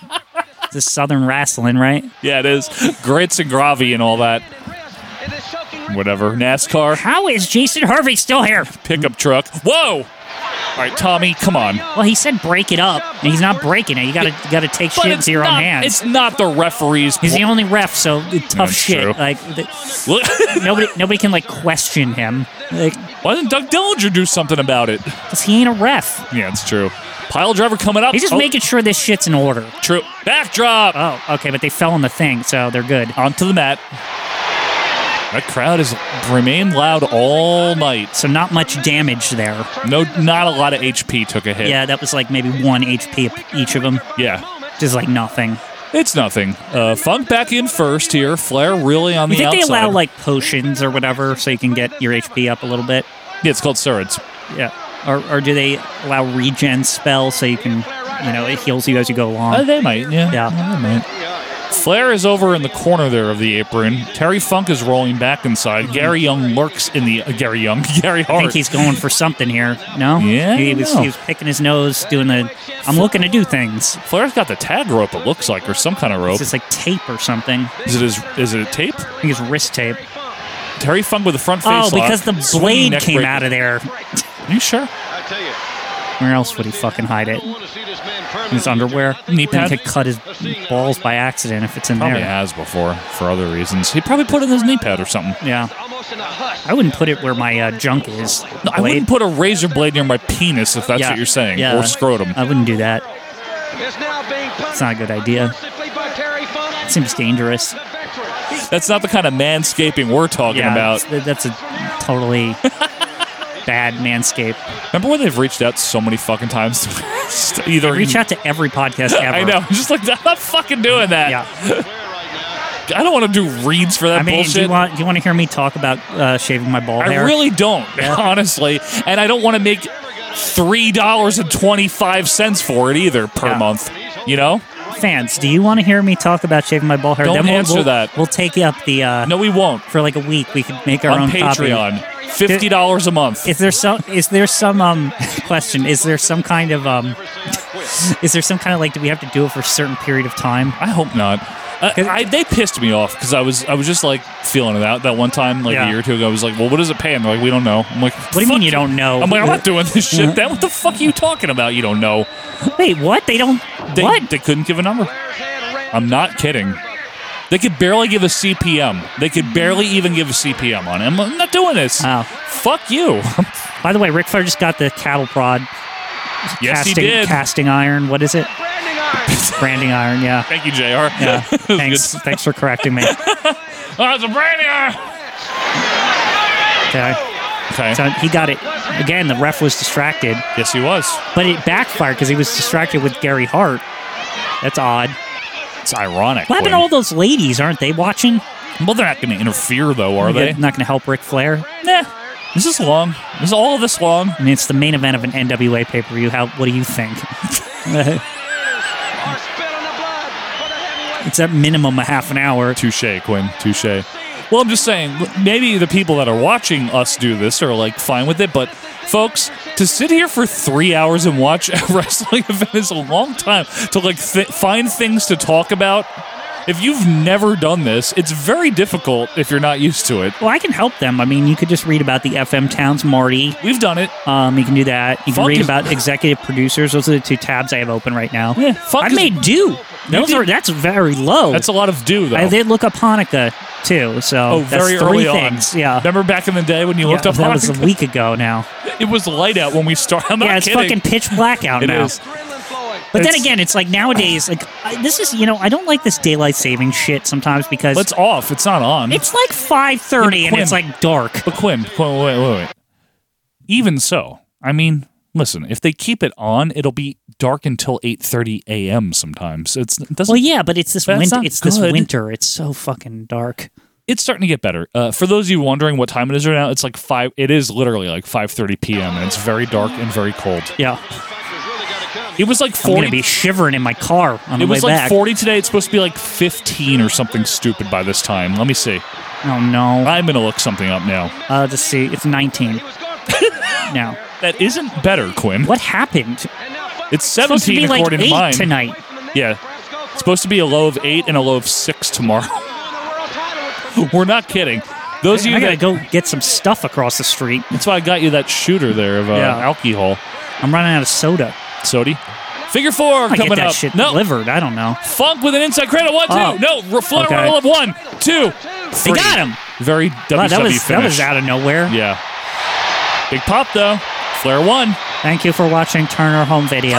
this southern wrestling, right?
Yeah, it is. Grits and gravy and all that. Whatever. NASCAR.
How is Jason Harvey still here?
Pickup truck. Whoa! All right, Tommy, come on.
Well, he said break it up, and he's not breaking it. You gotta you gotta take shit into your
not,
own hands.
It's not the referee's.
He's the
pl-
only ref, so uh, tough
That's
shit.
true.
Like the, nobody, nobody can like question him. Like,
Why didn't Doug Dillinger do something about it? Because
he ain't a ref.
Yeah, it's true. Pile driver coming up.
He's just
Oh,
making sure this shit's in order.
True. Backdrop.
Oh, okay, but they fell on the thing, so they're good.
Onto the mat. That crowd has remained loud all night.
So not much damage there.
No, not a lot of HP took a hit.
Yeah, that was like maybe one HP each of them.
Yeah.
Just like nothing.
It's nothing. Uh, Funk back in first here. Flair really on
You
the
think
outside.
they allow like potions or whatever so you can get your HP up a little bit?
Yeah, it's called Surrogates.
Yeah. Or, or do they allow regen spells so you can, you know, it heals you as you go along?
Uh, they might, yeah.
Yeah.
Flair is over in the corner there of the apron. Terry Funk is rolling back inside. Gary Young lurks in the uh, Gary Young, Gary
I
Hart.
think he's going for something here. No?
Yeah, I
He
don't
was,
know.
he was picking his nose, doing the, I'm looking to do things.
Flair's got the tag rope. It looks like, or some kind of rope.
It's just like tape or something.
Is it his, is it a tape? I
think it's wrist tape.
Terry Funk with the front face.
Oh,
lock,
because the
swinging
blade
neck
came
breaker.
out of there.
Are you sure?
Where else would he fucking hide it? In his underwear?
Knee
Then
pad?
He could cut his balls by accident if it's in
Probably
there.
has before for other reasons. He probably put it in his knee pad or something.
Yeah. I wouldn't put it where my uh, junk is.
No, I wouldn't put a razor blade near my penis if that's what you're saying,
yeah.
or scrotum.
I wouldn't do that. It's not a good idea. seems dangerous.
That's not the kind of manscaping we're talking
Yeah,
about.
That's, that's a totally bad manscape.
Remember when they've reached out so many fucking times? to Either
Reach out to every podcast ever.
I know. Just like I'm not fucking doing that. I don't want to do reads for that
I mean,
bullshit.
do you want do you want to hear me talk about uh, shaving my ball
I
hair?
really don't,
Yeah.
honestly, and I don't want to make three dollars and twenty five cents for it either per
Yeah.
month. You know?
Fans, do you want to hear me talk about shaving my ball hair?
Don't
Then we'll,
answer
we'll-
that.
We'll take up the. Uh,
no, we won't.
For like a week, we could make our
On
own
Patreon.
Copy.
Fifty dollars a month.
Is there some? Is there some um question? Is there some kind of um? Is there some kind of like? Do we have to do it for a certain period of time?
I hope not. I, I, they pissed me off because I was I was just like feeling it out that one time like
Yeah.
a year or two ago. I was like, "Well, what does it pay?" And they're like, "We don't know." I'm like, "What
do you mean you don't know?
I'm like, "I'm not doing this shit." Then what the fuck are you talking about? You don't know?
Wait, what? They don't
They,
what?
They couldn't give a number. I'm not kidding. They could barely give a CPM. They could barely even give a CPM on it. I'm, like, I'm not doing this.
Uh,
Fuck you.
Oh, By the way, Ric Flair just got the cattle prod.
Yes,
casting,
he did.
Casting iron. What is it? Branding iron. Yeah.
Thank you, Jr. Yeah.
Yeah. thanks. Thanks for correcting me.
oh, it's a brand new-
Okay.
Okay.
So he got it. Again, the ref was distracted.
Yes, he was.
But it backfired because he was distracted with Gary Hart. That's odd.
It's ironic.
What happened to
Quinn.
all those ladies? Aren't they watching?
Well, they're not going to interfere though, are they?
Not going to help Ric Flair.
Nah. This is long. This is all this long.
I mean, it's the main event of an NWA pay per view. How? What do you think? it's at minimum a half an hour.
Touche, Quinn. Touche. Well, I'm just saying, l- maybe the people that are watching us do this are like fine with it, but folks, to sit here for three hours and watch a wrestling event is a long time to like th- find things to talk about. If you've never done this, it's very difficult if you're not used to it.
Well, I can help them. I mean, you could just read about the FM Towns Marty.
We've done it.
Um, you can do that. You can
Funk
read
is-
about executive producers. Those are the two tabs I have open right now.
Yeah,
I made do. Those
did-
are that's very low.
That's a lot of do though.
I did look up Hanukkah. too. So
Oh,
that's
very
three
early on.
things. Yeah.
Remember back in the day when you looked up
that
rock
was a week ago now.
It was light out when we started. I'm not
yeah, it's
kidding.
fucking pitch black out
It
now.
is.
But then
It's-
again, it's like nowadays, like I, this is you know I don't like this daylight saving shit sometimes because
it's off. It's not on.
It's like five thirty and it's like dark.
But Quinn, Quinn, wait, wait, wait. Even so, I mean, listen. If they keep it on, it'll be dark until eight thirty a.m. Sometimes it's it doesn't.
well, yeah, but it's this
That's
winter.
not
It's this
good.
winter. It's so fucking dark.
It's starting to get better. Uh, for those of you wondering what time it is right now, it's like five. It is literally like five thirty p.m. and it's very dark and very cold.
Yeah.
It was like
I'm
forty.
gonna be shivering in my car on the
it
way
was like
back.
40 today. It's supposed to be like 15 or something stupid by this time. Let me see.
Oh no.
I'm going to look something up now.
Uh, just see. It's 19. now.
That isn't better, Quinn.
What happened?
It's
supposed to
17
be like
according
eight
to mine.
tonight.
Yeah. It's supposed to be a low of 8 and a low of 6 tomorrow. We're not kidding. Those of
I
you
gotta
that
go get some stuff across the street.
That's why I got you that shooter there of uh,
Yeah.
alcohol.
I'm running out of soda.
Sody? Figure 4
I
coming
get that
up.
shit
no.
delivered. I don't know.
Funk with an inside cradle. One, two.
Oh.
No. re- Flower
Okay.
roll of one, two,
They
three.
got him.
Very WWE
Wow, that was
finish.
that was out of nowhere.
E Yeah. Big pop though. Flair won.
Thank you for watching Turner Home Video.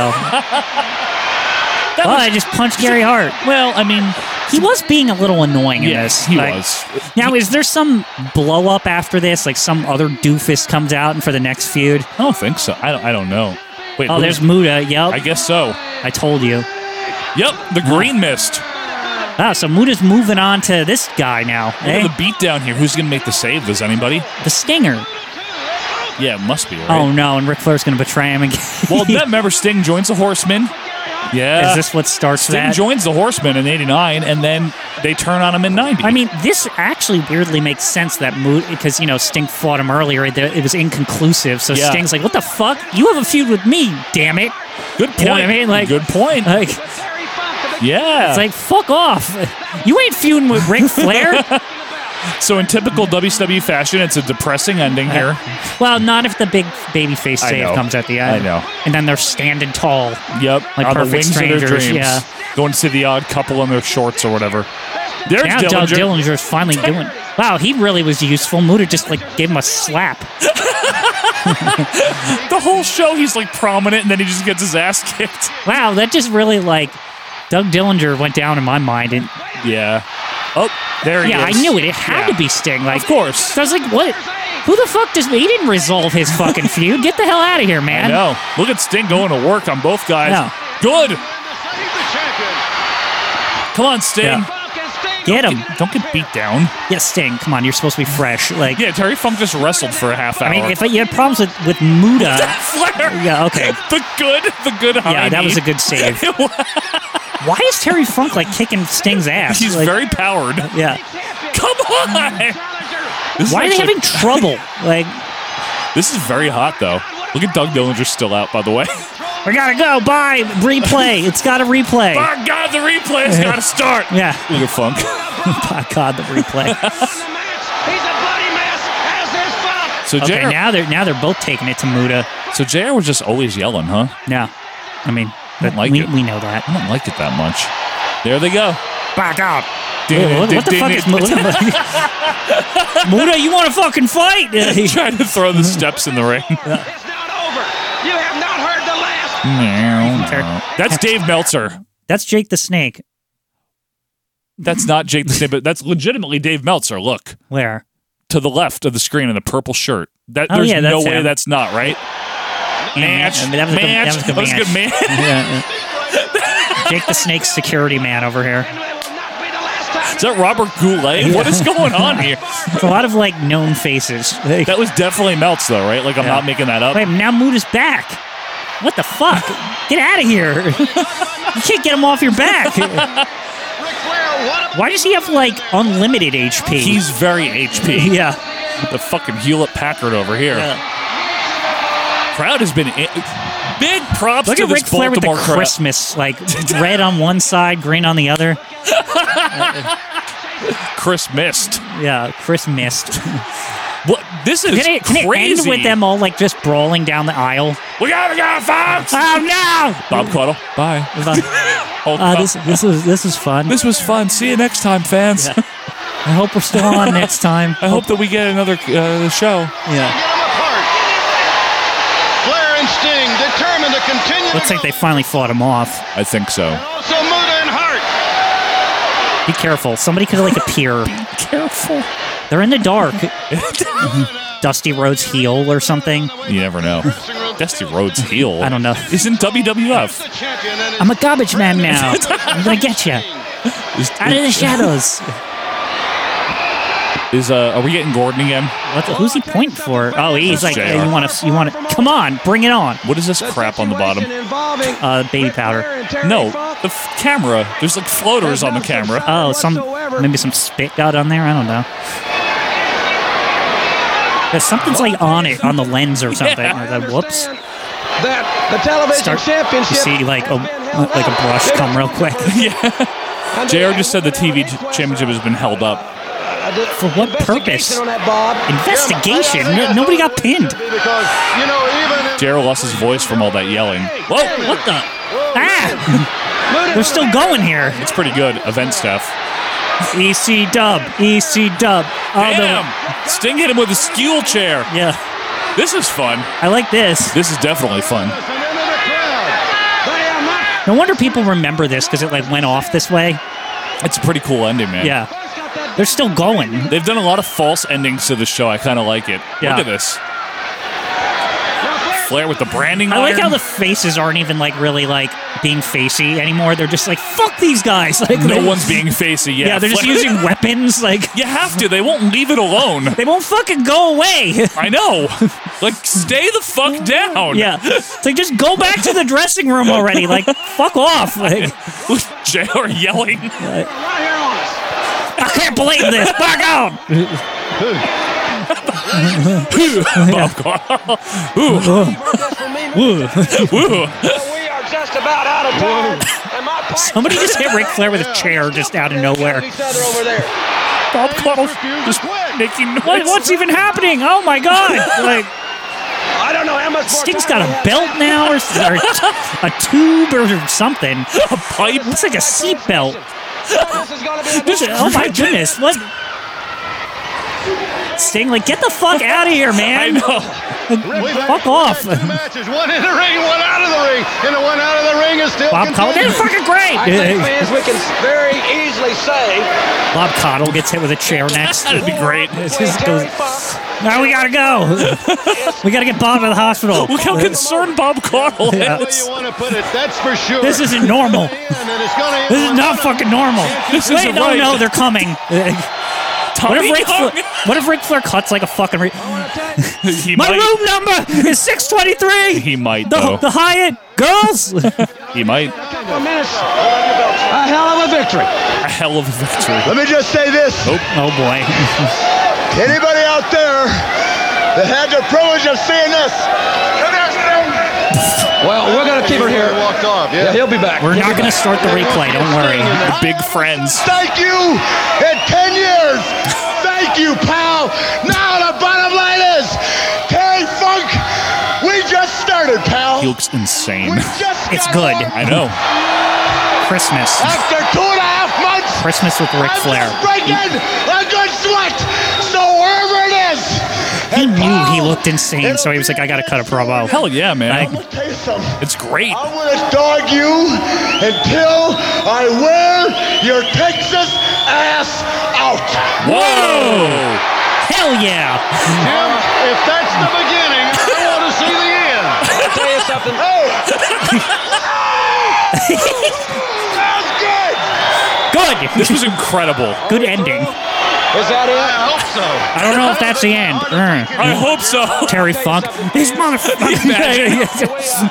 That
well,
was-
I just punched Gary Hart.
Well, I mean,
he was being a little annoying in
Yes,
this.
he
Like,
was.
Now, is there some blow up after this? Like some other doofus comes out and for the next feud?
I don't think so. I don't, I don't know. Wait,
oh,
who-
there's Muda. Yep.
I guess so.
I told you.
Yep, the green mist.
Ah, so Muda's moving on to this guy now.
Look at
eh?
the beat down here. Who's going to make the save? Does anybody?
The Stinger.
Yeah, it must be. Right?
Oh no, and Ric Flair's gonna betray him again.
Well, then remember Sting joins the Horsemen. Yeah.
Is this what starts
Sting
that?
joins the Horsemen in '89, and then they turn on him in '90.
I mean, this actually weirdly makes sense that Muda because you know Sting fought him earlier. It it was inconclusive, so
Yeah.
Sting's like, "What the fuck? You have a feud with me? Damn it!"
Good point.
You know what I mean? Like,
good point.
Like,
yeah.
it's like, fuck off. You ain't feuding with Ric Flair.
so in typical WWE fashion, it's a depressing ending
Uh,
here.
well, not if the big baby face
I
save
know.
comes at the end.
I know.
And then they're standing tall.
Yep.
Like
on the
perfect
wings of their
strangers,
dreams.
yeah.
Going to see the odd couple in their shorts or whatever. There's
now
Dillinger.
Doug Dillinger's finally doing. Wow, he really was useful. Muda just like gave him a slap.
the whole show he's like prominent and then he just gets his ass kicked.
Wow, that just really like Doug Dillinger went down in my mind. And
Yeah. Oh, there he
yeah,
is.
I knew it. It had
Yeah.
to be Sting. Like,
Of course.
So I was like, what? Who the fuck does he didn't resolve his fucking feud? Get the hell out of here,
I
man.
know. Look at Sting going to work on both guys.
No.
Good. Come on, Sting.
Get him.
Don't get beat down.
Yeah, Sting. Come on, you're supposed to be fresh. Like,
Yeah, Terry Funk just wrestled for a half hour.
I mean, if you had problems with with Muda,
Flair.
yeah, okay,
The good, the good.
yeah, that was a good save. Why is Terry Funk like kicking Sting's ass?
He's
Like,
very powered.
yeah.
Come on. This is
Why are they
actually-
having trouble? Like,
This is very hot though. Look at Doug Dillinger still out, by the way.
we gotta go. Bye. Replay. It's got to replay.
By Oh, God, the replay has got to start.
Yeah.
Look at Funk.
By God, the replay.
So
okay,
JR,
now they're now they're both taking it to Muda.
so JR was just always yelling, huh?
No, I mean,
I don't like
we,
it.
we know that.
I don't like it that much. There they go.
Back up.
Ding it,
what,
ding,
what the
ding
fuck
it.
is Muda? Muda, you want to fucking fight?
Trying to throw the steps in the ring.
You have not heard the last.
That's Dave Meltzer.
That's Jake the Snake.
That's not Jake the Snake, but that's legitimately Dave Meltzer. Look
Where?
to the left of the screen in the purple shirt. That
Oh,
there's
yeah,
no
that's
way
him.
that's not right. Match,
I mean, that was a good-
match.
that was a good
match.
Yeah, yeah. Jake the Snake's security man over here.
Is that Robert Goulet? What is going on here?
It's a lot of like known faces. Like,
That was definitely Melts, though, right? Like, I'm
Yeah.
not making that up.
Wait, now Muda's back. What the fuck? Get out of here! you can't get him off your back. Why does he have like unlimited HP?
He's very HP.
yeah.
The fucking Hewlett Packard over here. Crowd has been. i- Big props
Look
to
at
this
Ric Flair with the
Baltimore crowd.
Christmas, like red on one side, green on the other.
Chris missed.
Yeah, Chris missed.
What? This is
Can it, can it
crazy.
end with them all like just brawling down the aisle?
We gotta go, Fox!
Oh no!
Bob Cuddle. Bye.
Uh,
Oh,
this this was this was fun.
this was fun. See you next time, fans.
I hope we're still on next time.
I hope that we get another uh, show.
Yeah.
Flair and Sting determined to continue.
Looks like they finally fought him off.
I think so.
Also, Muda and Hart.
Be careful. Somebody could like appear.
Careful.
They're in the dark. Dusty Rhodes heel or something.
You never know. Dusty Rhodes heel.
I don't know.
He's in WWF.
I'm a garbage man now. I'm gonna get you out of the shadows.
Is uh, are we getting Gordon again?
What the, who's he pointing for? Oh, he's
That's
like,
JR.
hey, you want to? You want to? Come on, bring it on.
What is this crap on the bottom?
Uh, baby powder.
No, the f- camera. There's like floaters on the camera.
Oh, some maybe some spit got on there. I don't know. There's something's like on it on the lens or something.
Yeah.
I was like, Uh, whoops.
That the television
Start you
championship.
see like a like a brush come real quick.
yeah. Jr. just said the TV ch- championship has been held up.
For what purpose?
on that, Bob.
Investigation. No- nobody got pinned.
Because, you know, even
Jr. lost his voice from all that yelling.
Whoa! What the? Ah! They're still going here.
It's pretty good event stuff.
EC Dub, EC Dub. Oh,
Damn!
the,
Sting hit him with a skewl chair.
Yeah.
This is fun.
I like this.
This is definitely fun.
No wonder people remember this because it like went off this way.
It's a pretty cool ending, man.
Yeah. They're still going.
They've done a lot of false endings to the show. I kind of like it.
Yeah.
Look at this. Flair with the branding.
I like
iron.
how the faces aren't even like really like being facey anymore. They're just like fuck these guys. Like
no
they-
one's being facey yet.
Yeah, they're just
Flair-
using weapons. Like
You have to. They won't leave it alone.
they won't fucking go away.
I know. Like, stay the fuck down.
yeah, it's like just go back to the dressing room already. Like fuck off. Like
With JR yelling.
I can't believe this. Fuck off.
Bob Carl. Ooh.
We are just about out of time. And my partner
Somebody just hit Ric Flair with a chair just out of nowhere.
each other over there.
Bob Carl just making noise.
What, what's even happening? Oh my god! Like
I don't know how much more
Sting's
time
got
we
a
have.
belt now, or, s- or a tube, or something.
A pipe.
Looks like a seatbelt.
This is gonna be a
This- Oh my goodness! What? Sting, like get the fuck out of here,
I
man!
know.
Like, fuck off!
matches, one in the ring, one out of the ring, and the one out of the ring is still
Bob Cottle, they're
continuing.
fucking
I think
great.
fans, we can very easily say
Bob Cottle gets hit with a chair next.
That'd be great.
This is- goes- now we gotta go. we gotta get Bob to the hospital.
Look how concerned Bob Carl
Yeah.
Where you
is.
want to put it, that's for sure.
This isn't normal.
And it's gonna
This is not fucking normal.
This
Wait,
isn't
no,
right.
no, they're coming. What
Tommy
if, Ric
Young.
Flair, what if Ric Flair cuts like a fucking. Re-
He
My
might.
room number is 623!
He Oh. might,
The,
though.
the Hyatt girls!
He might.
a hell of a victory.
A hell of a victory.
Let me just say this.
oh boy.
Anybody out there that had the privilege of seeing this,
Well, we're gonna keep it here.
Walked off, yeah.
Yeah, he'll be back.
We're not gonna start the replay, don't worry.
The big friends.
thank you in 10 years. Thank you, pal. Now the bottom line is, Terry Funk, we just started, pal.
He looks insane.
We just
It's
got
good.
going.
I know.
Christmas.
After two and a half months,
Christmas with Ric
I'm
Flair.
just breaking a good sweat. So wherever it is,
He
and
knew he
Paul,
looked insane, so he was like, I gotta cut a promo.
Hell yeah, man.
Like-
I'll tell you something.
It's great.
I want to dog you until I wear your Texas ass out.
Whoa!
Hell yeah!
Jim, if that's the beginning, I want to see the end.
I'll tell you something.
Sounds good.
Good!
This was incredible.
Good ending.
Is that it?
I hope so.
I don't know if that's the end. Mm.
I hope so.
Terry Funk. These motherfuckers.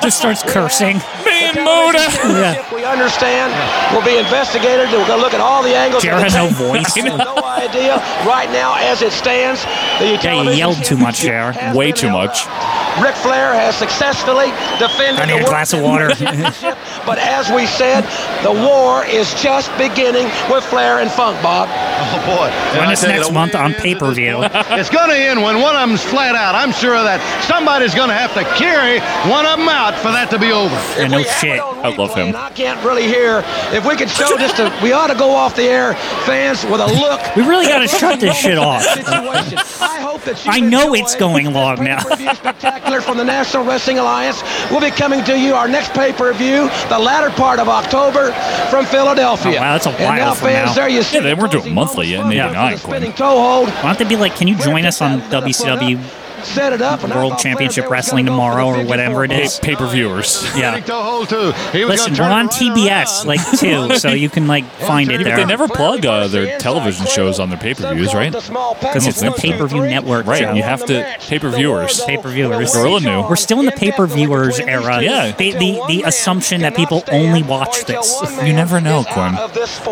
Just starts cursing.
Man, Moda.
Yeah.
If we understand, we'll be investigated. and We're gonna look at all the angles.
Jared has no voice.
I have no idea right now as it stands. The
Yeah,
television
you yelled too much,
championship
JR.
has
Way too
been held
much.
up. Ric Flair has successfully defended
I need
the
a glass of water.
Championship, but as we said, the war is just beginning with Flair and Funk, Bob. Oh, boy.
When is next month on pay per view?
it's going to end when one of them's flat out. I'm sure of that. Somebody's going to have to carry one of them out for that to be over.
Yeah, no shit.
I love him.
I can't really hear. If we could show just a, we ought to go off the air, fans, with a look.
We really gotta shut this shit off.
Situation. I hope that you
I know it's going long now.
spectacular from the National Wrestling Alliance. We'll be coming to you our next pay-per-view, the latter part of October, from
Oh,
Philadelphia.
wow, that's a
and now,
while from
fans,
now.
there you see.
they weren't doing monthly yet in '89. Quinn.
Why don't they be like, can you join us on WCW
Set it up.
World Championship Wrestling tomorrow or whatever it is?
Pay per viewers.
Yeah.
Toho, too. He was
Listen,
gonna
we're
turn
on TBS like too, so you can like find it
But
there.
they never plug uh, their television shows on their pay per views, right?
because it's the pay-per-view network.
Right,
Joe.
you have to pay per viewers.
Pay per viewers.
Gorilla knew.
We're still in the pay per viewers era.
Yeah.
The, the, the assumption that people only watch this.
You never know, Quinn.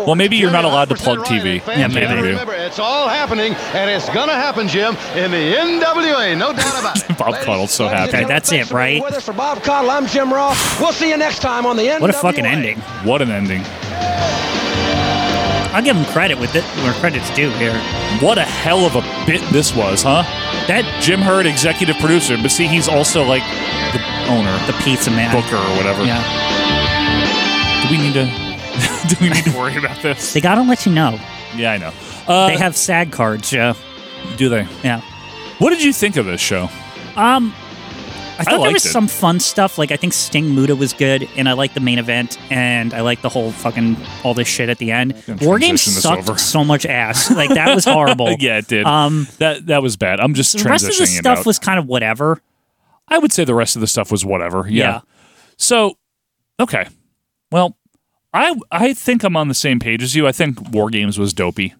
Well, maybe you're not allowed to plug TV.
Yeah,
in
maybe.
pay-per-view.
It's all happening, and it's going to happen, Jim, in the NWA. No doubt about it.
Bob Coddle's so happy.
Okay, that's it, right?
With us for Bob Cottle, I'm Jim Ross. We'll see you next time on the end.
What a fucking ending.
What an ending.
I'll give them credit with it where credit's due here.
What a hell of a bit this was, huh? That Jim Hurd, executive producer, but see, he's also like the owner,
the pizza man,
booker or whatever.
Yeah.
Do we need to? do we need to worry about this?
They gotta let you know.
Yeah, I know. Uh,
they have SAG cards, Joe.
Do they?
Yeah.
What did you think of this show?
Um, I thought there
liked
was
it.
some fun stuff. Like I think Sting Muda was good, and I liked the main event, and I liked the whole fucking all this shit at the end. War Games
transition this
sucked
over.
so much ass. Like that was horrible.
yeah, it did.
Um,
that that was bad. I'm just
the rest of the
transitioning it
stuff
out.
was kind of whatever.
I would say the rest of the stuff was whatever. Yeah.
Yeah.
So, okay. Well, I I think I'm on the same page as you. I think War Games was dopey.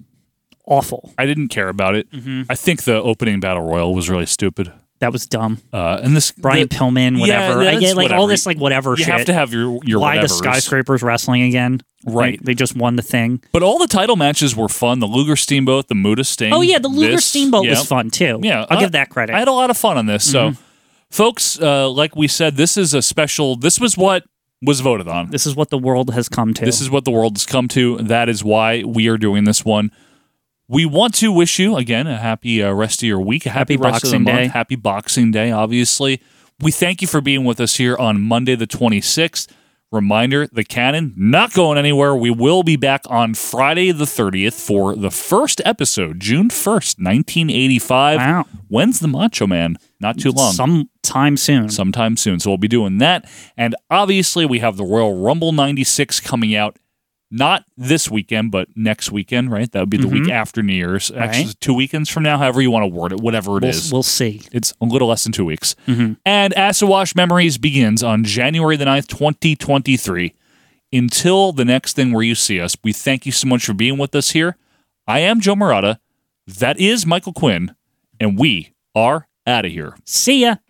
Awful.
I didn't care about it. I think the opening battle royal was really stupid.
That was dumb.
Uh, and this
Brian
the-
Pillman,
Yeah,
whatever. I
that's
get like all
whatever.
this like whatever
You
shit.
have to have your your
why the
whatevers.
skyscrapers wrestling again?
Right.
They, they just won the thing.
But all the title matches were fun. The Luger Steamboat, the Muda Sting.
Oh yeah, the Luger
this,
Steamboat
yeah.
was fun too.
Yeah,
I'll
I-
give that credit.
I had a lot of fun on this. So, folks, uh, like we said, this is a special. This was what was voted on.
this is what the world has come to.
This is what the world has come to. That is why we are doing this one. We want to wish you again a happy uh, rest of your week, a happy,
Happy
rest of
Boxing
the month,
Day.
happy Boxing Day. Obviously, we thank you for being with us here on Monday the twenty sixth. Reminder: the cannon not going anywhere. We will be back on Friday the thirtieth for the first episode, June first, nineteen eighty five.
Wow.
When's the Macho Man? Not too long
sometime soon.
sometime soon. So we'll be doing that. And obviously, we have the Royal Rumble 96 coming out not this weekend, but next weekend, right? That would be the week after New Year's. Actually,
Mm-hmm. Right.
two weekends from now, however you want to word it, whatever it
we'll, Mm-hmm.
is.
we'll see.
it's a little less than two weeks. And Acid Wash Memories begins on January the 9th, 2023. Until the next thing where you see us, we thank you so much for being with us here. I am Joe Morata. That is Michael Quinn. And we are out of here.
See ya.